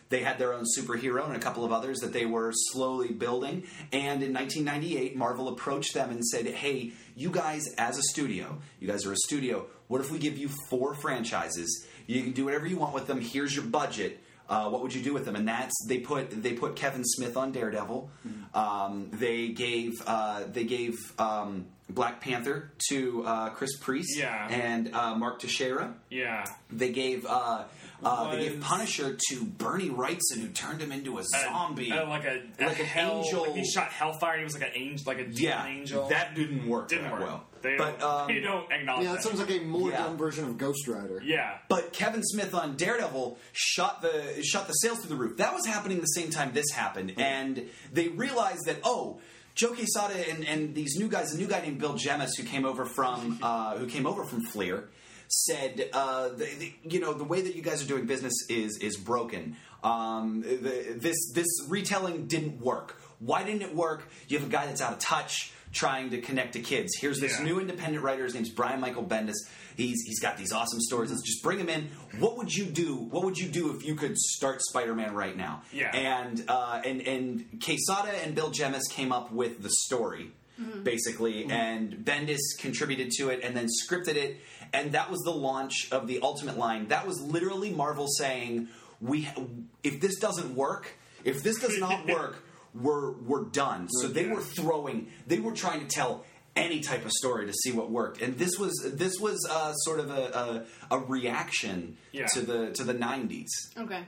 Speaker 1: they had their own superhero and a couple of others that they were slowly building. And in 1998, Marvel approached them and said, Hey, you guys, as a studio, you guys are a studio, what if we give you four franchises? You can do whatever you want with them. Here's your budget. Uh, what would you do with them? And that's they put they put Kevin Smith on Daredevil.
Speaker 2: Mm-hmm.
Speaker 1: Um, they gave uh, they gave um, Black Panther to uh, Chris Priest
Speaker 2: Yeah.
Speaker 1: and uh, Mark Teixeira.
Speaker 2: yeah.
Speaker 1: They gave uh, uh, they gave
Speaker 2: Was-
Speaker 1: Punisher to Bernie Wrightson, who turned him into a zombie.
Speaker 2: Uh, like a, a
Speaker 1: Like an
Speaker 2: hell,
Speaker 1: angel.
Speaker 2: Like he shot hellfire. He was like an angel, like a demon
Speaker 1: yeah,
Speaker 2: angel.
Speaker 1: that didn't work.
Speaker 2: didn't
Speaker 1: that
Speaker 2: work.
Speaker 1: well.
Speaker 2: They,
Speaker 1: but
Speaker 2: don't,
Speaker 1: um,
Speaker 2: they don't acknowledge.
Speaker 4: Yeah, that
Speaker 2: that.
Speaker 4: sounds like a more
Speaker 1: Yeah.
Speaker 4: dumb version of Ghost Rider.
Speaker 2: yeah.
Speaker 1: but Kevin Smith on Daredevil shot the shot the sales through the roof. That was happening the same time this happened, and they realized that oh. Joe Quesada and, and these new guys, a new guy named Bill Jemis who came over from uh, who came over from Fleer, said, uh, the, the, you know, the way that you guys are doing business is is broken. Um, the, this this retelling didn't work. Why didn't it work? You have a guy that's out of touch trying to connect to kids. Here's this
Speaker 2: Yeah.
Speaker 1: new independent writer. His name's Brian Michael Bendis. He's he's got these awesome stories. Let's just bring him in. What would you do? What would you do if you could start Spider-Man right now?
Speaker 2: Yeah.
Speaker 1: And uh, and and Quesada and Bill Jemis came up with the story. Basically, and Bendis contributed to it and then scripted it, and that was the launch of the Ultimate line. That was literally Marvel saying, "We, if this doesn't work, if this does not work, we're we're done." So they were throwing, they were trying to tell any type of story to see what worked, and this was this was uh, sort of a, a, a reaction
Speaker 2: Yeah.
Speaker 1: to the to the nineties.
Speaker 3: Okay.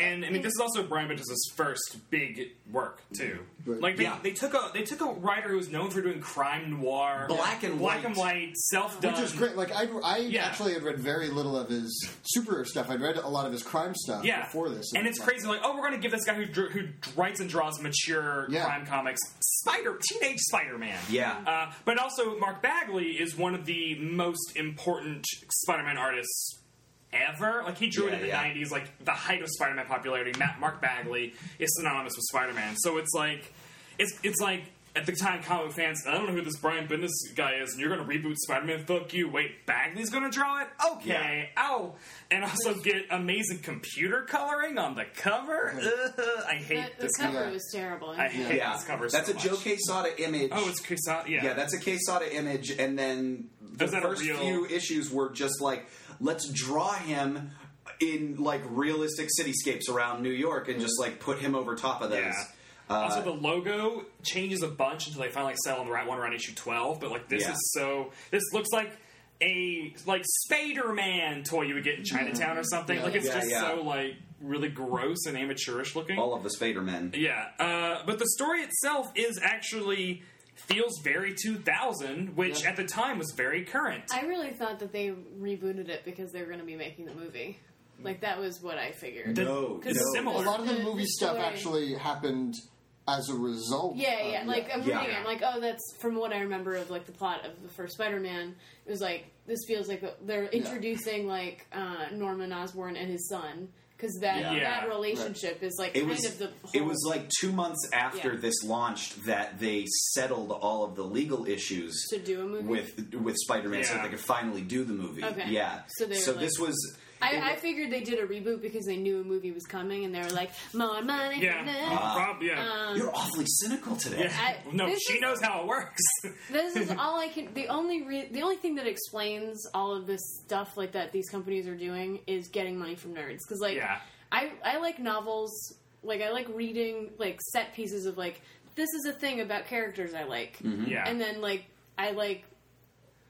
Speaker 2: And I mean, this is also Brian Bendis' first big work too.
Speaker 4: Right.
Speaker 2: Like they,
Speaker 1: Yeah.
Speaker 2: they took a they took a writer who was known for doing crime noir,
Speaker 1: Black and
Speaker 2: black
Speaker 1: white.
Speaker 2: and white, self done.
Speaker 4: Which is great. Like I, I
Speaker 2: Yeah.
Speaker 4: actually had read very little of his superhero stuff. I'd read a lot of his crime stuff
Speaker 2: Yeah,
Speaker 4: before this,
Speaker 2: and it's crazy. Like, oh, we're going to give this guy who drew, who writes and draws mature
Speaker 4: Yeah.
Speaker 2: crime comics Spider Teenage Spider Man.
Speaker 1: Yeah.
Speaker 2: uh, but also Mark Bagley is one of the most important Spider Man artists ever. Like he drew it
Speaker 1: Yeah,
Speaker 2: in the
Speaker 1: yeah.
Speaker 2: '90s, like the height of Spider Man popularity. Matt Mark Bagley is synonymous with Spider Man, so it's like it's it's like. at the time, comic book fans, I don't know who this Brian Bendis guy is, and you're going to reboot Spider Man. Fuck you. Wait, Bagley's going to draw it? Okay. Ow. And also get amazing computer coloring on the cover. Ugh, I hate
Speaker 3: The, the
Speaker 2: this cover.
Speaker 3: cover
Speaker 4: guy.
Speaker 3: was terrible.
Speaker 2: I hate
Speaker 1: Yeah,
Speaker 2: this cover
Speaker 1: that's
Speaker 2: so
Speaker 1: a
Speaker 2: much.
Speaker 1: Joe Quesada image.
Speaker 2: Oh, it's Quesada. Yeah.
Speaker 1: yeah, that's a Quesada image, and then the
Speaker 2: Is that a
Speaker 1: first
Speaker 2: real-
Speaker 1: few issues were just like, let's draw him in like realistic cityscapes around New York, and just like put him over top of those. Uh,
Speaker 2: Yeah. also, the logo changes a bunch until they finally settle on the right one around issue twelve. But like, this
Speaker 1: Yeah.
Speaker 2: is so. This looks like a like Spider-Man toy you would get in Chinatown or something.
Speaker 4: Yeah.
Speaker 2: like, it's
Speaker 1: Mm-hmm. Yeah,
Speaker 2: just
Speaker 1: yeah.
Speaker 2: so like really gross and amateurish looking.
Speaker 1: All of the Spader men.
Speaker 2: yeah, uh, but the story itself is actually feels very 2000, which
Speaker 4: Yeah.
Speaker 2: at the time was very current.
Speaker 3: I really thought that they rebooted it because they were going to be making the movie. Like that was what I figured.
Speaker 1: No,
Speaker 2: It's
Speaker 1: no.
Speaker 2: similar.
Speaker 4: A lot of the
Speaker 3: The-
Speaker 4: movie
Speaker 3: the
Speaker 4: stuff
Speaker 3: story.
Speaker 4: actually happened as a result.
Speaker 3: yeah,
Speaker 4: of-
Speaker 3: yeah. Like I'm
Speaker 1: Um, Yeah.
Speaker 3: reading, it, I'm like, oh, that's from what I remember of like the plot of the first Spider-Man. It was like this feels like they're introducing like uh, Norman Osborn and his son because that
Speaker 1: Yeah.
Speaker 2: Yeah.
Speaker 3: that relationship is like
Speaker 1: It
Speaker 3: kind
Speaker 1: was
Speaker 3: of the whole
Speaker 1: it was like two months after
Speaker 3: Yeah.
Speaker 1: this launched that they settled all of the legal issues
Speaker 3: to do a movie
Speaker 1: with with Spider Man so
Speaker 2: Yeah.
Speaker 1: that they could finally do the movie.
Speaker 3: Okay.
Speaker 1: Yeah.
Speaker 3: So they were like-
Speaker 1: this was
Speaker 3: I, I figured they did a reboot because they knew a movie was coming and they were like, more money.
Speaker 2: yeah,
Speaker 1: Uh,
Speaker 3: nah.
Speaker 2: Prob- yeah.
Speaker 1: you're awfully cynical today.
Speaker 2: Yeah.
Speaker 3: I-
Speaker 2: no,
Speaker 3: Um, this
Speaker 2: she
Speaker 3: is-
Speaker 2: knows how it works.
Speaker 3: this is all I can. The only re- the only thing that explains all of this stuff like that these companies are doing is getting money from nerds because like
Speaker 2: Yeah.
Speaker 3: I I like novels like I like reading like set pieces of like this is a thing about characters I like
Speaker 2: yeah.
Speaker 3: and then like I like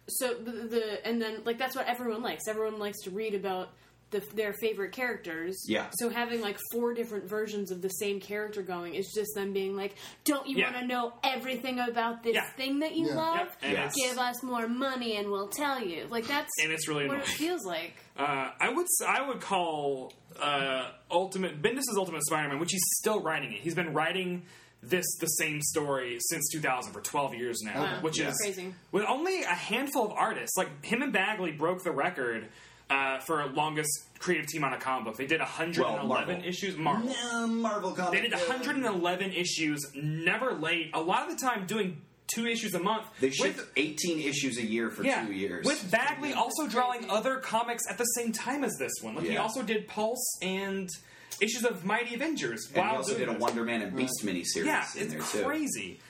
Speaker 3: so the, the and then like that's what everyone likes. Everyone likes to read about the, their favorite characters.
Speaker 1: Yeah.
Speaker 3: So having like four different versions of the same character going is just them being like, "Don't you
Speaker 2: Yeah.
Speaker 3: want to know everything about this
Speaker 2: Yeah.
Speaker 3: thing that you
Speaker 4: Yeah.
Speaker 3: love?
Speaker 2: Yep, and
Speaker 1: Yes.
Speaker 2: it's-
Speaker 3: Give us more money and we'll tell you." Like that's
Speaker 2: And it's really
Speaker 3: what
Speaker 2: annoying.
Speaker 3: it feels like.
Speaker 2: Uh, I would s- I would call uh, Ultimate Bendis' Ultimate Spider-Man, which he's still writing it. He's been writing this the same story since 2000 for 12 years now,
Speaker 3: Wow.
Speaker 2: which
Speaker 3: Yeah.
Speaker 2: is
Speaker 3: Crazy.
Speaker 2: with only a handful of artists. Like him and Bagley broke the record uh, for longest creative team on a comic book. They did 111
Speaker 1: Well, Marvel.
Speaker 2: issues. Marvel.
Speaker 1: No, Marvel
Speaker 2: They
Speaker 1: comic.
Speaker 2: did
Speaker 1: book.
Speaker 2: 111 issues, never late. A lot of the time, doing two issues a month.
Speaker 1: They shipped
Speaker 2: with-
Speaker 1: 18 issues a year for two years.
Speaker 2: with Bagley also
Speaker 3: That's
Speaker 2: drawing
Speaker 3: crazy.
Speaker 2: other comics at the same time as this one. Like he
Speaker 1: Yeah.
Speaker 2: also did Pulse and issues of Mighty Avengers.
Speaker 1: and
Speaker 2: while
Speaker 1: he also
Speaker 2: doing
Speaker 1: did a
Speaker 2: this.
Speaker 1: Wonder Man and Beast miniseries
Speaker 2: Yeah,
Speaker 1: in
Speaker 2: it's
Speaker 1: there too.
Speaker 2: crazy.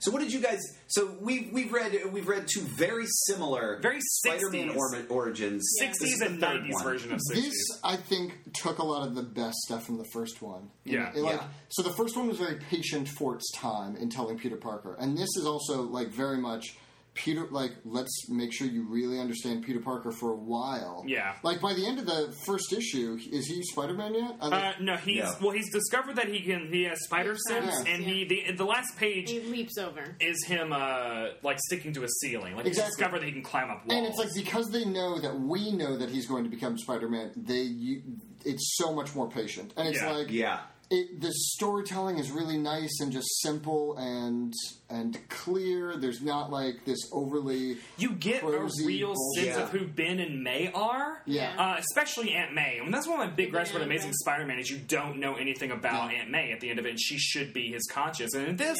Speaker 1: So what did you guys? So we've we've read we've read two very similar
Speaker 2: Very
Speaker 1: Spider-Man
Speaker 2: 60s.
Speaker 1: or, origins, This
Speaker 2: Sixties
Speaker 1: is the
Speaker 2: and
Speaker 1: third
Speaker 2: nineties
Speaker 1: one.
Speaker 2: version of sixties.
Speaker 4: This, I think, took a lot of the best stuff from the first one. You
Speaker 2: Yeah.
Speaker 4: know, it, like,
Speaker 1: Yeah.
Speaker 4: So the first one was very patient for its time in telling Peter Parker, and this is also like very much Peter. Like, let's make sure you really understand Peter Parker for a while.
Speaker 2: Yeah.
Speaker 4: Like by the end of the first issue, is he Spider Man yet? I
Speaker 2: Uh,
Speaker 4: think-
Speaker 2: no, he's
Speaker 1: Yeah.
Speaker 2: well. He's discovered that he can. He has spider sense,
Speaker 4: Yeah.
Speaker 2: and he the the last page
Speaker 3: He leaps over.
Speaker 2: is him uh like sticking to a ceiling. Like
Speaker 4: Exactly.
Speaker 2: he's discovered that he can climb up walls.
Speaker 4: and it's like because they know that we know that he's going to become Spider Man, they you, it's so much more patient, and it's
Speaker 2: Yeah.
Speaker 4: like
Speaker 1: Yeah.
Speaker 4: it, the storytelling is really nice and just simple and and clear. There's not like this overly
Speaker 2: you get a
Speaker 4: Prosy
Speaker 2: real
Speaker 4: bullshit.
Speaker 2: sense of
Speaker 1: Yeah.
Speaker 2: who Ben and May are.
Speaker 4: yeah.
Speaker 2: Uh, especially Aunt May. I mean, that's one of my big gripes with
Speaker 3: Yeah,
Speaker 2: Amazing
Speaker 3: yeah.
Speaker 2: Spider-Man is you don't know anything about Aunt May at the end of it, and she should be his conscience. And in this,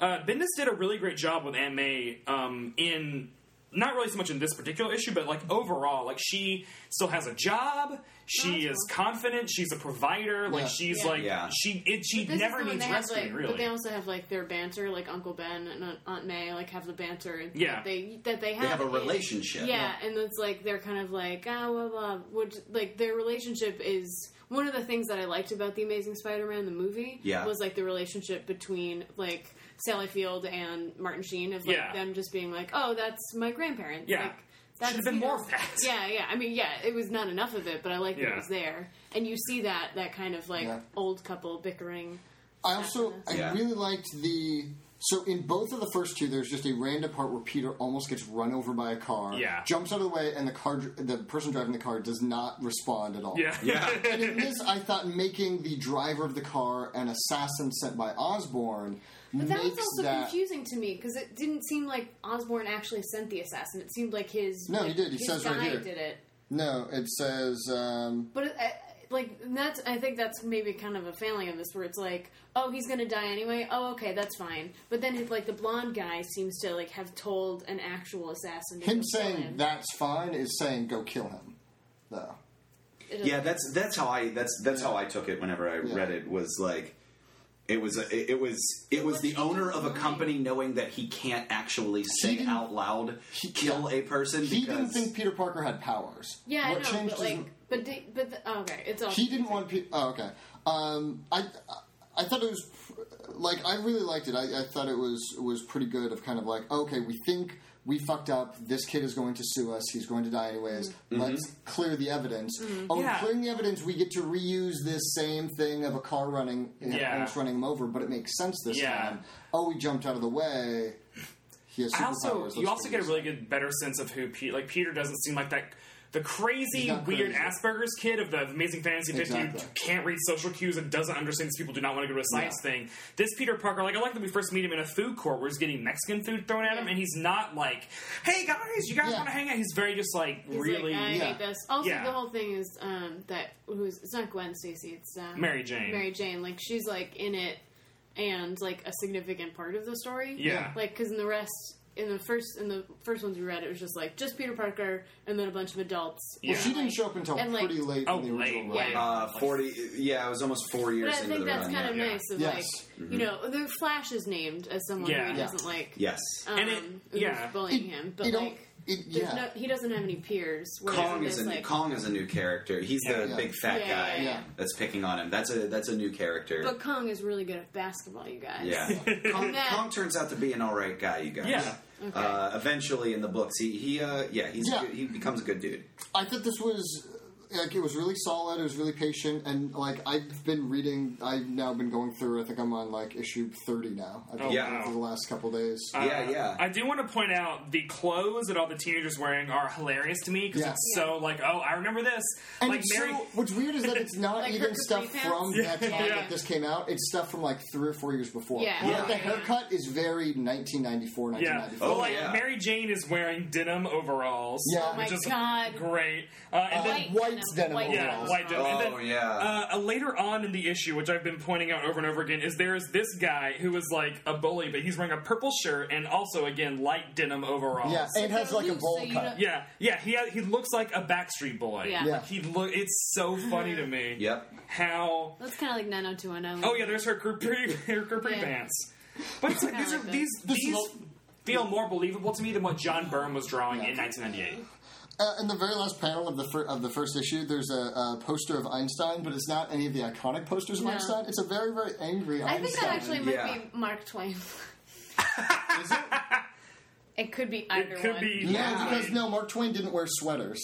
Speaker 2: uh, Bendis did a really great job with Aunt May um, in not really so much in this particular issue, but like overall, like she still has a job. She
Speaker 3: Oh, that's
Speaker 2: is confident. She's a provider. Like
Speaker 4: Yeah.
Speaker 2: she's
Speaker 3: Yeah.
Speaker 2: like
Speaker 1: Yeah.
Speaker 2: she it, she
Speaker 3: This is
Speaker 2: never
Speaker 3: the one
Speaker 2: needs
Speaker 3: they have,
Speaker 2: rescuing
Speaker 3: like,
Speaker 2: really.
Speaker 3: But they also have like their banter, like Uncle Ben and Aunt- Aunt May, like have the banter.
Speaker 2: Yeah.
Speaker 3: that they that they have.
Speaker 1: They
Speaker 4: Uh,
Speaker 1: have a
Speaker 3: in-
Speaker 1: relationship.
Speaker 3: Yeah, and it's like they're kind of like ah blah blah. Which like their relationship is one of the things that I liked about the Amazing Spider-Man the movie.
Speaker 1: Yeah.
Speaker 3: was like the relationship between like Sally Field and Martin Sheen of like
Speaker 2: Yeah.
Speaker 3: them just being like oh that's my grandparent.
Speaker 2: Yeah.
Speaker 3: Like, that's,
Speaker 2: Should've been
Speaker 3: you know-
Speaker 2: more of that.
Speaker 3: Yeah, yeah. I mean, yeah, it was not enough of it, but I like that
Speaker 2: Yeah.
Speaker 3: it was there. And you see that that kind of like
Speaker 4: Yeah.
Speaker 3: old couple bickering.
Speaker 4: I also I
Speaker 1: Yeah.
Speaker 4: really liked the so in both of the first two there's just a random part where Peter almost gets run over by a car,
Speaker 2: Yeah.
Speaker 4: jumps out of the way, and the car dr- the person driving the car does not respond at all.
Speaker 2: yeah,
Speaker 1: Yeah.
Speaker 4: And in this, I thought making the driver of the car an assassin sent by Osborne
Speaker 3: But that
Speaker 4: makes
Speaker 3: was also
Speaker 4: that
Speaker 3: confusing to me because it didn't seem like Osborne actually sent the assassin. It seemed like his
Speaker 4: No, he did. He
Speaker 3: his
Speaker 4: says right
Speaker 3: guy
Speaker 4: here.
Speaker 3: did it.
Speaker 4: no. It says um,
Speaker 3: But it, I, like and that's I think that's maybe kind of a failing of this where it's like, oh, he's gonna die anyway. Oh, okay, that's fine. But then it's like the blonde guy seems to like have told an actual assassin to
Speaker 4: Him
Speaker 3: go kill
Speaker 4: saying
Speaker 3: him.
Speaker 4: that's fine is saying go kill him, though.
Speaker 3: It doesn't-
Speaker 1: yeah that's that's how i that's that's how i took it whenever i
Speaker 4: Yeah.
Speaker 1: read it was like it was a, it- it was it was
Speaker 3: was
Speaker 1: the
Speaker 3: in
Speaker 1: owner
Speaker 3: his
Speaker 1: of a
Speaker 3: mind.
Speaker 1: company knowing that he can't actually say
Speaker 4: didn't-
Speaker 1: out loud kill a person
Speaker 4: He didn't
Speaker 1: because
Speaker 4: think Peter Parker had powers.
Speaker 3: Yeah, I
Speaker 4: What
Speaker 3: know,
Speaker 4: changed
Speaker 3: but
Speaker 4: his-
Speaker 3: like, but di- but the, oh, okay, it's all
Speaker 4: he didn't want people. Oh, okay. Um, I I thought it was like I really liked it. I, I thought it was was pretty good. Of kind of like okay, we think we fucked up. This kid is going to sue us. He's going to die anyways.
Speaker 2: Mm-hmm.
Speaker 4: Let's clear the evidence. Oh,
Speaker 2: Yeah.
Speaker 4: clearing the evidence. We get to reuse this same thing of a car running
Speaker 2: Yeah.
Speaker 4: almost running him over, but it makes sense this
Speaker 2: Yeah.
Speaker 4: time. Oh, we jumped out of the way. He has
Speaker 2: I
Speaker 4: superpowers.
Speaker 2: also
Speaker 4: Let's
Speaker 2: you also
Speaker 4: reuse
Speaker 2: get a
Speaker 4: it.
Speaker 2: really good better sense of who Pete like Peter doesn't seem like that the crazy
Speaker 4: He's not
Speaker 2: weird
Speaker 4: crazy.
Speaker 2: Asperger's kid of the Amazing Fantasy 50
Speaker 4: Exactly.
Speaker 2: who can't read social cues and doesn't understand these people do not want to go to a science
Speaker 4: Yeah.
Speaker 2: thing. This Peter Parker like I like that we first meet him in a food court where he's getting Mexican food thrown at him and he's not like hey guys you guys
Speaker 4: Yeah.
Speaker 2: want to hang out he's very just like
Speaker 3: He's
Speaker 2: really
Speaker 3: Like, I
Speaker 4: Yeah.
Speaker 3: hate this. Also,
Speaker 2: Yeah.
Speaker 3: the whole thing is um, that who's it's not Gwen Stacy, it's um,
Speaker 2: Mary Jane.
Speaker 3: Mary Jane, like she's like in it and like a significant part of the story.
Speaker 2: Yeah.
Speaker 3: like because in the rest, in the first, in the first ones we read, it was just like just Peter Parker and then a bunch of adults.
Speaker 2: Well,
Speaker 3: And,
Speaker 4: She didn't
Speaker 3: like-
Speaker 4: show up until
Speaker 3: and, like-
Speaker 4: pretty late
Speaker 2: Oh,
Speaker 4: in the
Speaker 2: late,
Speaker 4: original
Speaker 2: late.
Speaker 4: run.
Speaker 1: uh, 40 yeah it was almost four years
Speaker 3: But I
Speaker 1: into
Speaker 3: think
Speaker 1: the
Speaker 3: that's
Speaker 1: run
Speaker 3: kind
Speaker 1: yeah.
Speaker 3: of
Speaker 2: yeah. Mm-hmm.
Speaker 3: nice of
Speaker 4: Yes.
Speaker 3: like you know the Flash is named as someone
Speaker 2: Yeah.
Speaker 3: who he
Speaker 2: Yeah.
Speaker 3: doesn't like.
Speaker 1: yes
Speaker 3: Um,
Speaker 2: And it-
Speaker 3: who's
Speaker 2: yeah.
Speaker 3: bullying
Speaker 4: It-
Speaker 3: him, but
Speaker 4: it don't-
Speaker 3: like
Speaker 4: it-
Speaker 3: there's
Speaker 4: yeah.
Speaker 3: no, he doesn't have any peers. whereas
Speaker 1: Kong
Speaker 3: in
Speaker 1: is
Speaker 3: this,
Speaker 1: a new,
Speaker 3: like,
Speaker 1: Kong is a new character. He's the
Speaker 4: Yeah.
Speaker 1: big fat
Speaker 3: Yeah,
Speaker 1: guy
Speaker 3: yeah,
Speaker 4: yeah.
Speaker 1: that's picking on him. That's a that's a new character.
Speaker 3: But Kong is really good at basketball, you guys.
Speaker 1: yeah, Kong,
Speaker 3: That-
Speaker 1: Kong turns out to be an all right guy. You guys.
Speaker 2: Yeah.
Speaker 3: Okay.
Speaker 1: Uh, eventually, in the books, he he uh, yeah he's a
Speaker 4: Yeah.
Speaker 1: good- he becomes a good dude.
Speaker 4: I thought this was like it was really solid. It was really patient, and like I've been reading. I've now been going through. I think I'm on like issue thirty now. I've been
Speaker 2: Oh,
Speaker 4: going
Speaker 2: wow.
Speaker 4: for the last couple days.
Speaker 2: Uh,
Speaker 1: yeah, yeah.
Speaker 2: I do want to point out the clothes that all the teenagers wearing are hilarious to me because
Speaker 4: Yeah.
Speaker 2: it's so like, oh, I remember this.
Speaker 4: and
Speaker 2: like
Speaker 4: it's
Speaker 2: Mary,
Speaker 4: so, what's weird is that it's not
Speaker 3: Like her
Speaker 4: even
Speaker 3: capri
Speaker 4: stuff from
Speaker 3: pants?
Speaker 4: that time
Speaker 2: Yeah.
Speaker 4: that this came out. It's stuff from like three or four years before.
Speaker 3: Yeah.
Speaker 4: Where,
Speaker 1: Yeah.
Speaker 4: like, the haircut is very 1994,
Speaker 2: yeah.
Speaker 4: 1995.
Speaker 2: Well,
Speaker 1: Oh,
Speaker 2: like
Speaker 1: yeah.
Speaker 2: Mary Jane is wearing denim overalls.
Speaker 4: Yeah.
Speaker 3: Oh
Speaker 4: It
Speaker 3: my
Speaker 2: which is
Speaker 3: god. Oh
Speaker 2: great. Uh, and then
Speaker 4: Uh, white denim
Speaker 2: Yeah,
Speaker 4: overalls.
Speaker 2: white denim. And
Speaker 1: Oh,
Speaker 2: then,
Speaker 1: yeah.
Speaker 2: Uh, uh, later on in the issue, which I've been pointing out over and over again, is there is this guy who is like a bully, but he's wearing a purple shirt and also again light denim overalls.
Speaker 4: Yeah, and it has
Speaker 3: So
Speaker 4: like a
Speaker 3: loose,
Speaker 4: bowl
Speaker 3: so you
Speaker 4: cut.
Speaker 3: don't-
Speaker 2: yeah, yeah. He ha- he looks like a Backstreet Boy.
Speaker 3: Yeah.
Speaker 4: Yeah.
Speaker 2: Like, he look. It's so funny to me.
Speaker 1: Yep.
Speaker 2: How
Speaker 3: That's kind of like 90210.
Speaker 2: Oh yeah, there's her capri, her capri
Speaker 3: Yeah.
Speaker 2: pants. But it's like these are
Speaker 3: like that.
Speaker 2: these
Speaker 4: This
Speaker 2: these
Speaker 4: lo-
Speaker 2: feel more believable to me than what John Byrne was drawing in 1998.
Speaker 4: Uh, in the very last panel of the fir- of the first issue, there's a, a poster of Einstein, but it's not any of the iconic posters of
Speaker 3: No.
Speaker 4: Einstein. It's a very, very angry
Speaker 3: I
Speaker 4: Einstein.
Speaker 3: think that actually might
Speaker 1: Yeah.
Speaker 3: be Mark Twain. It could be either
Speaker 2: could
Speaker 3: one.
Speaker 2: be-
Speaker 4: No,
Speaker 2: Yeah.
Speaker 4: because no, Mark Twain didn't wear sweaters.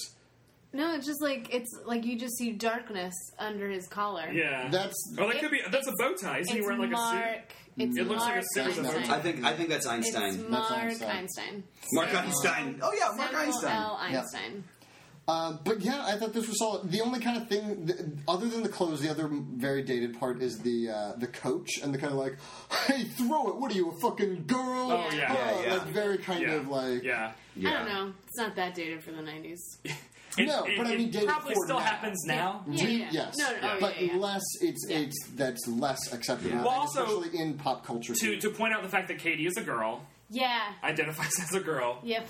Speaker 3: No, it's just like it's like you just see darkness under his collar.
Speaker 2: Yeah,
Speaker 4: That's-
Speaker 2: or that could be that's a bow tie. Isn't he
Speaker 3: It's
Speaker 2: wearing like
Speaker 3: Mark.
Speaker 2: a suit?
Speaker 3: It's
Speaker 2: It looks like a
Speaker 3: Mark
Speaker 2: series
Speaker 4: of
Speaker 3: Einstein.
Speaker 1: I think I think that's
Speaker 3: It's
Speaker 1: Einstein.
Speaker 3: Mark
Speaker 4: Einstein.
Speaker 3: Einstein.
Speaker 1: Mark Einstein. Oh yeah, Mark
Speaker 3: Samuel L.
Speaker 1: Einstein.
Speaker 3: Einstein.
Speaker 4: Uh, but yeah, I thought this was solid. The only kind of thing, th- other than the clothes, the other very dated part is the uh, the coach and the kind of like, hey, throw it. What are you, a fucking girl?
Speaker 2: Oh, yeah.
Speaker 4: Uh,
Speaker 1: Yeah, yeah.
Speaker 4: Like very kind
Speaker 2: Yeah,
Speaker 4: of like.
Speaker 2: yeah.
Speaker 1: Yeah.
Speaker 3: I don't know. It's not that dated for the 90s. Yeah,
Speaker 2: It-
Speaker 4: No,
Speaker 2: it-
Speaker 4: but I mean,
Speaker 2: it
Speaker 4: dated
Speaker 2: probably
Speaker 4: for
Speaker 2: still
Speaker 4: now.
Speaker 2: happens now.
Speaker 3: yeah, yeah.
Speaker 4: Yes,
Speaker 3: No, no, oh,
Speaker 4: but
Speaker 3: yeah, yeah.
Speaker 4: less it's
Speaker 3: Yeah.
Speaker 4: it's that's less acceptable,
Speaker 2: Well, also-
Speaker 4: especially in pop culture.
Speaker 2: To to point out the fact that Katie is a girl,
Speaker 3: Yeah.
Speaker 2: identifies as a girl.
Speaker 3: Yep.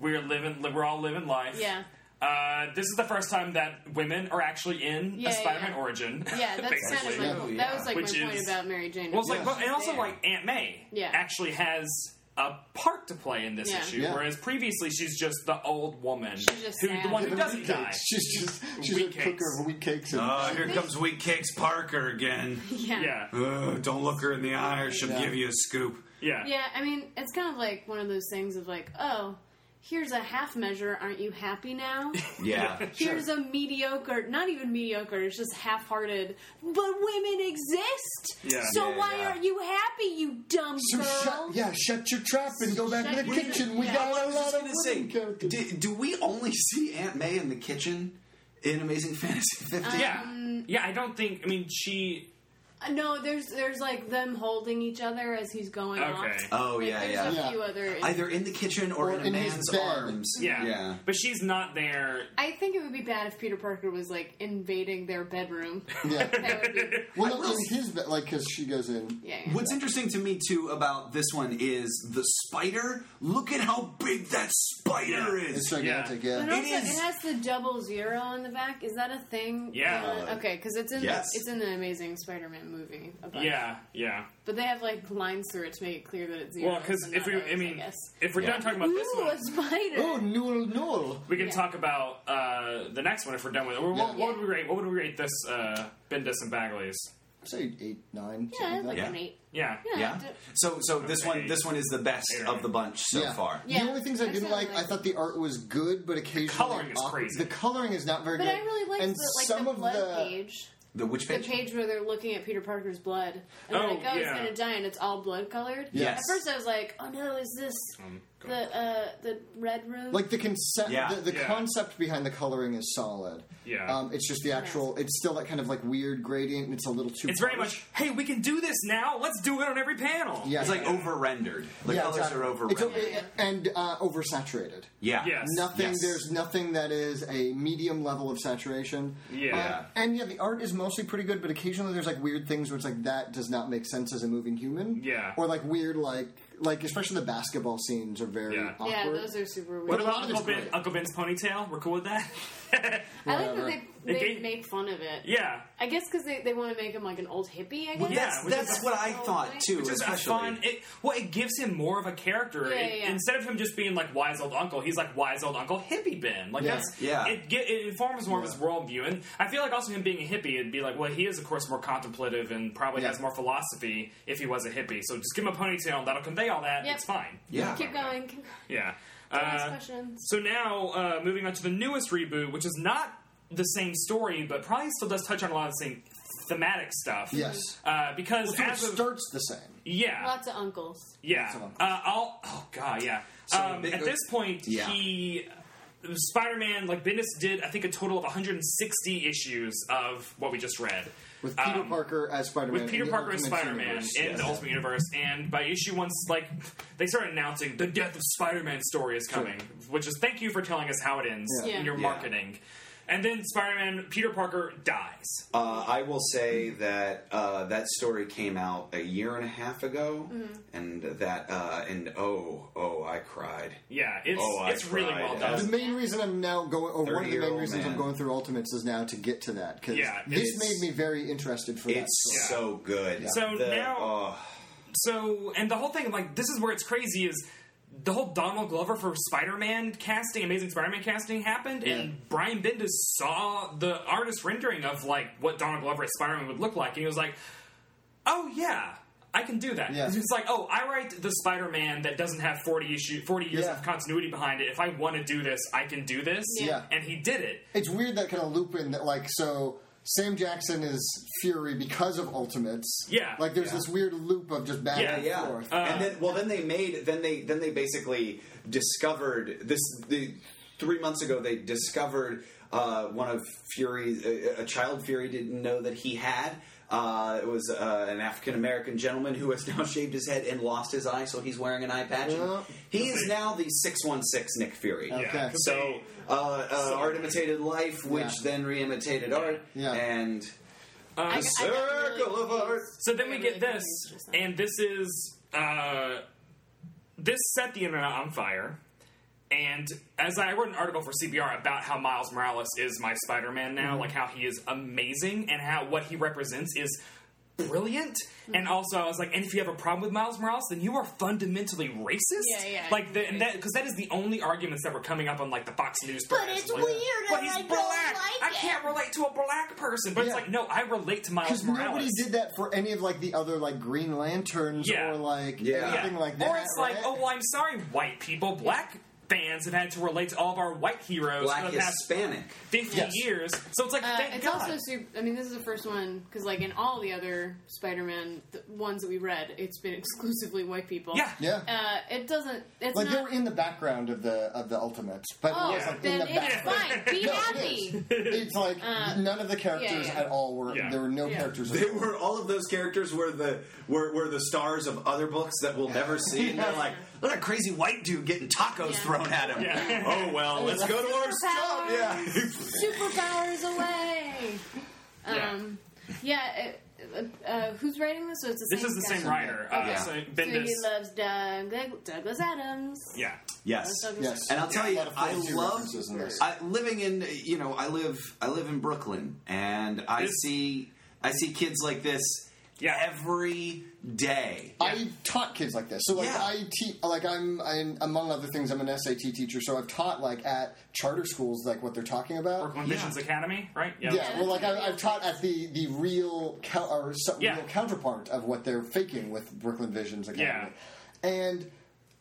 Speaker 2: We're living, we're all living life.
Speaker 3: Yeah.
Speaker 2: Uh, this is the first time that women are actually in
Speaker 3: Yeah,
Speaker 2: a
Speaker 3: yeah,
Speaker 2: Spider-Man
Speaker 3: yeah.
Speaker 2: origin.
Speaker 3: Yeah, that's kind of
Speaker 2: basically.
Speaker 3: like
Speaker 1: Oh,
Speaker 3: that
Speaker 1: yeah.
Speaker 3: was like
Speaker 2: Which
Speaker 3: my point
Speaker 2: is-
Speaker 3: about Mary Jane.
Speaker 2: Well, it's like,
Speaker 4: Yes.
Speaker 2: but, and also
Speaker 3: There.
Speaker 2: like Aunt May
Speaker 3: Yeah.
Speaker 2: actually has a part to play in this
Speaker 3: Yeah.
Speaker 2: issue,
Speaker 4: Yeah.
Speaker 2: whereas previously she's just the old woman,
Speaker 3: just
Speaker 2: who the
Speaker 3: sad.
Speaker 2: one
Speaker 4: The
Speaker 2: who
Speaker 4: wheat
Speaker 2: doesn't
Speaker 4: cakes.
Speaker 2: die.
Speaker 4: She's just she's
Speaker 2: Wheat
Speaker 4: a cooker
Speaker 2: cakes.
Speaker 4: of wheat cakes. And,
Speaker 5: Oh, here comes Wheat Cakes Parker again.
Speaker 3: yeah.
Speaker 2: Yeah,
Speaker 5: Ugh, don't look her in the eye or she'll
Speaker 4: Yeah.
Speaker 5: give you a scoop.
Speaker 2: yeah,
Speaker 3: Yeah, I mean, it's kind of like one of those things of like, oh, here's a half measure. Aren't you happy now?
Speaker 1: Yeah.
Speaker 3: Here's a mediocre, not even mediocre. It's just half-hearted. But women exist.
Speaker 2: Yeah.
Speaker 3: So
Speaker 1: Yeah,
Speaker 3: why
Speaker 1: yeah.
Speaker 3: aren't you happy, you dumb
Speaker 4: so
Speaker 3: girl?
Speaker 4: shut yeah, shut your trap and go back to
Speaker 3: Shut
Speaker 4: the
Speaker 3: your-
Speaker 4: kitchen. We
Speaker 3: yeah.
Speaker 4: got
Speaker 1: I
Speaker 4: a
Speaker 1: was just
Speaker 4: lot of
Speaker 1: gonna say,
Speaker 4: women characters.
Speaker 1: do, do we only see Aunt May in the kitchen in Amazing Fantasy 50?
Speaker 2: yeah. Yeah, I don't think. I mean, she.
Speaker 3: Uh, No, there's there's like them holding each other as he's going off.
Speaker 2: Okay.
Speaker 1: Oh,
Speaker 3: Like,
Speaker 1: yeah,
Speaker 3: there's
Speaker 1: yeah.
Speaker 3: a
Speaker 4: Yeah.
Speaker 3: few other.
Speaker 1: Either in the kitchen or,
Speaker 4: Or
Speaker 1: in a
Speaker 4: in his
Speaker 1: man's
Speaker 4: bed.
Speaker 1: arms.
Speaker 2: Yeah.
Speaker 1: Yeah.
Speaker 2: But she's not there.
Speaker 3: I think it would be bad if Peter Parker was like invading their bedroom.
Speaker 4: Yeah.
Speaker 3: That would be,
Speaker 4: Well, no, in his bed, like, because she goes in.
Speaker 3: yeah. yeah.
Speaker 1: What's interesting to me too about this one is the spider. Look at how big that spider
Speaker 2: Yeah.
Speaker 1: is.
Speaker 4: It's gigantic, yeah.
Speaker 3: But
Speaker 1: It
Speaker 3: also, it,
Speaker 1: is-
Speaker 3: has the double zero on the back. Is that a thing?
Speaker 2: Yeah.
Speaker 3: Uh, okay, because it's in
Speaker 1: Yes.
Speaker 3: the, it's in the Amazing Spider-Man movie. a bunch.
Speaker 2: Yeah, yeah.
Speaker 3: But they have like lines through it to make it clear that it's zero.
Speaker 2: Well, because if we, I mean, if we're done talking about this
Speaker 3: Ooh,
Speaker 2: one,
Speaker 3: a spider.
Speaker 4: Oh, Newell, Newell.
Speaker 2: we can
Speaker 3: Yeah.
Speaker 2: talk about uh, the next one if we're done with it. What, what,
Speaker 4: Yeah.
Speaker 2: would we rate? What would we rate this uh, Bendis and Bagley's?
Speaker 4: I'd say eight, nine.
Speaker 3: yeah,
Speaker 4: something
Speaker 3: like
Speaker 4: that.
Speaker 3: an eight.
Speaker 2: Yeah,
Speaker 1: Yeah.
Speaker 3: d-
Speaker 1: So so this one this one is the best of the bunch so
Speaker 4: Yeah.
Speaker 1: far.
Speaker 3: Yeah.
Speaker 4: The only things I
Speaker 3: That's
Speaker 4: didn't
Speaker 3: what I
Speaker 4: like, I
Speaker 3: liked.
Speaker 4: thought the art was good, but occasionally
Speaker 2: coloring is
Speaker 4: awkward.
Speaker 2: crazy.
Speaker 4: The coloring is not very
Speaker 3: But
Speaker 4: good.
Speaker 3: I really liked
Speaker 4: and
Speaker 3: the, like
Speaker 4: some
Speaker 3: the
Speaker 4: of
Speaker 3: blood
Speaker 4: the
Speaker 3: page.
Speaker 1: The which
Speaker 3: The
Speaker 1: page?
Speaker 3: page where they're looking at Peter Parker's blood. And
Speaker 2: Oh,
Speaker 3: they're like, oh, he's
Speaker 2: yeah.
Speaker 3: gonna die, and it's all blood colored.
Speaker 1: Yes.
Speaker 3: At first, I was like, oh no, is this
Speaker 2: Oh, God.
Speaker 3: the uh, the red room?
Speaker 4: like the concept,
Speaker 1: Yeah.
Speaker 4: the, the
Speaker 2: Yeah.
Speaker 4: concept behind the coloring is solid.
Speaker 2: Yeah.
Speaker 4: um, it's just the actual. It's still that kind of like weird gradient. and It's a little too.
Speaker 2: it's very
Speaker 4: polished.
Speaker 2: much. Hey, we can do this now. Let's do it on every panel.
Speaker 4: Yeah,
Speaker 1: It's like over rendered. The
Speaker 4: yeah,
Speaker 1: colors
Speaker 4: exactly.
Speaker 1: are over
Speaker 4: It's
Speaker 1: rendered.
Speaker 4: o- it- and uh, oversaturated.
Speaker 1: yeah.
Speaker 2: Yes.
Speaker 4: Nothing.
Speaker 1: Yes.
Speaker 4: There's nothing that is a medium level of saturation.
Speaker 2: Yeah.
Speaker 4: Uh, and yeah, the art is mostly pretty good, but occasionally there's like weird things where it's like that does not make sense as a moving human.
Speaker 2: Yeah.
Speaker 4: Or like weird like like especially the basketball scenes are very
Speaker 2: Yeah.
Speaker 4: awkward.
Speaker 3: yeah, those are super weird.
Speaker 2: What
Speaker 4: a
Speaker 2: about
Speaker 4: lot of
Speaker 2: Uncle,
Speaker 4: it's
Speaker 2: ben,
Speaker 4: great.
Speaker 2: Uncle Ben's ponytail? We're cool with that.
Speaker 3: I like that
Speaker 4: Whatever.
Speaker 3: they, they
Speaker 2: gave-
Speaker 3: make fun of it.
Speaker 2: yeah,
Speaker 3: I guess because they, they want to make him like an old hippie. I guess.
Speaker 2: Well,
Speaker 1: That's,
Speaker 2: Yeah, which is
Speaker 1: that's what I
Speaker 3: Oh,
Speaker 1: thought
Speaker 3: right.
Speaker 1: too,
Speaker 2: which is a
Speaker 1: especially.
Speaker 2: fun. It, well, it gives him more of a character.
Speaker 3: Yeah,
Speaker 2: It-
Speaker 3: yeah, yeah.
Speaker 2: Instead of him just being like wise old uncle, he's like wise old uncle hippie Ben. Like
Speaker 4: Yeah.
Speaker 2: that's
Speaker 1: Yeah.
Speaker 2: It, get, it informs more of
Speaker 4: Yeah.
Speaker 2: his worldview, and I feel like also him being a hippie, it'd be like, well, he is of course more contemplative and probably
Speaker 4: Yeah.
Speaker 2: has more philosophy if he was a hippie. So just give him a ponytail, that'll convey all that.
Speaker 3: Yep.
Speaker 2: It's fine.
Speaker 1: yeah.
Speaker 3: Keep going. Keep
Speaker 2: Yeah.
Speaker 3: going. Ask
Speaker 2: Uh,
Speaker 3: questions.
Speaker 2: So now, uh, moving on to the newest reboot, which is not the same story, but probably still does touch on a lot of the same thematic stuff.
Speaker 4: Yes.
Speaker 2: Uh, because
Speaker 4: So it
Speaker 2: as of,
Speaker 4: starts the same.
Speaker 2: yeah,
Speaker 3: Lots of uncles.
Speaker 2: yeah,
Speaker 4: of uncles.
Speaker 2: uh, I'll, oh god, yeah. um,
Speaker 1: big-
Speaker 2: at this point,
Speaker 1: Yeah.
Speaker 2: he. Spider-Man, like Bendis did, I think a total of 160 issues of what we just read.
Speaker 4: With Peter
Speaker 2: Um,
Speaker 4: Parker as Spider Man.
Speaker 2: with Peter Parker as Spider-Man in the Ultimate Universe, and by issue one, like they start announcing the death of Spider-Man story is coming, which is thank you for telling us how it ends
Speaker 4: Yeah.
Speaker 3: Yeah.
Speaker 2: in your
Speaker 1: Yeah.
Speaker 2: marketing. And then Spider-Man, Peter Parker dies.
Speaker 1: Uh, I will say that uh, that story came out a year and a half ago, and that uh, and oh oh I cried.
Speaker 2: Yeah, it's
Speaker 1: Oh, I
Speaker 2: it's really
Speaker 1: cried.
Speaker 2: well
Speaker 4: The
Speaker 2: done.
Speaker 4: main reason I'm now going, or one of the main
Speaker 1: 30-year-old
Speaker 4: reasons I'm
Speaker 1: man.
Speaker 4: going through Ultimates is now to get to that because
Speaker 2: Yeah,
Speaker 4: this
Speaker 1: it's-
Speaker 4: made me very interested for that.
Speaker 1: It's
Speaker 2: Yeah.
Speaker 1: so good.
Speaker 2: So
Speaker 1: The-
Speaker 2: now-
Speaker 1: oh,
Speaker 2: So, and the whole thing, like this is where it's crazy is. The whole Donald Glover for Spider-Man casting, Amazing Spider-Man casting happened,
Speaker 4: Yeah.
Speaker 2: and Brian Bendis saw the artist rendering of like what Donald Glover as Spider-Man would look like, and he was like, oh yeah i can do that
Speaker 4: Yeah.
Speaker 2: it's like oh i write the spider-man that doesn't have 40 issue 40 years
Speaker 4: Yeah.
Speaker 2: of continuity behind it if i want to do this i can do this
Speaker 4: Yeah.
Speaker 2: and he did it
Speaker 4: it's weird that kind of Lupin that like so Sam Jackson is Fury because of Ultimates.
Speaker 2: Yeah. Uh,
Speaker 4: like there's
Speaker 1: Yeah.
Speaker 4: this weird loop of just back
Speaker 2: Yeah,
Speaker 4: and
Speaker 1: yeah,
Speaker 4: forth.
Speaker 1: and then well then they made then they then they basically discovered this. The, three months ago they discovered uh, one of Fury's a, a child Fury didn't know that he had. Uh, it was uh, an African American gentleman who has now shaved his head and lost his eye, so he's wearing an eye patch. And
Speaker 4: Yeah.
Speaker 1: He is now the six one six Nick Fury.
Speaker 4: Okay.
Speaker 2: 'cause
Speaker 1: So,
Speaker 2: they-
Speaker 1: uh, uh, art imitated life, which
Speaker 4: Yeah.
Speaker 1: then re-imitated art,
Speaker 4: Yeah.
Speaker 1: and
Speaker 3: I- I
Speaker 2: uh,
Speaker 3: got
Speaker 1: circle
Speaker 3: really
Speaker 1: of art.
Speaker 3: confused.
Speaker 2: so then we
Speaker 3: I
Speaker 2: get
Speaker 3: really
Speaker 2: this
Speaker 3: confused just now.
Speaker 2: and this is uh, this set the internet on fire and as I wrote an article for CBR about how Miles Morales is my Spider-Man now, like how he is amazing and how what he represents is brilliant. And also, I was like, and if you have a problem with Miles Morales, then you are fundamentally racist.
Speaker 3: Yeah, yeah,
Speaker 2: Like the,
Speaker 3: he's
Speaker 2: and that because that is the only arguments that were coming up on like the Fox News.
Speaker 6: But
Speaker 2: thread.
Speaker 6: it's
Speaker 2: Like,
Speaker 6: weird and
Speaker 2: But he's
Speaker 6: I don't
Speaker 2: black.
Speaker 6: like
Speaker 2: I can't relate to a black person. But it's
Speaker 4: Yeah.
Speaker 2: like, no, I relate to Miles
Speaker 4: Because
Speaker 2: Morales.
Speaker 4: nobody did that for any of like the other like Green Lanterns
Speaker 2: Yeah.
Speaker 4: or like
Speaker 1: Yeah.
Speaker 4: anything like that.
Speaker 2: Or it's like,
Speaker 4: right?
Speaker 2: oh, well, I'm sorry, white people. Black fans have had to relate to all of our white heroes
Speaker 1: Black
Speaker 2: for the past
Speaker 1: Hispanic.
Speaker 2: 50
Speaker 4: Yes.
Speaker 2: years. So it's like,
Speaker 3: Uh,
Speaker 2: thank
Speaker 3: it's
Speaker 2: God.
Speaker 3: also super. I mean, this is the first one because, like, in all the other Spider-Man the ones that we read, it's been exclusively white people.
Speaker 2: Yeah.
Speaker 4: Yeah.
Speaker 3: Uh, it doesn't. It's
Speaker 4: like they
Speaker 3: not.
Speaker 4: were in the background of the of the Ultimates, but
Speaker 3: oh,
Speaker 4: it was like in
Speaker 3: then
Speaker 4: the
Speaker 3: it's
Speaker 4: background.
Speaker 3: fine. Be
Speaker 4: No, it
Speaker 3: happy. Uh,
Speaker 4: is. It's like none of the characters
Speaker 3: yeah.
Speaker 4: at all were.
Speaker 2: Yeah.
Speaker 4: There were no
Speaker 3: Yeah.
Speaker 4: characters.
Speaker 6: They
Speaker 4: at all.
Speaker 6: were all of those characters were the were, were the stars of other books that we'll never see. And they're like, look at that crazy white dude getting tacos
Speaker 3: Yeah.
Speaker 6: thrown at him.
Speaker 2: Yeah.
Speaker 6: Oh well, let's go to our shop. Yeah.
Speaker 3: Superpowers away.
Speaker 2: Yeah.
Speaker 3: Um, yeah. uh uh, uh, who's writing this? So it's the
Speaker 2: This
Speaker 3: same
Speaker 2: is the
Speaker 3: guy.
Speaker 2: same writer. Uh,
Speaker 1: Yeah.
Speaker 2: so
Speaker 3: So he
Speaker 2: Bendis.
Speaker 3: loves Doug, Douglas Adams.
Speaker 2: yeah.
Speaker 1: Yes.
Speaker 3: Loves Douglas
Speaker 4: Yes.
Speaker 3: Adams.
Speaker 1: And I'll tell
Speaker 4: Yeah, a
Speaker 1: you,
Speaker 4: lot of
Speaker 1: I
Speaker 4: Fawzi
Speaker 1: love
Speaker 4: references in this.
Speaker 1: I, living in you know I live I live in Brooklyn, and I
Speaker 2: It's-
Speaker 1: see I see kids like this
Speaker 2: Yeah.
Speaker 1: every day.
Speaker 4: I taught kids like this. So like
Speaker 1: Yeah.
Speaker 4: I teach like I'm, I'm among other things I'm an SAT teacher, so I've taught like at charter schools like what they're talking about.
Speaker 2: Brooklyn
Speaker 1: Yeah.
Speaker 2: Visions Academy, right?
Speaker 4: Yeah, well, like I, I've taught at the the real cou- or so,
Speaker 2: Yeah.
Speaker 4: real counterpart of what they're faking with Brooklyn Visions Academy, and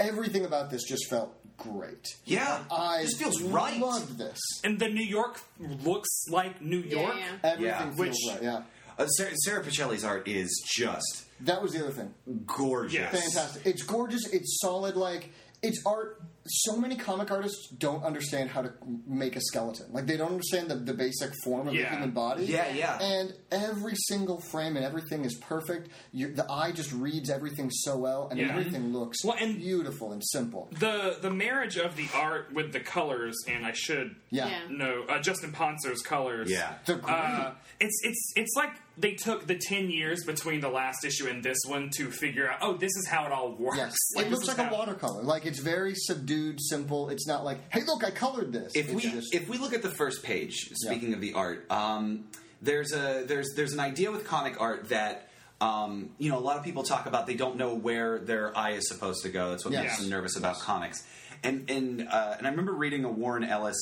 Speaker 4: everything about this just felt great.
Speaker 1: Yeah,
Speaker 4: I
Speaker 1: this feels right.
Speaker 4: Loved this.
Speaker 2: And the New York looks like New
Speaker 3: Yeah,
Speaker 2: York.
Speaker 3: yeah.
Speaker 4: Everything
Speaker 1: Yeah.
Speaker 4: feels
Speaker 2: Which-
Speaker 4: right. Yeah,
Speaker 1: Uh, Sarah, Sarah Pacelli's art is just
Speaker 4: that was the other thing.
Speaker 1: gorgeous.
Speaker 2: Yes.
Speaker 4: Fantastic. It's gorgeous. It's solid. Like it's art. So many comic artists don't understand how to make a skeleton. Like they don't understand the, the basic form of
Speaker 2: Yeah.
Speaker 4: the human body.
Speaker 1: Yeah, yeah.
Speaker 4: And every single frame and everything is perfect. You, the eye just reads everything so well, and
Speaker 2: Yeah.
Speaker 4: everything looks
Speaker 2: Well, and-
Speaker 4: beautiful and simple.
Speaker 2: The the marriage of the art with the colors, and I should
Speaker 4: Yeah.
Speaker 3: Yeah.
Speaker 2: know uh, Justin Ponzo's colors.
Speaker 1: Yeah.
Speaker 4: The green.
Speaker 2: Uh, it's it's it's like they took the ten years between the last issue and this one to figure out. Oh, this is how it all works.
Speaker 4: Yes, it
Speaker 2: this
Speaker 4: looks
Speaker 2: is
Speaker 4: like
Speaker 2: how-
Speaker 4: a watercolor. Like it's very subdued, simple. It's not like, hey, look, I colored this.
Speaker 1: If
Speaker 4: It's
Speaker 1: we
Speaker 4: just-
Speaker 1: if we look at the first page, speaking of the art, um, there's a there's there's an idea with comic art that um, you know a lot of people talk about. They don't know where their eye is supposed to go. That's what
Speaker 4: Yes.
Speaker 1: makes them nervous about comics. And and uh, and I remember reading a Warren Ellis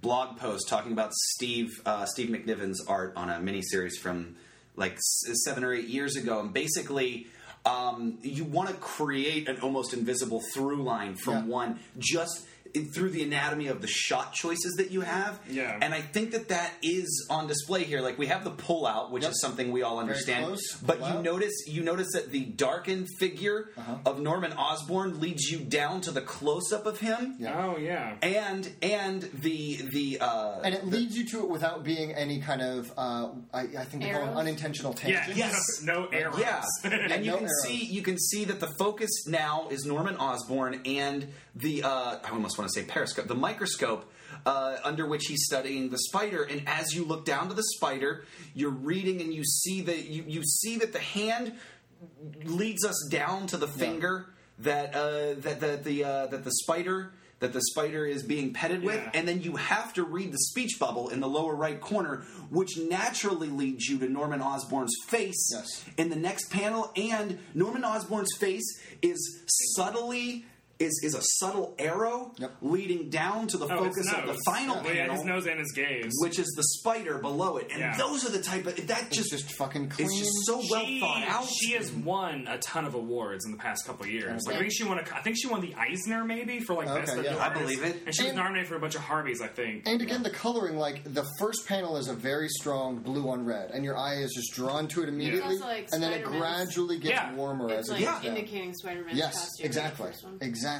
Speaker 1: blog post talking about Steve uh, Steve McNiven's art on a miniseries from like s- seven or eight years ago, and basically. Um, you want to create an almost invisible through line from
Speaker 4: Yeah.
Speaker 1: one just in- through the anatomy of the shot choices that you have.
Speaker 2: Yeah.
Speaker 1: And I think that that is on display here. Like we have the pullout, which
Speaker 4: Yep.
Speaker 1: is something we all understand.
Speaker 4: close,
Speaker 1: but you
Speaker 4: pullout. Uh-huh.
Speaker 1: notice you notice that the darkened figure of Norman Osborn leads you down to the close up of him.
Speaker 4: Yeah.
Speaker 2: Oh yeah.
Speaker 1: And and the the uh,
Speaker 4: and it leads you to it without being any kind of uh, I, I think they call
Speaker 3: Arrows?
Speaker 4: them unintentional
Speaker 2: yeah.
Speaker 4: tangent.
Speaker 1: Yes.
Speaker 2: No, no errors.
Speaker 1: Yeah, and you
Speaker 4: No
Speaker 1: can
Speaker 4: arrows.
Speaker 1: see you can see that the focus now is Norman Osborn and the uh, I almost want to say periscope, the microscope uh, under which he's studying the spider. And as you look down to the spider, you're reading and you see that you, you see that the hand leads us down to the finger that uh, that that the uh, that the spider. That the spider is being petted with,
Speaker 2: Yeah.
Speaker 1: and then you have to read the speech bubble in the lower right corner, which naturally leads you to Norman Osborn's face
Speaker 4: Yes.
Speaker 1: in the next panel, and Norman Osborn's face is subtly is is a subtle arrow
Speaker 4: Yep.
Speaker 1: leading down to the
Speaker 2: Oh, his
Speaker 1: focus of the
Speaker 2: nose.
Speaker 1: final
Speaker 2: Well, yeah, his
Speaker 1: panel,
Speaker 2: nose and his gaze.
Speaker 1: which is the spider below it, and
Speaker 2: Yeah.
Speaker 1: those are the type of that
Speaker 4: It's
Speaker 1: just
Speaker 4: just fucking clean.
Speaker 1: it's just so well
Speaker 2: she,
Speaker 1: thought out.
Speaker 2: She has won a ton of awards in the past couple years. Like, I
Speaker 4: Okay.
Speaker 2: think she won. A, I think she won the Eisner maybe for like
Speaker 4: Okay,
Speaker 2: best.
Speaker 4: yeah.
Speaker 2: New
Speaker 1: I
Speaker 2: Artist.
Speaker 1: believe it.
Speaker 2: And she was
Speaker 4: And-
Speaker 2: nominated for a bunch of Harveys, I think.
Speaker 4: and again, the coloring, like the first panel is a very strong blue on red, and your eye is just drawn to it immediately,
Speaker 3: It's also like
Speaker 4: and then it
Speaker 3: Spider-Man's-
Speaker 4: gradually gets
Speaker 2: Yeah.
Speaker 4: warmer
Speaker 3: It's
Speaker 4: as
Speaker 3: like
Speaker 4: it goes down.
Speaker 3: indicating Spider-Man's
Speaker 4: Yes,
Speaker 3: costume. in the
Speaker 4: exactly,
Speaker 3: first one.
Speaker 4: exactly.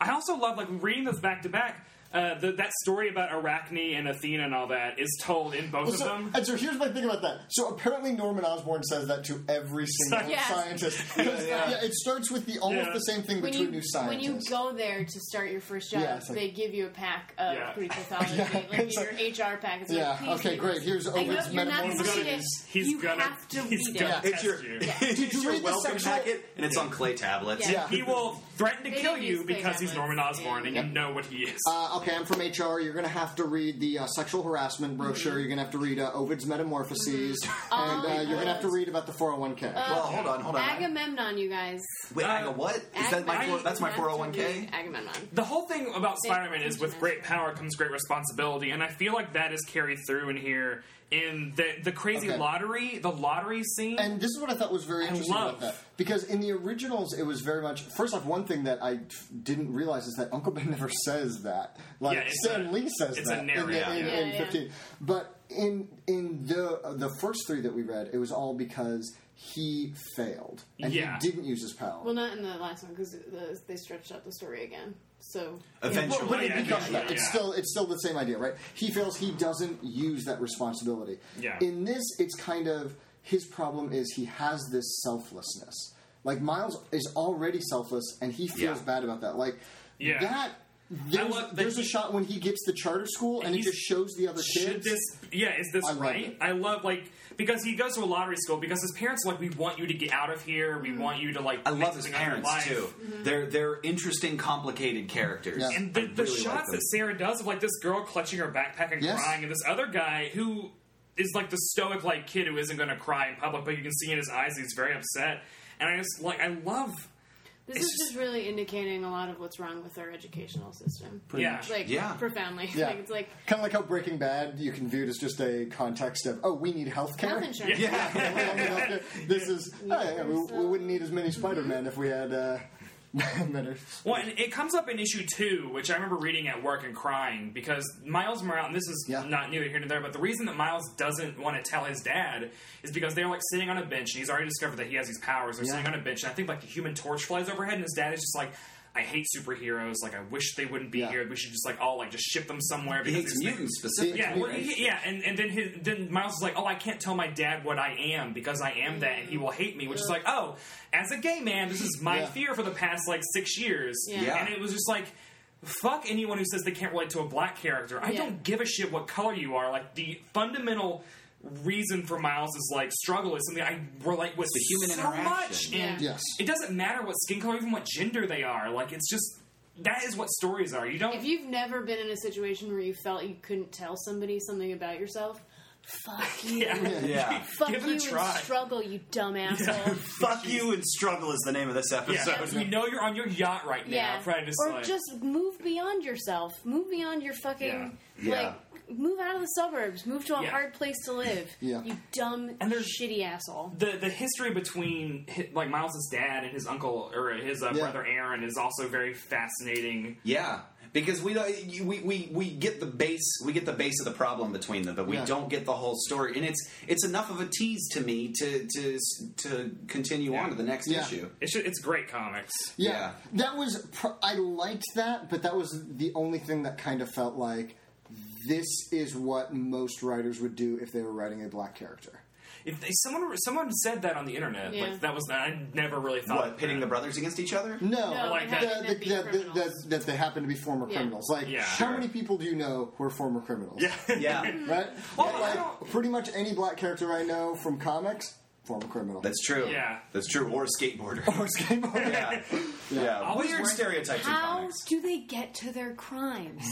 Speaker 2: I also love like reading those back to back. Uh, the, that story about Arachne and Athena and all that is told in both
Speaker 4: Well,
Speaker 2: of
Speaker 4: so-
Speaker 2: them.
Speaker 4: and so here's my thing about that. So apparently Norman Osborn says that to every single
Speaker 3: Yes.
Speaker 4: scientist. Because, yeah, it starts with the almost
Speaker 2: Yeah.
Speaker 4: the same thing
Speaker 3: When
Speaker 4: between
Speaker 3: you,
Speaker 4: new
Speaker 3: when
Speaker 4: scientists.
Speaker 3: you go there to start your first job,
Speaker 4: Yeah, it's like-
Speaker 3: they give you a pack of
Speaker 2: Yeah.
Speaker 3: Greek mythology,
Speaker 4: Yeah,
Speaker 3: like
Speaker 4: it's
Speaker 3: your
Speaker 4: like-
Speaker 3: HR pack. It's
Speaker 4: Yeah,
Speaker 3: Like, please
Speaker 4: okay,
Speaker 3: read
Speaker 4: great.
Speaker 3: this.
Speaker 4: Here's
Speaker 3: I know
Speaker 4: Ovid's
Speaker 3: you're not
Speaker 4: Metamorphoses.
Speaker 3: supposed to read it.
Speaker 2: He's- he's
Speaker 3: you
Speaker 2: gonna-
Speaker 3: have to
Speaker 2: he's
Speaker 3: read
Speaker 2: gonna-
Speaker 3: it.
Speaker 6: It's your,
Speaker 2: Test you.
Speaker 6: it's
Speaker 4: Did you
Speaker 6: your
Speaker 4: read the
Speaker 6: welcome
Speaker 4: sexual-
Speaker 6: packet, and it's on clay tablets.
Speaker 3: Yeah.
Speaker 2: He will threaten to
Speaker 3: They
Speaker 2: kill
Speaker 3: didn't
Speaker 2: you
Speaker 3: use Clay
Speaker 2: because he's
Speaker 3: Tablets.
Speaker 2: Norman Osborn, and
Speaker 3: Yeah.
Speaker 2: you know what he is.
Speaker 4: Uh, okay, I'm from HR. You're going to have to read the uh, sexual harassment
Speaker 3: Mm-hmm.
Speaker 4: brochure. You're going to have to read uh, Ovid's Metamorphoses.
Speaker 3: Oh,
Speaker 4: And uh, you're going to have to read about the 401k.
Speaker 1: well, hold on, hold on.
Speaker 3: Agamemnon, you guys.
Speaker 1: Wait, Aga, what is that? My four,
Speaker 3: Agamemnon.
Speaker 1: that's my
Speaker 3: You have to
Speaker 1: four hundred
Speaker 4: oh
Speaker 1: one k.
Speaker 3: read Agamemnon.
Speaker 2: the whole thing about
Speaker 3: They-
Speaker 2: Spider Man is with
Speaker 3: Internet.
Speaker 2: great power comes great responsibility, and I feel like that is carried through in here in the the crazy
Speaker 4: Okay.
Speaker 2: lottery, the lottery scene.
Speaker 4: And this is what I thought was very interesting
Speaker 2: love.
Speaker 4: about that. Because in the originals, it was very much. First off, one thing that I f- didn't realize is that Uncle Ben never says that. Like,
Speaker 2: Yeah, it's
Speaker 4: Stan
Speaker 2: a-
Speaker 4: Lee says
Speaker 2: it's a
Speaker 4: that. in the-
Speaker 2: narrative.
Speaker 4: in-
Speaker 3: Yeah,
Speaker 4: in
Speaker 3: yeah.
Speaker 4: 15. But in in the the first three that we read, it was all because he failed. And
Speaker 2: Yeah.
Speaker 4: he didn't use his power.
Speaker 3: Well, not in the last one because the, they stretched out the story again. So
Speaker 6: Eventually.
Speaker 4: But it
Speaker 2: Yeah,
Speaker 4: becomes
Speaker 2: yeah,
Speaker 4: that. It's
Speaker 2: yeah.
Speaker 4: still it's still the same idea, right? He feels he doesn't use that responsibility.
Speaker 2: Yeah.
Speaker 4: In this, it's kind of his problem is he has this selflessness. Like Miles is already selfless, and he feels
Speaker 1: Yeah.
Speaker 4: bad about that. Like
Speaker 2: Yeah.
Speaker 4: that. There's,
Speaker 2: love that
Speaker 4: there's a
Speaker 2: he-
Speaker 4: shot when he gets to charter school, and it
Speaker 2: he's-
Speaker 4: just shows the other
Speaker 2: should
Speaker 4: kids.
Speaker 2: this yeah is this
Speaker 4: I love
Speaker 2: right
Speaker 4: it.
Speaker 2: i love like because he goes to a lottery school because his parents are like we want you to get out of here
Speaker 4: Mm.
Speaker 2: we want you to like
Speaker 1: I
Speaker 2: make
Speaker 1: love his
Speaker 2: something out of your
Speaker 1: parents
Speaker 2: life."
Speaker 1: too. They're they're interesting, complicated characters.
Speaker 4: Yeah.
Speaker 2: and the,
Speaker 1: I
Speaker 2: the
Speaker 1: really like
Speaker 2: shots
Speaker 1: them.
Speaker 2: that sarah does of like this girl clutching her backpack and
Speaker 4: Yes.
Speaker 2: crying and this other guy who is like the stoic like kid who isn't going to cry in public but you can see in his eyes he's very upset and i just like i love
Speaker 3: this
Speaker 2: It's
Speaker 3: is just,
Speaker 2: just-
Speaker 3: really indicating a lot of what's wrong with our educational system.
Speaker 2: yeah
Speaker 3: Like
Speaker 1: Yeah.
Speaker 3: profoundly.
Speaker 4: Yeah.
Speaker 3: Like it's like
Speaker 4: Kind of like how Breaking Bad, you can view it as just a context of, oh, we need health care.
Speaker 3: health insurance.
Speaker 2: yeah
Speaker 4: this is, hey, we, we wouldn't need as many Spider-Man if we had uh, better
Speaker 2: Well, and it comes up in issue two, which I remember reading at work and crying because Miles Morales, and this is
Speaker 4: Yeah.
Speaker 2: not neither here nor there, but the reason that Miles doesn't want to tell his dad is because they're like sitting on a bench and he's already discovered that he has these powers. They're
Speaker 4: Yeah.
Speaker 2: sitting on a bench, and I think like the human torch flies overhead, and his dad is just like, I hate superheroes. Like, I wish they wouldn't be
Speaker 4: Yeah.
Speaker 2: here. We should just like all like just ship them somewhere.
Speaker 1: He
Speaker 2: Because
Speaker 1: hates
Speaker 2: they-
Speaker 1: mutants specifically.
Speaker 2: yeah, well,
Speaker 1: right?
Speaker 2: he- yeah, and, and then his, then Miles is like, "Oh, I can't tell my dad what I am because I am that, and he will hate me." Which is like, "Oh, as a gay man, this is my
Speaker 4: Yeah.
Speaker 2: fear for the past like six years."
Speaker 3: Yeah. Yeah.
Speaker 2: and it was just like, "Fuck anyone who says they can't relate to a black character. I
Speaker 3: Yeah.
Speaker 2: don't give a shit what color you are." Like the fundamental reason for Miles's like struggle is something I relate with
Speaker 1: the human
Speaker 2: so
Speaker 1: interaction.
Speaker 2: much, and
Speaker 3: Yeah.
Speaker 4: Yes.
Speaker 2: it doesn't matter what skin color, even what gender they are. Like it's just that is what stories are. You don't.
Speaker 3: If you've never been in a situation where you felt you couldn't tell somebody something about yourself, fuck you.
Speaker 2: yeah.
Speaker 1: Yeah.
Speaker 3: Fuck
Speaker 2: Give it
Speaker 3: you
Speaker 2: a try.
Speaker 3: and struggle, you dumb asshole.
Speaker 6: Fuck you and struggle is the name of this
Speaker 2: Yeah,
Speaker 6: episode.
Speaker 2: we know you're on your yacht right now.
Speaker 3: Yeah.
Speaker 2: Probably just
Speaker 3: or
Speaker 2: like,
Speaker 3: just move beyond yourself. Move beyond your fucking
Speaker 2: Yeah.
Speaker 1: Yeah.
Speaker 3: like move out of the suburbs. Move to a
Speaker 2: Yeah.
Speaker 3: hard place to live.
Speaker 4: Yeah.
Speaker 3: You dumb
Speaker 2: And there's-
Speaker 3: shitty asshole.
Speaker 2: the the history between hi- like Miles's dad and his uncle or his uh,
Speaker 4: Yeah.
Speaker 2: brother Aaron is also very fascinating.
Speaker 1: Yeah, because we don't you- we, we we get the base we get the base of the problem between them, but we
Speaker 4: Yeah.
Speaker 1: don't get the whole story, and it's it's enough of a tease to me to to to continue on to the next
Speaker 4: Yeah.
Speaker 1: issue.
Speaker 2: It's just, it's great comics.
Speaker 4: Yeah,
Speaker 1: Yeah.
Speaker 4: that was. Pr- I liked that, but that was the only thing that kind of felt like this is what most writers would do if they were writing a black character.
Speaker 2: If they, someone were- someone said that on the internet,
Speaker 3: Yeah.
Speaker 2: like that was I never really thought
Speaker 1: What
Speaker 2: of
Speaker 1: pitting the
Speaker 2: that.
Speaker 1: brothers against each other?
Speaker 4: No,
Speaker 3: No,
Speaker 2: like
Speaker 3: it
Speaker 2: that.
Speaker 3: had
Speaker 4: that,
Speaker 3: to
Speaker 4: that,
Speaker 3: be
Speaker 4: that, that,
Speaker 3: criminals.
Speaker 4: that, they happen to be former
Speaker 3: Yeah.
Speaker 4: criminals. Like,
Speaker 2: Yeah.
Speaker 4: how
Speaker 2: Sure.
Speaker 4: many people do you know who are former criminals?
Speaker 1: Yeah,
Speaker 4: Right?
Speaker 2: Well, I
Speaker 4: like,
Speaker 2: don't-
Speaker 4: pretty much any black character I know from comics, former criminal.
Speaker 1: that's true.
Speaker 2: Yeah.
Speaker 1: that's true. Or a skateboarder.
Speaker 4: Or skateboarder.
Speaker 1: yeah, yeah.
Speaker 2: Always
Speaker 1: Weird
Speaker 2: wearing-
Speaker 1: stereotypes in
Speaker 3: How
Speaker 1: comics.
Speaker 3: do they get to their crimes?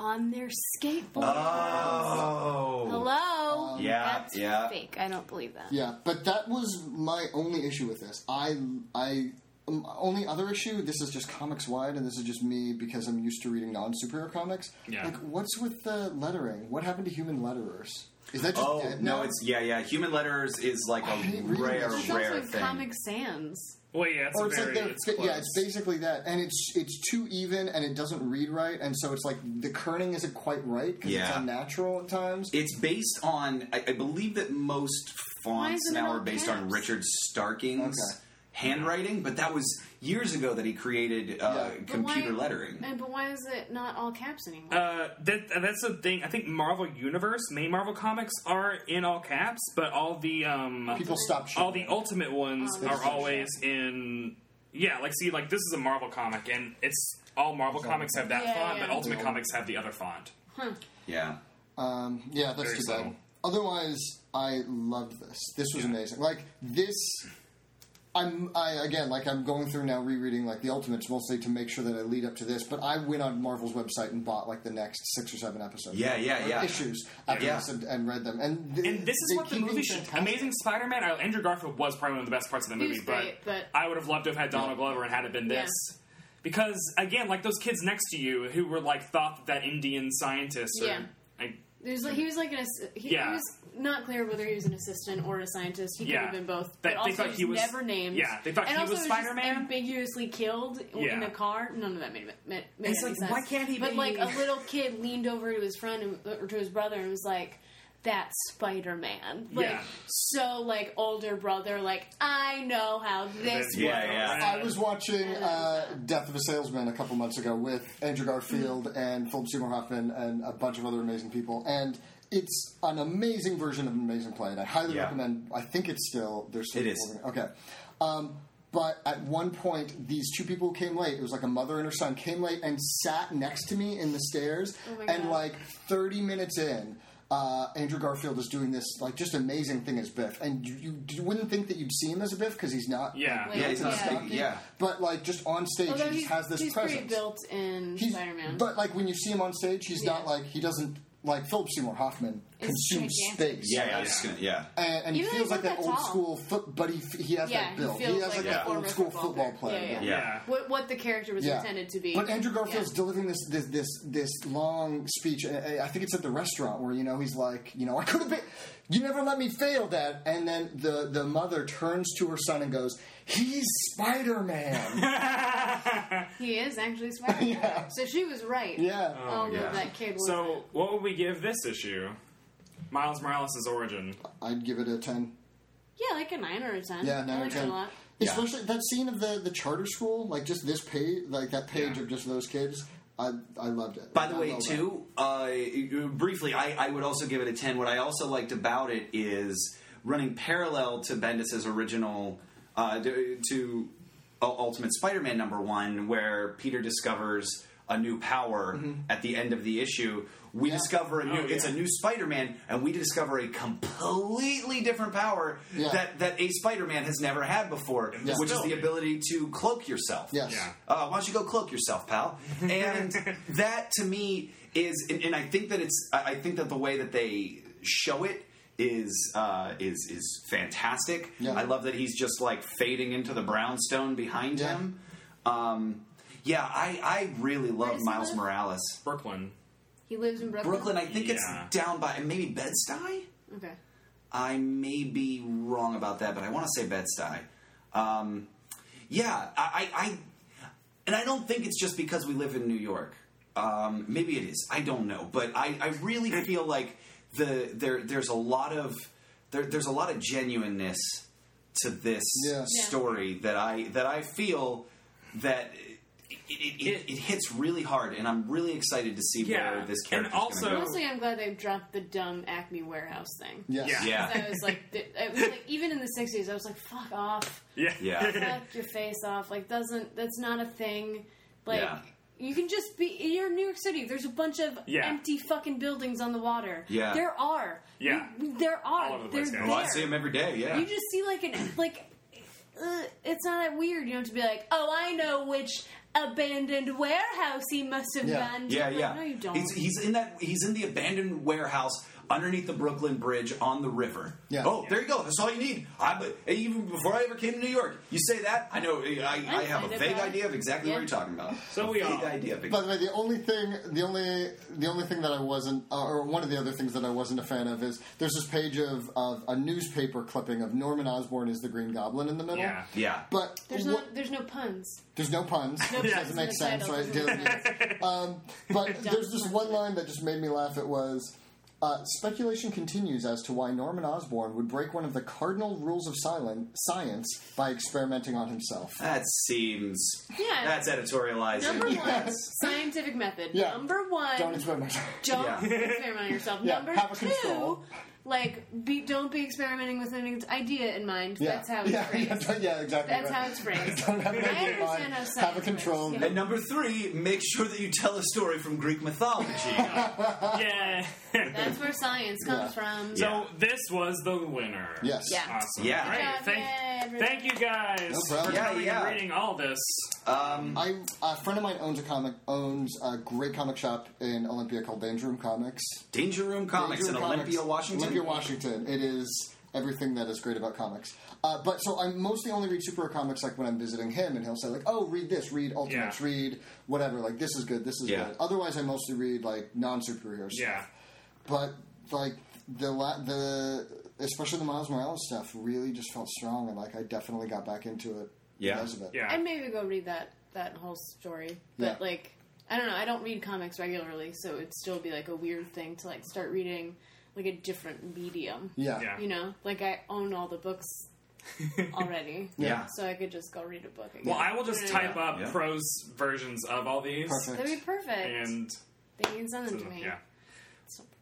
Speaker 3: On their skateboard.
Speaker 1: Uh, Oh,
Speaker 3: Hello?
Speaker 1: Yeah,
Speaker 3: That's
Speaker 1: yeah.
Speaker 3: fake. I don't believe that.
Speaker 4: Yeah, but that was my only issue with this. I, I, um, only other issue. This is just comics wide, and this is just me because I'm used to reading non superhero comics.
Speaker 2: Yeah.
Speaker 4: Like, what's with the lettering? What happened to human letterers? Is that just
Speaker 1: oh
Speaker 4: dead
Speaker 1: no,
Speaker 4: now?
Speaker 1: it's yeah, yeah. Human letters is like
Speaker 4: I
Speaker 1: a
Speaker 4: hate reading
Speaker 1: rare,
Speaker 4: this.
Speaker 3: It
Speaker 4: It's
Speaker 3: sounds
Speaker 1: rare
Speaker 3: like
Speaker 1: thing.
Speaker 3: Comic Sans.
Speaker 2: Well, yeah, it's,
Speaker 4: or it's
Speaker 2: very,
Speaker 4: like they're
Speaker 2: it's
Speaker 4: fi-
Speaker 2: close.
Speaker 4: yeah, it's basically that, and it's it's too even, and it doesn't read right, and so it's like the kerning isn't quite right because it's
Speaker 1: Yeah.
Speaker 4: unnatural at times.
Speaker 1: It's based on, I, I believe that most fonts
Speaker 3: isn't it
Speaker 1: now
Speaker 3: all
Speaker 1: are based on
Speaker 3: caps?
Speaker 1: Richard Starking's
Speaker 4: Okay.
Speaker 1: handwriting, but that was years ago that he created uh,
Speaker 4: Yeah. But
Speaker 3: But why-
Speaker 1: computer lettering.
Speaker 3: And but why is it not all caps anymore?
Speaker 2: Uh, that, that's the thing. I think Marvel Universe, main Marvel comics, are in all caps, but all the um,
Speaker 4: People stop.
Speaker 2: all the ultimate ones
Speaker 3: Oh,
Speaker 2: are
Speaker 4: that's
Speaker 2: always in yeah like see like this is a marvel comic and it's all marvel comics have that
Speaker 3: Yeah,
Speaker 2: font
Speaker 3: yeah.
Speaker 2: but ultimate
Speaker 4: Yeah.
Speaker 2: comics have the other font
Speaker 1: yeah.
Speaker 4: Um, yeah, that's
Speaker 2: Very
Speaker 4: too
Speaker 2: subtle.
Speaker 4: bad. Otherwise, I loved this. This was amazing. Like this, I'm I again like I'm going through now rereading like the Ultimates mostly to make sure that I lead up to this. But I went on Marvel's website and bought like the next six or seven episodes.
Speaker 1: Yeah, yeah,
Speaker 4: or
Speaker 1: yeah.
Speaker 4: Issues after
Speaker 1: Yeah.
Speaker 4: this and, and read them. And, th-
Speaker 2: and this is
Speaker 4: they
Speaker 2: what the
Speaker 4: keep
Speaker 2: movie
Speaker 4: being
Speaker 2: should
Speaker 4: fantastic.
Speaker 2: amazing spider-man uh, andrew garfield was probably one of the best parts of the
Speaker 3: He
Speaker 2: movie
Speaker 3: was great, but-
Speaker 2: i would have loved to have had donald glover and had it been this because again like those kids next to you who were like thought that, that indian scientist or
Speaker 3: Yeah.
Speaker 2: like,
Speaker 3: There's like, he was like an ass- he,
Speaker 2: Yeah.
Speaker 3: he was not clear whether he was an assistant or a scientist. He
Speaker 2: Yeah.
Speaker 3: could have been both.
Speaker 2: They-
Speaker 3: But
Speaker 2: they
Speaker 3: also,
Speaker 2: thought
Speaker 3: he's
Speaker 2: he was-
Speaker 3: never named.
Speaker 2: yeah, they thought
Speaker 3: and
Speaker 2: he
Speaker 3: also
Speaker 2: was
Speaker 3: just
Speaker 2: Spider-Man.
Speaker 3: Ambiguously killed in
Speaker 2: Yeah.
Speaker 3: a car. None of that made, made, made
Speaker 2: It's
Speaker 3: any
Speaker 2: like,
Speaker 3: sense.
Speaker 2: why can't he
Speaker 3: But
Speaker 2: be-
Speaker 3: like a little kid leaned over to his friend and, or to his brother and was like. That's Spider Man. Like,
Speaker 2: Yeah.
Speaker 3: so like older brother, like, I know how this
Speaker 2: Yeah,
Speaker 3: works.
Speaker 2: yeah.
Speaker 4: I was watching uh, Death of a Salesman a couple months ago with Andrew Garfield and Philip Seymour Hoffman and a bunch of other amazing people, and it's an amazing version of an amazing play. And I highly
Speaker 6: Yeah.
Speaker 4: recommend. I think it's still there's still
Speaker 6: It
Speaker 4: people
Speaker 6: is.
Speaker 4: doing okay. Um, but at one point, these two people came late. It was like a mother and her son came late and sat next to me in the stairs.
Speaker 3: Oh my
Speaker 4: and
Speaker 3: God.
Speaker 4: like 30 minutes in, uh, Andrew Garfield is doing this like just amazing thing as Biff, and you, you, you wouldn't think that you'd see him as a Biff because he's not. like,
Speaker 2: Yeah.
Speaker 3: Yeah, he's not
Speaker 4: built and
Speaker 1: big,
Speaker 4: stocky,
Speaker 1: yeah.
Speaker 4: But like just on stage,
Speaker 3: Although
Speaker 4: he just
Speaker 3: he's,
Speaker 4: has this
Speaker 3: he's pretty
Speaker 4: presence.
Speaker 3: built in
Speaker 4: He's-
Speaker 3: Spider Man.
Speaker 4: But like when you see him on stage, he's
Speaker 3: Yeah.
Speaker 4: not like he doesn't like Philip Seymour Hoffman
Speaker 3: It's
Speaker 4: consumes
Speaker 3: gigantic.
Speaker 4: space.
Speaker 6: Yeah, yeah, I was just gonna. Yeah,
Speaker 4: And, and he
Speaker 3: Even though
Speaker 4: feels
Speaker 3: he's
Speaker 4: like
Speaker 3: not
Speaker 4: that
Speaker 3: that
Speaker 4: old
Speaker 3: tall.
Speaker 4: school foot, but he, he has
Speaker 3: yeah,
Speaker 4: that build.
Speaker 3: he
Speaker 4: He,
Speaker 3: feels
Speaker 4: has like,
Speaker 3: a
Speaker 4: that
Speaker 3: former
Speaker 4: old school football, player.
Speaker 3: Yeah, yeah.
Speaker 6: Yeah.
Speaker 3: What, what the character was
Speaker 4: Yeah.
Speaker 3: intended to be.
Speaker 4: But Andrew Garfield's
Speaker 3: Yeah.
Speaker 4: delivering this this this this long speech. I I- I think it's at the restaurant where you know he's like, you know, I could have been. You never let me fail, Dad. And then the the mother turns to her son and goes, "He's Spider Man."
Speaker 3: He is actually Spider Man. So she was right.
Speaker 4: yeah.
Speaker 3: Although
Speaker 6: yeah.
Speaker 3: that kid was.
Speaker 2: Oh, So, what would we give this issue? Miles Morales' origin.
Speaker 4: I'd give it a ten.
Speaker 3: yeah, like a 9 or a 10.
Speaker 4: Yeah, nine
Speaker 3: I
Speaker 4: or
Speaker 3: liked
Speaker 4: ten.
Speaker 3: It a lot.
Speaker 4: Especially that scene of the the charter school, like just this page, like that page
Speaker 2: Yeah.
Speaker 4: of just those kids. I I loved it.
Speaker 1: By the
Speaker 4: I
Speaker 1: way,
Speaker 4: love that.
Speaker 1: too, uh, briefly, I, I would also give it a 10. What I also liked about it is running parallel to Bendis' original, uh, to, to U- Ultimate Spider Man number one, where Peter discovers a new power at the end of the issue. We
Speaker 4: Mm-hmm. Yeah.
Speaker 1: discover a new,
Speaker 2: Oh,
Speaker 1: it's a
Speaker 2: yeah.
Speaker 1: new Spider Man, and we discover a completely different power
Speaker 4: Yeah.
Speaker 1: that, that a Spider Man has never had before,
Speaker 4: Yeah.
Speaker 1: which is
Speaker 2: Still.
Speaker 1: the ability to cloak yourself
Speaker 4: Yes.
Speaker 2: Yeah.
Speaker 1: uh, why don't you go cloak yourself, pal? And that to me is, and, and I think that it's, I I think that the way that they show it is uh, is is fantastic.
Speaker 4: Yeah.
Speaker 1: I love that he's just like fading into the brownstone behind
Speaker 4: Yeah.
Speaker 1: him. Um, yeah, I I really love
Speaker 3: does he
Speaker 1: Miles
Speaker 3: live?
Speaker 1: Morales.
Speaker 2: Brooklyn.
Speaker 3: He lives in Brooklyn.
Speaker 1: Brooklyn, I think
Speaker 2: Yeah.
Speaker 1: it's down by maybe Bed Stuy.
Speaker 3: Okay.
Speaker 1: I may be wrong about that, but I want to say Bed Stuy. Um, yeah, I, I, I, and I don't think it's just because we live in New York. Um, maybe it is. I don't know, but I, I really
Speaker 2: Mm.
Speaker 1: feel like the there there's a lot of there, there's a lot of genuineness to this
Speaker 4: Yeah.
Speaker 3: Yeah.
Speaker 1: story that I that I feel that. It, it, it, it hits really hard, and I'm really excited to see
Speaker 2: Yeah,
Speaker 1: where this
Speaker 2: and
Speaker 1: character is
Speaker 2: also-
Speaker 1: going
Speaker 3: Mostly, I'm glad they dropped the dumb Acme warehouse thing.
Speaker 4: Yes.
Speaker 2: Yeah.
Speaker 1: Yeah.
Speaker 3: 'Cause I was like, th- it was like, even in the 60s, I was like, fuck off.
Speaker 2: Yeah.
Speaker 1: Yeah.
Speaker 3: Fuck your face off. Like, doesn't, that's not a thing. Like,
Speaker 1: Yeah.
Speaker 3: you can just be, you're in New York City. There's a bunch of
Speaker 2: Yeah.
Speaker 3: empty fucking buildings on the water.
Speaker 1: Yeah.
Speaker 3: There are.
Speaker 2: Yeah.
Speaker 3: You- there are.
Speaker 2: All over the place,
Speaker 3: They're
Speaker 2: guys.
Speaker 1: Well, I
Speaker 3: there.
Speaker 1: see him every day. Yeah,
Speaker 3: You just see like an like. Uh, it's not that weird, you know, to be like, oh, I know which abandoned warehouse he must have
Speaker 4: Yeah.
Speaker 3: gone to.
Speaker 1: Yeah,
Speaker 3: Like,
Speaker 1: yeah.
Speaker 3: No, you don't.
Speaker 1: He's, he's in that. He's in the abandoned warehouse underneath the Brooklyn Bridge on the river.
Speaker 4: Yeah.
Speaker 1: Oh, there you go. That's all you need. I but even before I ever came to New York, you say that I know. I, I have a
Speaker 3: find it
Speaker 1: vague
Speaker 3: bad.
Speaker 1: idea of exactly what
Speaker 3: Yeah.
Speaker 1: you're talking about.
Speaker 2: So we
Speaker 1: A vague
Speaker 2: all-
Speaker 1: idea. Of
Speaker 4: By the way, the only thing, the only, the only thing that I wasn't, uh, or one of the other things that I wasn't a fan of is there's this page of, of a newspaper clipping of Norman Osborn is the Green Goblin in the middle.
Speaker 2: Yeah.
Speaker 1: yeah.
Speaker 4: But
Speaker 3: there's
Speaker 4: what-
Speaker 3: no there's no puns.
Speaker 4: there's no puns.
Speaker 3: No
Speaker 4: which
Speaker 3: puns
Speaker 4: doesn't
Speaker 3: in
Speaker 4: make
Speaker 3: the
Speaker 4: sense,
Speaker 3: title.
Speaker 4: right? Deal with it. Um, but there's this one line that just made me laugh. It was uh, speculation continues as to why Norman Osborn would break one of the cardinal rules of silen- science by experimenting on himself.
Speaker 1: That seems.
Speaker 3: Yeah.
Speaker 1: That's editorializing.
Speaker 3: Number one,
Speaker 4: Yes.
Speaker 3: scientific method.
Speaker 4: Yeah.
Speaker 3: Number one,
Speaker 4: Don't experiment.
Speaker 3: don't
Speaker 1: Yeah.
Speaker 3: experiment on yourself.
Speaker 4: Yeah,
Speaker 3: Number
Speaker 4: have a
Speaker 3: two,
Speaker 4: control.
Speaker 3: like, be, don't be experimenting with an idea in mind.
Speaker 4: Yeah.
Speaker 3: That's how it's
Speaker 4: yeah,
Speaker 3: phrased.
Speaker 4: yeah, yeah, exactly.
Speaker 3: That's
Speaker 4: right.
Speaker 3: how it's phrased.
Speaker 4: Don't have an
Speaker 3: I
Speaker 4: idea
Speaker 3: understand
Speaker 4: in mind.
Speaker 3: how science
Speaker 4: Have a
Speaker 3: works,
Speaker 4: control.
Speaker 3: yeah.
Speaker 1: and number three, make sure that you tell a story from Greek mythology.
Speaker 2: Yeah.
Speaker 3: That's where science comes from.
Speaker 2: so this was the winner.
Speaker 4: Yes.
Speaker 3: Yeah.
Speaker 2: Awesome.
Speaker 1: Yeah.
Speaker 2: Great.
Speaker 3: Yeah,
Speaker 2: Thank,
Speaker 3: yay, everybody.
Speaker 2: thank you guys
Speaker 4: No problem.
Speaker 2: for
Speaker 1: Yeah,
Speaker 2: coming
Speaker 1: yeah.
Speaker 2: and reading all this.
Speaker 1: um,
Speaker 4: I, a friend of mine owns a comic, owns a great comic shop in Olympia called Danger Room Comics.
Speaker 1: Danger Room Comics
Speaker 4: Danger
Speaker 1: in
Speaker 4: Room Comics,
Speaker 1: Olympia, Washington.
Speaker 4: Olympia, Washington. It is everything that is great about comics. Uh, but so I mostly only read superhero comics like when I'm visiting him, and he'll say like, "Oh, read this, read Ultimates,
Speaker 2: Yeah.
Speaker 4: read whatever. Like this is good, this is
Speaker 1: Yeah.
Speaker 4: good." Otherwise, I mostly read like non superheroes.
Speaker 2: Yeah.
Speaker 4: But like the la- the especially the Miles Morales stuff really just felt strong, and like I definitely got back into it
Speaker 6: Yeah.
Speaker 4: because of it.
Speaker 2: Yeah.
Speaker 3: I'd maybe go read that that whole story, but
Speaker 4: Yeah.
Speaker 3: like I don't know. I don't read comics regularly, so it'd still be like a weird thing to like start reading like a different medium.
Speaker 4: Yeah.
Speaker 2: Yeah.
Speaker 3: You know, like I own all the books already.
Speaker 4: Yeah.
Speaker 3: So I could just go read a book again.
Speaker 2: Well, I will just
Speaker 3: Yeah.
Speaker 2: type up
Speaker 6: Yeah.
Speaker 2: prose versions of all these.
Speaker 4: Perfect.
Speaker 3: That'd be perfect.
Speaker 2: And uh,
Speaker 3: they can send them to me.
Speaker 2: yeah.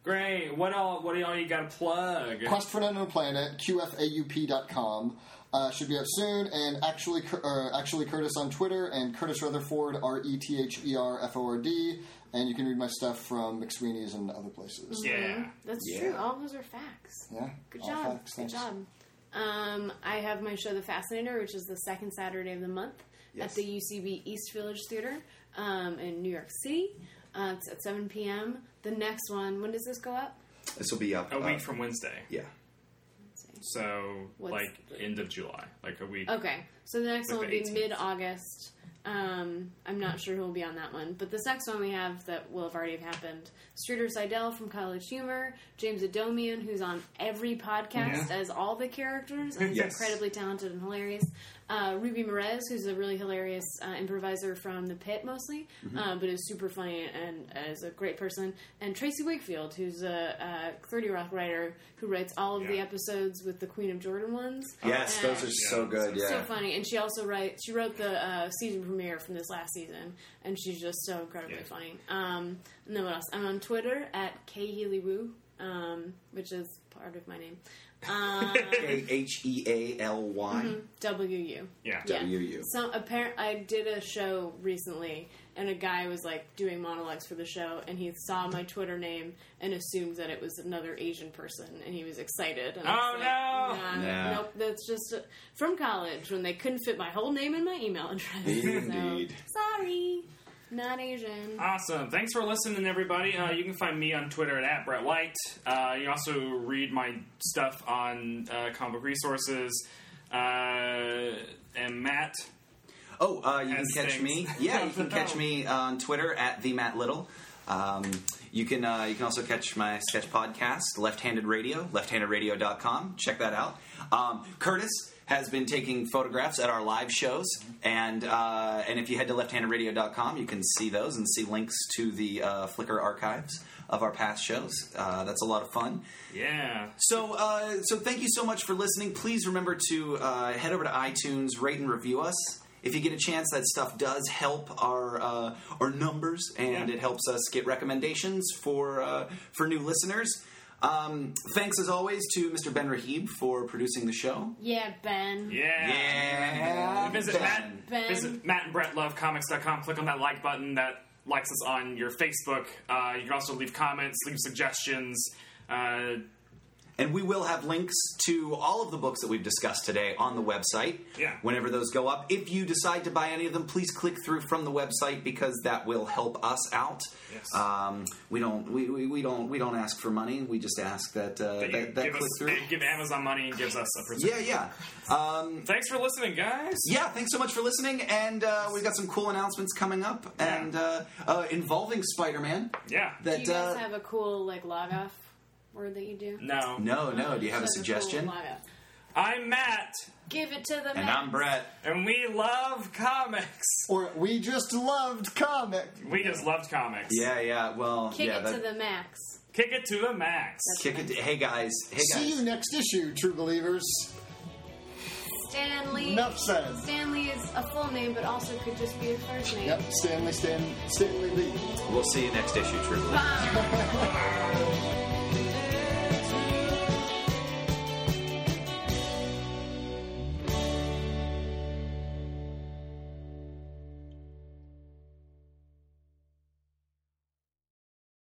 Speaker 2: Great. What all? What do y'all you got to plug?
Speaker 4: Quest for an Unknown Planet, QFAUP.com. Uh, should be up soon. And actually, Cur- uh, actually Curtis on Twitter and Curtis Rutherford, R E T H E R F O R D. And you can read my stuff from McSweeney's and other places.
Speaker 2: Yeah.
Speaker 3: That's
Speaker 6: Yeah.
Speaker 3: true. All those are facts.
Speaker 4: Yeah.
Speaker 3: Mm-hmm. Good
Speaker 4: All
Speaker 3: job.
Speaker 4: facts,
Speaker 3: Good
Speaker 4: thanks.
Speaker 3: job. Um, I have my show, The Fascinator, which is the second Saturday of the month at the UCB East Village Theater um, in New York City. Uh, it's at 7 p.m. The next one, when does this go up?
Speaker 6: This will be up
Speaker 2: A
Speaker 6: uh,
Speaker 2: week from Wednesday.
Speaker 6: Yeah.
Speaker 2: So
Speaker 3: What's- Oh,
Speaker 2: like end of July, like a week.
Speaker 3: Okay, so the next
Speaker 2: Like
Speaker 3: one will
Speaker 2: the
Speaker 3: be
Speaker 2: 18th.
Speaker 3: mid August. Um, I'm not sure who will be on that one, but this next one we have that will have already happened. Streeter Seidel from College Humor, James Adomian, who's on every podcast
Speaker 2: Yeah.
Speaker 3: as all the characters, and he's
Speaker 6: Yes.
Speaker 3: incredibly talented and hilarious. Uh, Ruby Merez, who's a really hilarious uh, improviser from the pit mostly, uh, but is super funny and is a great person. And Tracy Wakefield, who's a, a 30 Rock writer who writes all of the
Speaker 2: Yeah.
Speaker 3: episodes with the Queen of Jordan ones.
Speaker 1: Oh,
Speaker 6: Yes,
Speaker 3: Yeah.
Speaker 6: those are so good. Yeah.
Speaker 3: So funny, and she also writes. She wrote the uh, season premiere from this last season, and she's just so incredibly
Speaker 2: Yeah.
Speaker 3: funny. Um, and then what else? I'm on Twitter at K Healy Woo, um, which is part of my name.
Speaker 6: A H E A L Y
Speaker 3: W U.
Speaker 2: Yeah.
Speaker 3: Mm-hmm. Yeah.
Speaker 6: W U.
Speaker 3: So apparent, I did a show recently, and a guy was like doing monologues for the show, and he saw my Twitter name and assumed that it was another Asian person, and he was excited. And I was
Speaker 2: Oh,
Speaker 3: like,
Speaker 2: no!
Speaker 3: nah,
Speaker 6: Nah.
Speaker 3: Nope, that's just uh, from college when they couldn't fit my whole name in my email address. So,
Speaker 6: Indeed.
Speaker 3: sorry, not Asian.
Speaker 2: Awesome. Thanks for listening, everybody. Uh, you can find me on Twitter at, at Brett White. Uh, you also read my stuff on uh, comic book resources. Uh, and Matt.
Speaker 1: Oh, uh, you
Speaker 2: As
Speaker 1: can catch
Speaker 2: things.
Speaker 1: me. Yeah, you can catch me uh, on Twitter at the Matt Little. Um, you can uh, you can also catch my sketch podcast, Left Handed Radio, lefthandedradio.com. Check that out. Um, Curtis has been taking photographs at our live shows, and uh, and if you head to lefthandedradio.com, you can see those and see links to the uh, Flickr archives of our past shows. Uh, that's a lot of fun.
Speaker 2: Yeah.
Speaker 1: So, uh, so thank you so much for listening. Please remember to uh, head over to iTunes, rate and review us. If you get a chance, that stuff does help our uh, our numbers, and it helps us get recommendations for uh, for new listeners. Um, thanks as always to Mr. Ben Rahib for producing the show.
Speaker 3: Yeah, Ben.
Speaker 2: Yeah.
Speaker 1: Yeah,
Speaker 2: Visit
Speaker 1: Ben.
Speaker 2: Matt.
Speaker 3: Ben.
Speaker 2: Visit Matt and Brett Love Comics.com. Click on that like button that likes us on your Facebook. Uh, you can also leave comments, leave suggestions. Uh,
Speaker 1: And we will have links to all of the books that we've discussed today on the website.
Speaker 2: Yeah.
Speaker 1: Whenever those go up. If you decide to buy any of them, please click through from the website because that will help us out.
Speaker 2: Yes.
Speaker 1: Um, we don't we, we, we don't we don't ask for money. We just ask that uh,
Speaker 2: that
Speaker 1: that,
Speaker 2: you
Speaker 1: that
Speaker 2: give,
Speaker 1: click
Speaker 2: us,
Speaker 1: through.
Speaker 2: give Amazon money and gives us a percentage.
Speaker 1: Yeah, yeah.
Speaker 2: Thanks for listening, guys.
Speaker 1: Yeah, thanks so much for listening. And uh, we've got some cool announcements coming up and uh, uh, involving Spider Man.
Speaker 2: Yeah.
Speaker 3: Do
Speaker 1: That
Speaker 3: you guys
Speaker 1: uh,
Speaker 3: have a cool like log off word that you do?
Speaker 2: No.
Speaker 1: No, no. Do you have a
Speaker 3: Just
Speaker 1: suggestion?
Speaker 3: cool log off.
Speaker 2: I'm Matt,
Speaker 3: Give it to the
Speaker 1: And I'm Brett.
Speaker 2: and we love comics.
Speaker 4: Or we just loved comic.
Speaker 2: We just loved comics.
Speaker 1: Yeah, yeah. Well,
Speaker 3: Kick
Speaker 1: yeah.
Speaker 3: it
Speaker 1: that-
Speaker 3: to the max.
Speaker 2: Kick it to the max.
Speaker 1: kick it. To, hey guys. Hey guys.
Speaker 4: See you next issue, true believers.
Speaker 3: Stanley.
Speaker 4: Enough said.
Speaker 3: Stanley is a full name, but also could just be a first name.
Speaker 4: Yep, Stanley, Stan, Stanley Lee.
Speaker 1: We'll see you next issue, True.
Speaker 3: Bye.